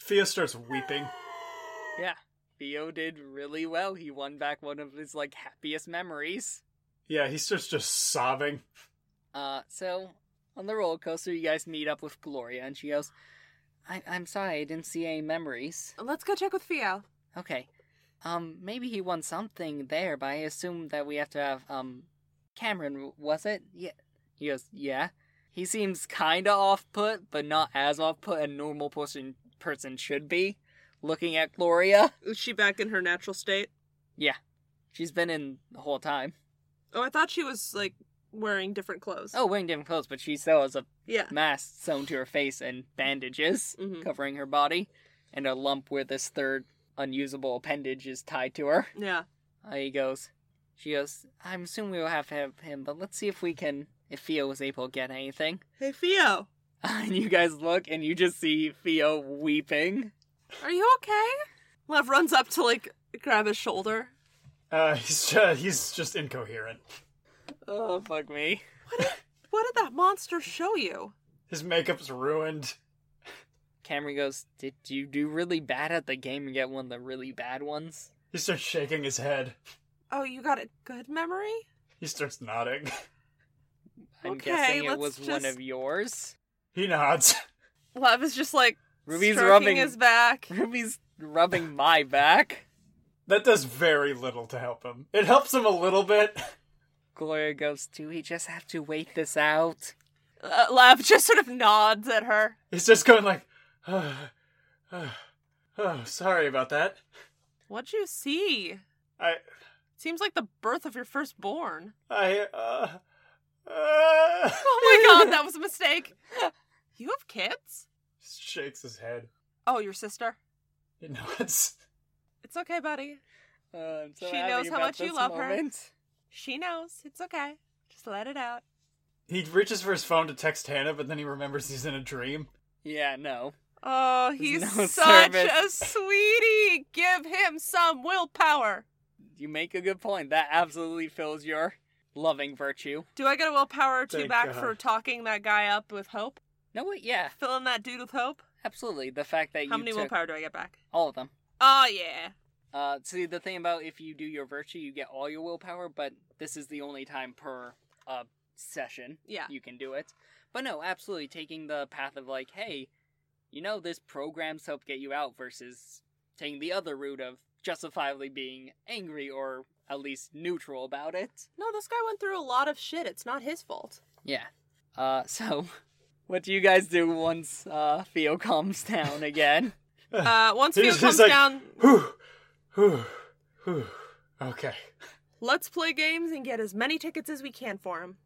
C: Theo starts weeping.
A: Yeah, Theo did really well. He won back one of his like happiest memories.
C: Yeah, he starts just sobbing.
A: Uh, so on the roller coaster, you guys meet up with Gloria, and she goes, I- "I'm sorry, I didn't see any memories."
B: Let's go check with Fia.
A: Okay, um, maybe he won something there, but I assume that we have to have um, Cameron, w- was it? Yeah. He goes, "Yeah." He seems kind of off put, but not as off put a normal person person should be. Looking at Gloria,
B: Is she back in her natural state?
A: she's been in the whole time.
B: Oh, I thought she was like wearing different clothes.
A: Oh, wearing different clothes, but she still has a
B: yeah.
A: mask sewn to her face and bandages
B: Mhm.
A: covering her body, and a lump where this third unusable appendage is tied to her.
B: Yeah.
A: Uh, he goes, she goes, I'm assuming we'll have to have him, but let's see if we can, if Theo was able to get anything.
B: Hey, Fio.
A: and you guys look, and you just see Theo weeping.
B: Are you okay? Lev runs up to like grab his shoulder.
C: Uh, he's just, he's just incoherent.
A: Oh, fuck me.
B: What did that monster show you?
C: His makeup's ruined.
A: Cameron goes, Did you do really bad at the game and get one of the really bad ones?
C: He starts shaking his head.
B: Oh, you got a good memory?
C: He starts nodding.
A: I'm
B: Okay,
A: guessing it
B: let's
A: was one
B: just-
A: of yours.
C: He nods.
B: Lev is just like
A: Ruby's
B: stroking
A: rubbing
B: his back.
A: Ruby's rubbing my back.
C: That does very little to help him. It helps him a little bit.
A: Gloria goes, Do we just have to wait this out?
B: Uh, Lev just sort of nods at her.
C: He's just going like, oh, sorry about that.
B: What'd you see?
C: I,
B: Seems like the birth of your firstborn.
C: I, uh, uh,
B: Oh my god, that was a mistake. You have kids?
C: shakes his head.
B: Oh, your sister.
C: He nods.
B: It's okay, buddy.
A: Uh, I'm so
B: She
A: happy
B: knows how
A: about
B: much you
A: this
B: love her.
A: moment.
B: She knows. It's okay. Just let it out.
C: He reaches for his phone to text Hannah, but then he remembers he's in a dream.
A: Yeah, no.
B: Oh,
A: There's
B: he's
A: no
B: such
A: service.
B: a sweetie. Give him some willpower.
A: You make a good point. That absolutely fills your loving virtue.
B: Do I get a willpower two
C: Thank
B: back
C: God.
B: for talking that guy up with hope?
A: No, what? Yeah,
B: Filling that dude with hope?
A: absolutely. The fact that
B: How
A: you
B: many
A: took
B: willpower do I get back?
A: all of them.
B: Oh yeah.
A: Uh, see, the thing about if you do your virtue, you get all your willpower, but this is the only time per uh, session
B: Yeah.
A: you can do it. But no, absolutely taking the path of like, hey, you know, this program's help get you out versus taking the other route of justifiably being angry or at least neutral about it.
B: No, this guy went through a lot of shit. It's not his fault.
A: Yeah. Uh, so, what do you guys do once uh, Theo calms down again?
B: Uh, once
C: He's
B: Theo
C: just
B: comes
C: like-
B: down,
C: Whew, whew, whew. Okay.
B: let's play games and get as many tickets as we can for him.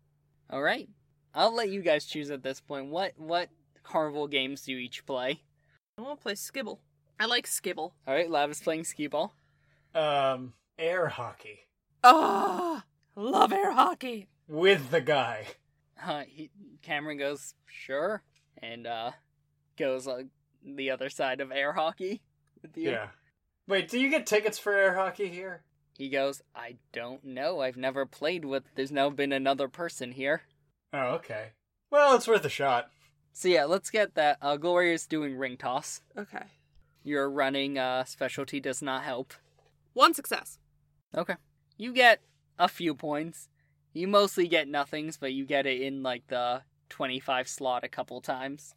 A: All right, I'll let you guys choose at this point. What what carnival games do you each play?
B: I want to play Skibble. I like Skibble.
A: All right, Lav is playing skee ball.
C: Um, air hockey
B: Ah, love air hockey.
C: with the guy.
A: Uh, he, Cameron goes sure, and uh, goes uh, the other side of air hockey with you.
C: Yeah. Wait, do you get tickets for air hockey here?
A: He goes, I don't know. I've never played with. There's now been another person here.
C: Oh, okay. Well, it's worth a shot.
A: So yeah, let's get that. Uh, Gloria's doing ring toss.
B: Okay.
A: Your running uh, specialty does not help.
B: One success.
A: Okay. You get a few points. You mostly get nothings, but you get it in like the 25 slot a couple times.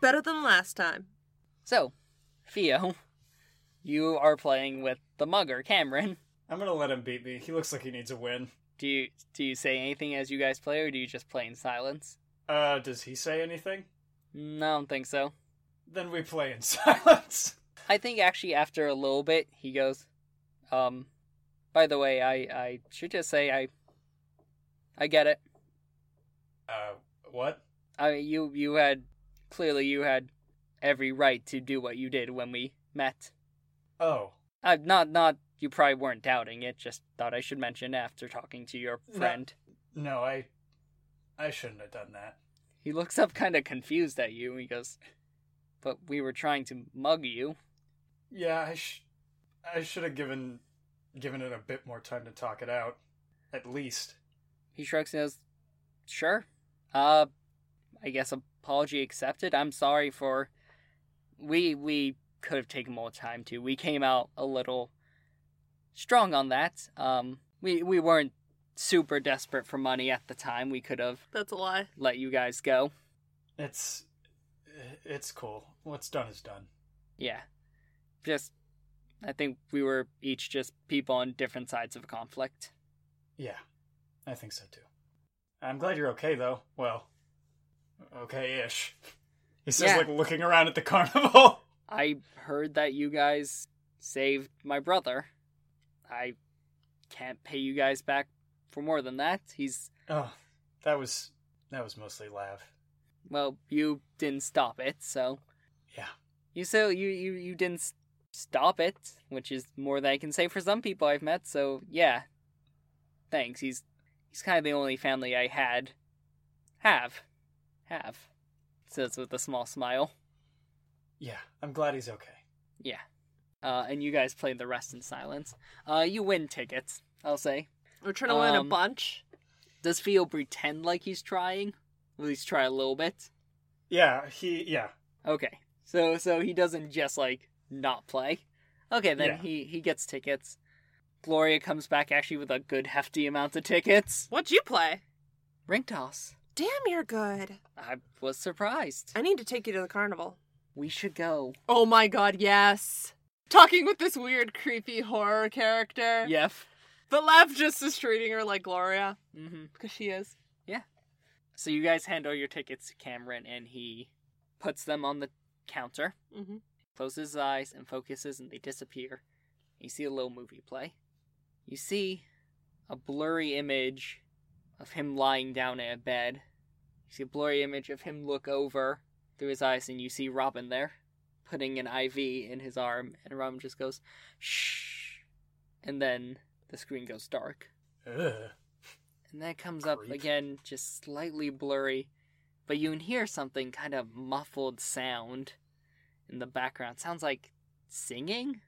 B: Better than last time.
A: So, Theo, you are playing with the mugger, Cameron.
C: I'm gonna let him beat me. He looks like he needs a win.
A: Do you do you say anything as you guys play or do you just play in silence?
C: Uh, does he say anything?
A: Mm, I don't think so.
C: Then we play in silence.
A: I think actually after a little bit he goes, um by the way, I I should just say I I get it.
C: Uh, what?
A: I mean, you you had clearly you had every right to do what you did when we met.
C: Oh,
A: Uh, not, not, you probably weren't doubting it, just thought I should mention after talking to your
C: No.
A: friend.
C: no, I, I shouldn't have done that.
A: He looks up kind of confused at you and he goes, But we were trying to mug you.
C: Yeah, I, sh- I should have given, given it a bit more time to talk it out, at least.
A: He shrugs and goes, Sure. Uh, I guess apology accepted. I'm sorry for. We, we could have taken more time to. We came out a little strong on that. Um, we, we weren't super desperate for money at the time. We could have
B: That's a lie.
A: let you guys go.
C: It's, it's cool. What's done is done.
A: Yeah. Just, I think we were each just people on different sides of a conflict.
C: Yeah, I think so too. I'm glad you're okay though. Well, okay ish. He says,
A: Yeah.
C: like looking around at the carnival.
A: I heard that you guys saved my brother. I can't pay you guys back for more than that. He's,
C: oh, that was that was mostly laugh.
A: well, you didn't stop it, so.
C: Yeah.
A: You so you you you didn't s- stop it, which is more than I can say for some people I've met. So yeah, thanks. He's he's kind of the only family I had have have says with a small smile.
C: Yeah, I'm glad he's okay.
A: Yeah, uh, and you guys played the rest in silence. Uh, you win tickets. I'll say.
B: We're trying to win a
A: Um,
B: bunch.
A: Does Theo pretend like he's trying? At least try a little bit.
C: Yeah, he yeah.
A: Okay. So so he doesn't just like not play. Okay, then
C: Yeah.
A: he he gets tickets. Gloria comes back actually with a good hefty amount of tickets.
B: What'd you play?
A: Ring toss.
D: Damn, you're good.
A: I was surprised.
D: I need to take you to the carnival.
A: We should go.
B: Oh my god, yes. Talking with this weird, creepy horror character.
A: Yep.
B: The left just is treating her like Gloria,
A: hmm
B: because she is.
A: So you guys hand all your tickets to Cameron, and he puts them on the counter,
B: Mm-hmm.
A: closes his eyes, and focuses, and they disappear. You see a little movie play. You see a blurry image of him lying down in a bed. You see a blurry image of him look over through his eyes, and you see Robin there, putting an IV in his arm, and Robin just goes, shh. And then the screen goes dark.
C: Ugh.
A: And that comes up
C: Creep.
A: again, just slightly blurry, but you can hear something kind of muffled sound in the background. Sounds like singing?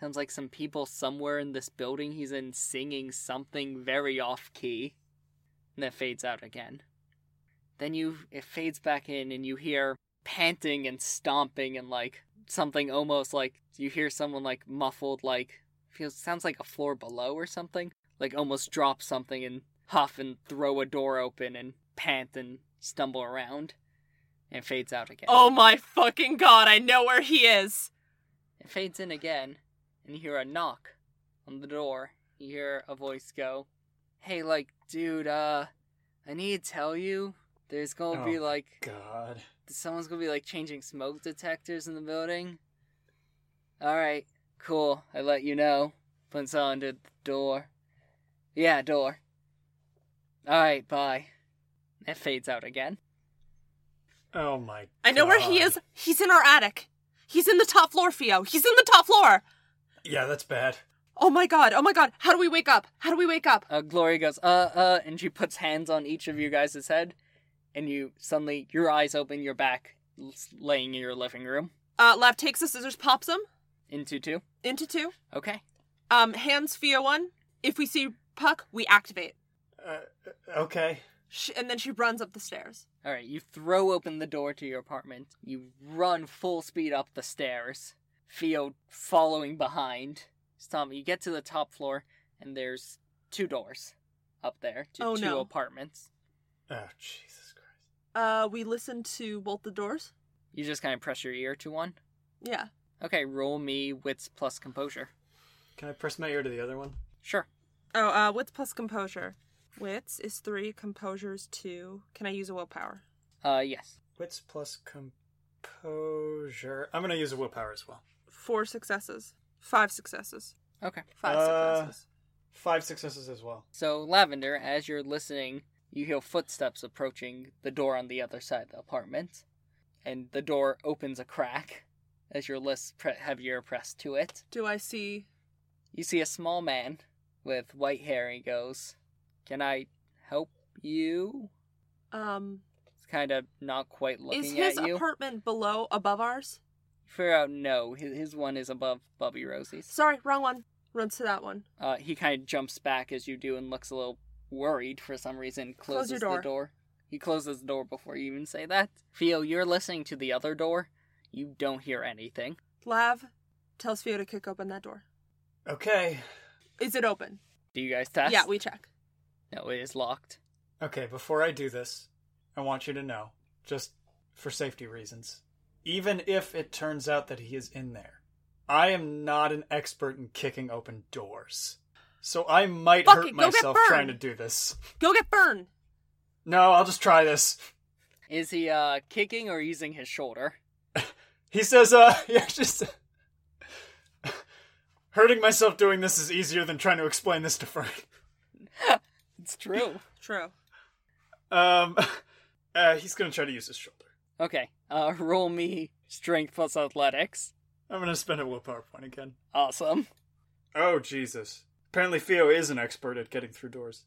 A: Sounds like some people somewhere in this building he's in singing something very off key. And then fades out again. Then you it fades back in and you hear panting and stomping and like something almost like you hear someone like muffled like feels sounds like a floor below or something like almost drop something and huff and throw a door open and pant and stumble around and fades out again.
B: Oh my fucking god, I know where he is.
A: It fades in again, and you hear a knock on the door. You hear a voice go, Hey, like, dude, uh, I need to tell you, there's gonna be
C: Oh.
A: like,
C: God.
A: someone's gonna be like changing smoke detectors in the building. Alright, cool, I let you know. Puts on to the door. Yeah, door. Alright, bye. It fades out again.
C: Oh my.
B: I know where he
C: God.
B: is. He's in our attic. He's in the top floor, Theo. He's in the top floor.
C: Yeah, that's bad.
B: Oh my god, oh my god. How do we wake up? How do we wake up?
A: Uh, Gloria goes, uh, uh, and she puts hands on each of you guys' head, and you suddenly, your eyes open, you're back, l- laying in your living room.
B: Uh, left takes the scissors, pops them
A: Into two.
B: into two.
A: Okay.
B: Um, hands Fia one. If we see Puck, we activate.
C: Uh, okay.
B: Sh and then she runs up the stairs.
A: All right, you throw open the door to your apartment. You run full speed up the stairs, Theo following behind. Tom, you get to the top floor, and there's two doors up there to
B: Oh,
A: two
B: no.
A: apartments.
C: Oh Jesus Christ.
B: Uh, we listen to both the doors.
A: You just kind of press your ear to one.
B: Yeah.
A: Okay, roll me wits plus composure.
C: Can I press my ear to the other one?
A: Sure.
D: Oh, uh, wits plus composure. Wits is three, composure's two. Can I use a willpower?
A: Uh, yes.
C: Wits plus composure. I'm gonna use a willpower as well.
D: Four successes. Five successes.
A: Okay.
D: Five
C: Uh,
D: successes.
C: Five successes as well.
A: So, Lavender, as you're listening, you hear footsteps approaching the door on the other side of the apartment. and the door opens a crack as your lips pre- heavier pressed to it.
B: Do I see?
A: You see a small man with white hair. He goes, "Can I help you?"
D: Um,
A: It's kind of not quite looking
D: is his
A: at you.
D: apartment below, above ours?
A: Figure out no. His, his one is above Bubby Rosie's.
D: Sorry, wrong one. Runs to that one.
A: Uh, he kind of jumps back as you do and looks a little worried for some reason.
D: Close
A: Closes
D: your door.
A: the door. He closes the door before you even say that. Theo, you're listening to the other door. You don't hear anything.
D: Lav tells Theo to kick open that door.
C: Okay.
D: Is it open?
A: Do you guys test?
D: Yeah, we check.
A: No, it is locked.
C: Okay, before I do this, I want you to know, just for safety reasons, even if it turns out that he is in there, I am not an expert in kicking open doors. So I might
D: Fuck
C: hurt
D: it, go get
C: myself
D: burned.
C: trying to do this.
D: Go get Burn.
C: No, I'll just try this.
A: Is he uh kicking or using his shoulder?
C: He says, uh, yeah, just. Hurting myself doing this is easier than trying to explain this to Frank.
A: It's true.
D: True.
C: Um, uh, he's gonna try to use his shoulder.
A: okay. Uh roll me strength plus athletics.
C: I'm gonna spend a willpower point again.
A: Awesome.
C: Oh, Jesus. Apparently, Theo is an expert at getting through doors.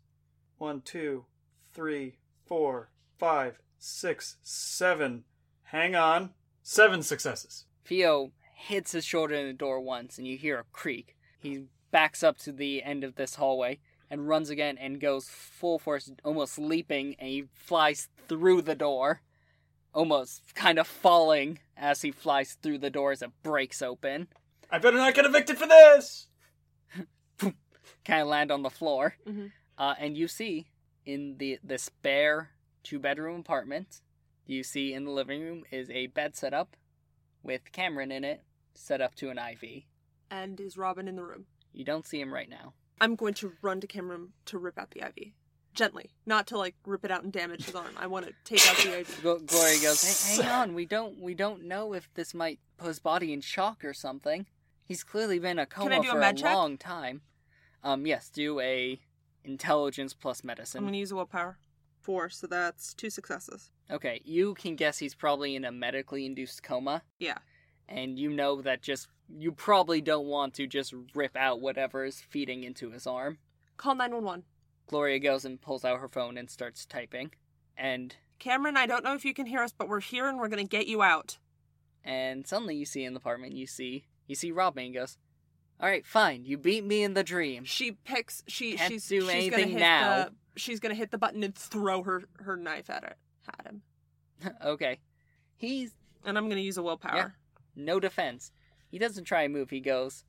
C: One, two, three, four, five, six, seven. Hang on. Seven successes.
A: Theo hits his shoulder in the door once and you hear a creak. He backs up to the end of this hallway and runs again and goes full force, almost leaping, and he flies through the door, almost kind of falling as he flies through the door as it breaks open.
C: I better not get evicted for this!
A: kind of land on the floor,
D: Mhm.
A: uh, and you see in the this bare two bedroom apartment, you see in the living room is a bed set up with Cameron in it, set up to an IV.
D: And is Robin in the room?
A: You don't see him right now.
D: I'm going to run to Cameron to rip out the IV. Gently. Not to like rip it out and damage his arm. I want to take out the IV.
A: Glo- Gloria goes, hey, "Hang on, we don't we don't know if this might put his body in shock or something. He's clearly been in a
D: I
A: coma
D: do a
A: for a,
D: med check?
A: long time." Um, yes, do a intelligence plus medicine.
D: I'm going to use a willpower.
B: Four, so that's two successes.
A: Okay, you can guess he's probably in a medically induced coma.
B: Yeah.
A: And you know that just you probably don't want to just rip out whatever is feeding into his arm.
D: Call 911.
A: Gloria goes and pulls out her phone and starts typing. And
D: Cameron, I don't know if you can hear us, but we're here and we're going to get you out.
A: and suddenly you see in the apartment you see you see Robin and goes, Alright, fine, you beat me in the dream.
D: She picks. She
A: Can't
D: she's
A: do
D: she's gonna
A: anything
D: hit
A: now.
D: The, she's gonna hit the button and throw her her knife at it at him.
A: okay. He's
D: And I'm gonna use a willpower.
A: Yeah. no defense. He doesn't try and move. He goes,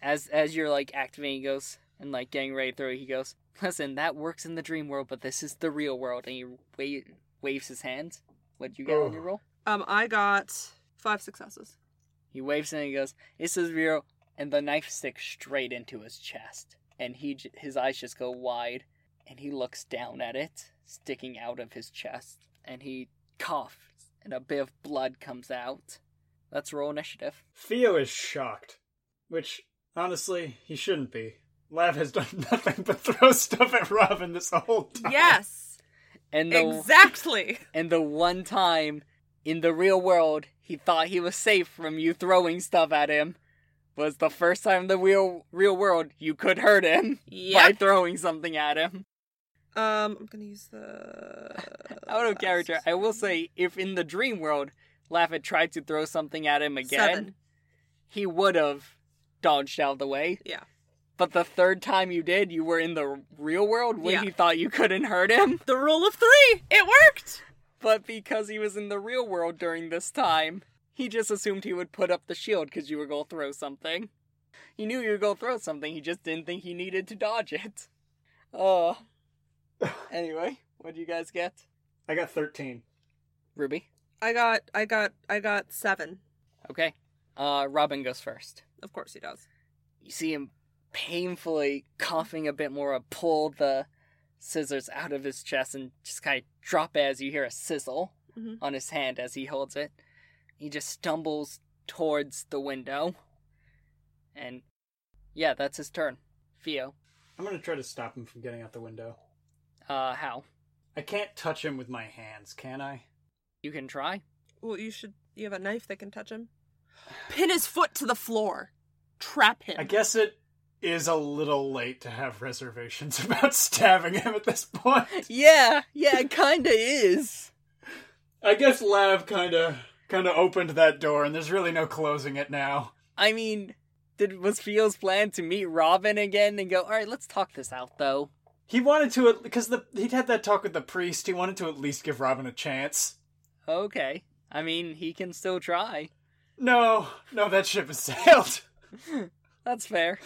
A: as as you're like activating, he goes and like getting ready to throw. it, He goes, listen, that works in the dream world, but this is the real world. And he wa- waves his hand. What'd you get on your
C: Oh.
A: roll?
B: Um, I got
D: Five successes.
A: He waves it and he goes, this is real. And the knife sticks straight into his chest, and he j- his eyes just go wide, and he looks down at it sticking out of his chest, and he coughs, and a bit of blood comes out. Let's roll initiative.
C: Theo is shocked. Which, honestly, he shouldn't be. Lav has done nothing but throw stuff at Robin this whole time.
B: yes,
A: And the
B: exactly.
A: and the one time in the real world he thought he was safe from you throwing stuff at him was the first time in the real real world you could hurt him by
B: Yep.
A: throwing something at him.
B: Um, I'm gonna use the
A: Out of character, I will say if in the dream world Laugh had tried to throw something at him again,
B: Seven.
A: he would have dodged out of the way.
B: Yeah.
A: But the third time you did, you were in the real world when
B: Yeah.
A: he thought you couldn't hurt him.
B: The rule of three. It worked.
A: But because he was in the real world during this time, he just assumed he would put up the shield because you were going to throw something. He knew you were going to throw something, he just didn't think he needed to dodge it. Uh. Anyway, what do you guys get?
C: I got 13.
A: Ruby.
B: I got, I got, I got seven.
A: Okay. Uh, Robin goes first.
B: Of course he does.
A: You see him painfully coughing a bit more, pull the scissors out of his chest and just kind of drop it as you hear a sizzle
B: Mhm.
A: on his hand as he holds it. He just stumbles towards the window. And yeah, that's his turn. Theo,
C: I'm gonna try to stop him from getting out the window.
A: uh, how?
C: I can't touch him with my hands, can I?
A: You can try.
B: Well, you should. You have a knife that can touch him. Pin his foot to the floor. Trap him.
C: I guess it is a little late to have reservations about stabbing him at this point.
A: Yeah, yeah, it kinda is.
C: I guess Lav kind of kind of opened that door, and there's really no closing it now.
A: I mean, did was Fio's plan to meet Robin again and go, all right, let's talk this out though?
C: He wanted to because the he'd had that talk with the priest. He wanted to at least give Robin a chance.
A: Okay. I mean, he can still try.
C: No, no, that ship has sailed.
A: That's fair.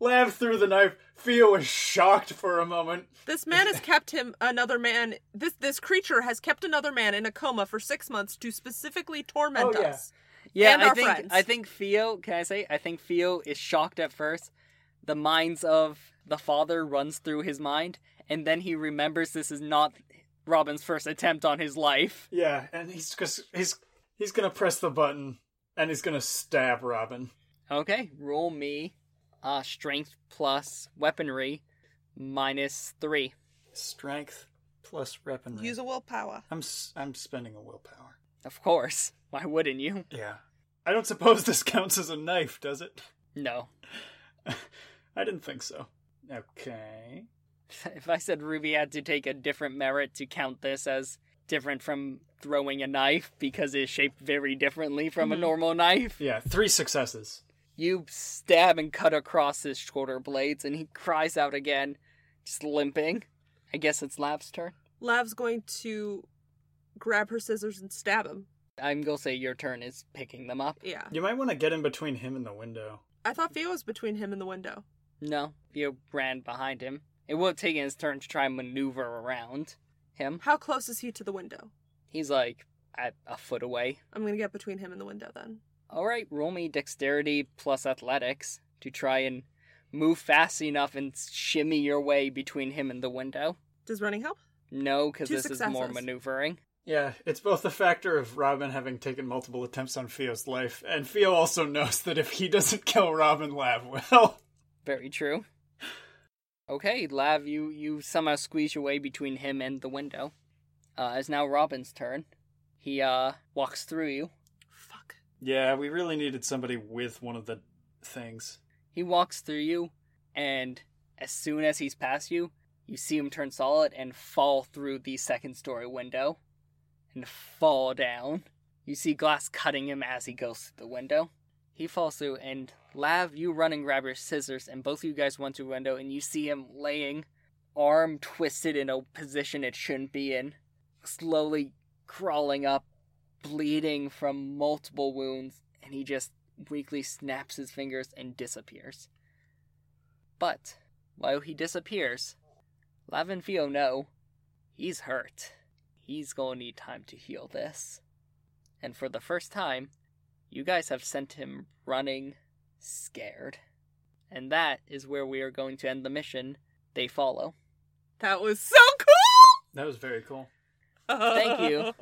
C: Lav threw the knife. Fio was shocked for a moment.
B: This man has kept him another man. This this creature has kept another man in a coma for six months to specifically torment
C: Oh, yeah.
B: us.
A: Yeah,
B: And
A: I
B: our
A: think
B: friends.
A: I think Theo, can I say, I think Theo is shocked at first. The minds of the father runs through his mind, and then he remembers this is not Robin's first attempt on his life.
C: Yeah, and he's cause he's he's gonna press the button, and he's gonna stab Robin.
A: Okay, roll me uh strength plus weaponry minus 3.
C: Strength plus weaponry.
B: Use a willpower.
C: I'm s- I'm spending a willpower.
A: Of course. Why wouldn't you?
C: Yeah. I don't suppose this counts as a knife, does it?
A: No.
C: I didn't think so. Okay.
A: If I said Ruby had to take a different merit to count this as different from throwing a knife because it's shaped very differently from
B: Mm-hmm.
A: a normal knife,
C: Yeah, three successes.
A: you stab and cut across his shoulder blades, and he cries out again, just limping. I guess it's Lab's turn.
B: Lav's going to grab her scissors and stab him.
A: I'm gonna say your turn is picking them up.
B: Yeah.
C: You might want to get in between him and the window.
B: I thought Theo was between him and the window.
A: No, you ran behind him. It will take his turn to try and maneuver around him.
B: How close is he to the window?
A: He's like at a foot away.
B: I'm going to get between him and the window then.
A: All right, roll me dexterity plus athletics to try and move fast enough and shimmy your way between him and the window.
B: Does running help?
A: No, because
B: Two
A: this is more
B: successes.
A: maneuvering.
C: Yeah, it's both the factor of Robin having taken multiple attempts on Fio's life, and Fio also knows that if he doesn't kill Robin, Lab will.
A: Very true. Okay, Lav, you you somehow squeeze your way between him and the window. Uh, it's now Robin's turn. He uh walks through you.
B: Fuck.
C: Yeah, we really needed somebody with one of the things.
A: He walks through you, and as soon as he's past you, you see him turn solid and fall through the second story window and fall down. You see glass cutting him as he goes through the window. He falls through, and Lav, you run and grab your scissors, and both of you guys run to the window, and you see him laying, arm twisted in a position it shouldn't be in, slowly crawling up, bleeding from multiple wounds, and he just weakly snaps his fingers and disappears. But while he disappears, Lav and Fio know he's hurt. He's gonna need time to heal this. And for the first time, you guys have sent him running scared. And that is where we are going to end the mission. They follow.
B: That was so cool!
C: That was very cool.
A: Thank you.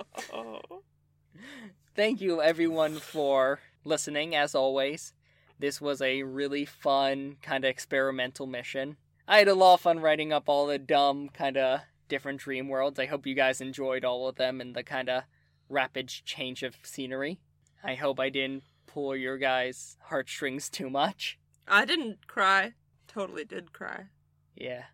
A: Thank you, everyone, for listening, as always. This was a really fun, kind of experimental mission. I had a lot of fun writing up all the dumb, kind of different dream worlds. I hope you guys enjoyed all of them and the kind of rapid change of scenery. I hope I didn't pull your guys' heartstrings too much.
B: I didn't cry. Totally did cry.
A: Yeah.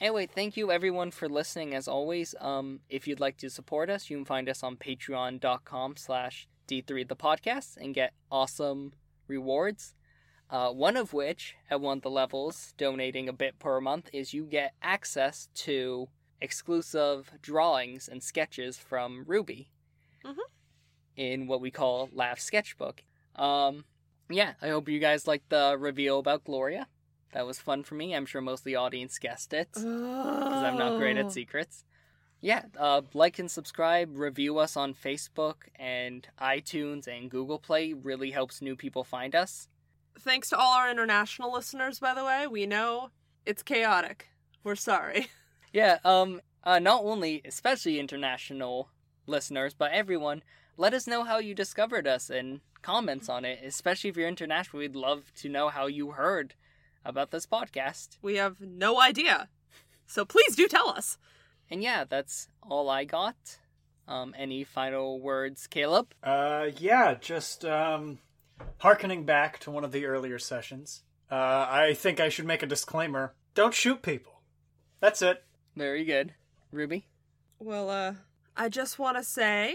A: Anyway, thank you everyone for listening as always. Um, if you'd like to support us, you can find us on patreon.com slash D3 the podcast and get awesome rewards. Uh, one of which, at one of the levels, donating a bit per month, is you get access to exclusive drawings and sketches from Ruby
B: Mhm.
A: in what we call Laugh Sketchbook. Um, yeah, I hope you guys liked the reveal about Gloria. That was fun for me. I'm sure most of the audience guessed it because I'm not great
B: Oh.
A: at secrets. Yeah, uh, like and subscribe, review us on Facebook and iTunes and Google Play really helps new people find us.
B: Thanks to all our international listeners, by the way. We know it's chaotic. We're sorry.
A: Yeah, um, uh, not only, especially international listeners, but everyone, let us know how you discovered us and comments on it, especially if you're international. We'd love to know how you heard about this podcast.
B: We have no idea. So please do tell us.
A: And yeah, that's all I got. Um, any final words, Caleb?
C: Uh, yeah, just um, hearkening back to one of the earlier sessions. Uh, I think I should make a disclaimer: don't shoot people. That's it.
A: Very good. Ruby?
G: Well, uh,
B: I just want to say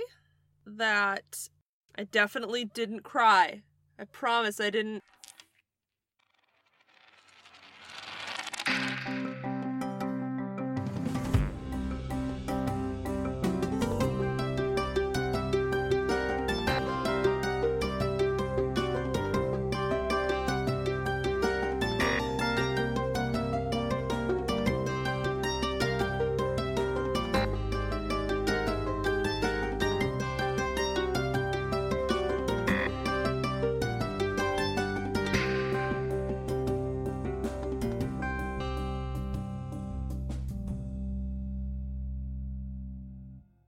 B: that I definitely didn't cry. I promise I didn't.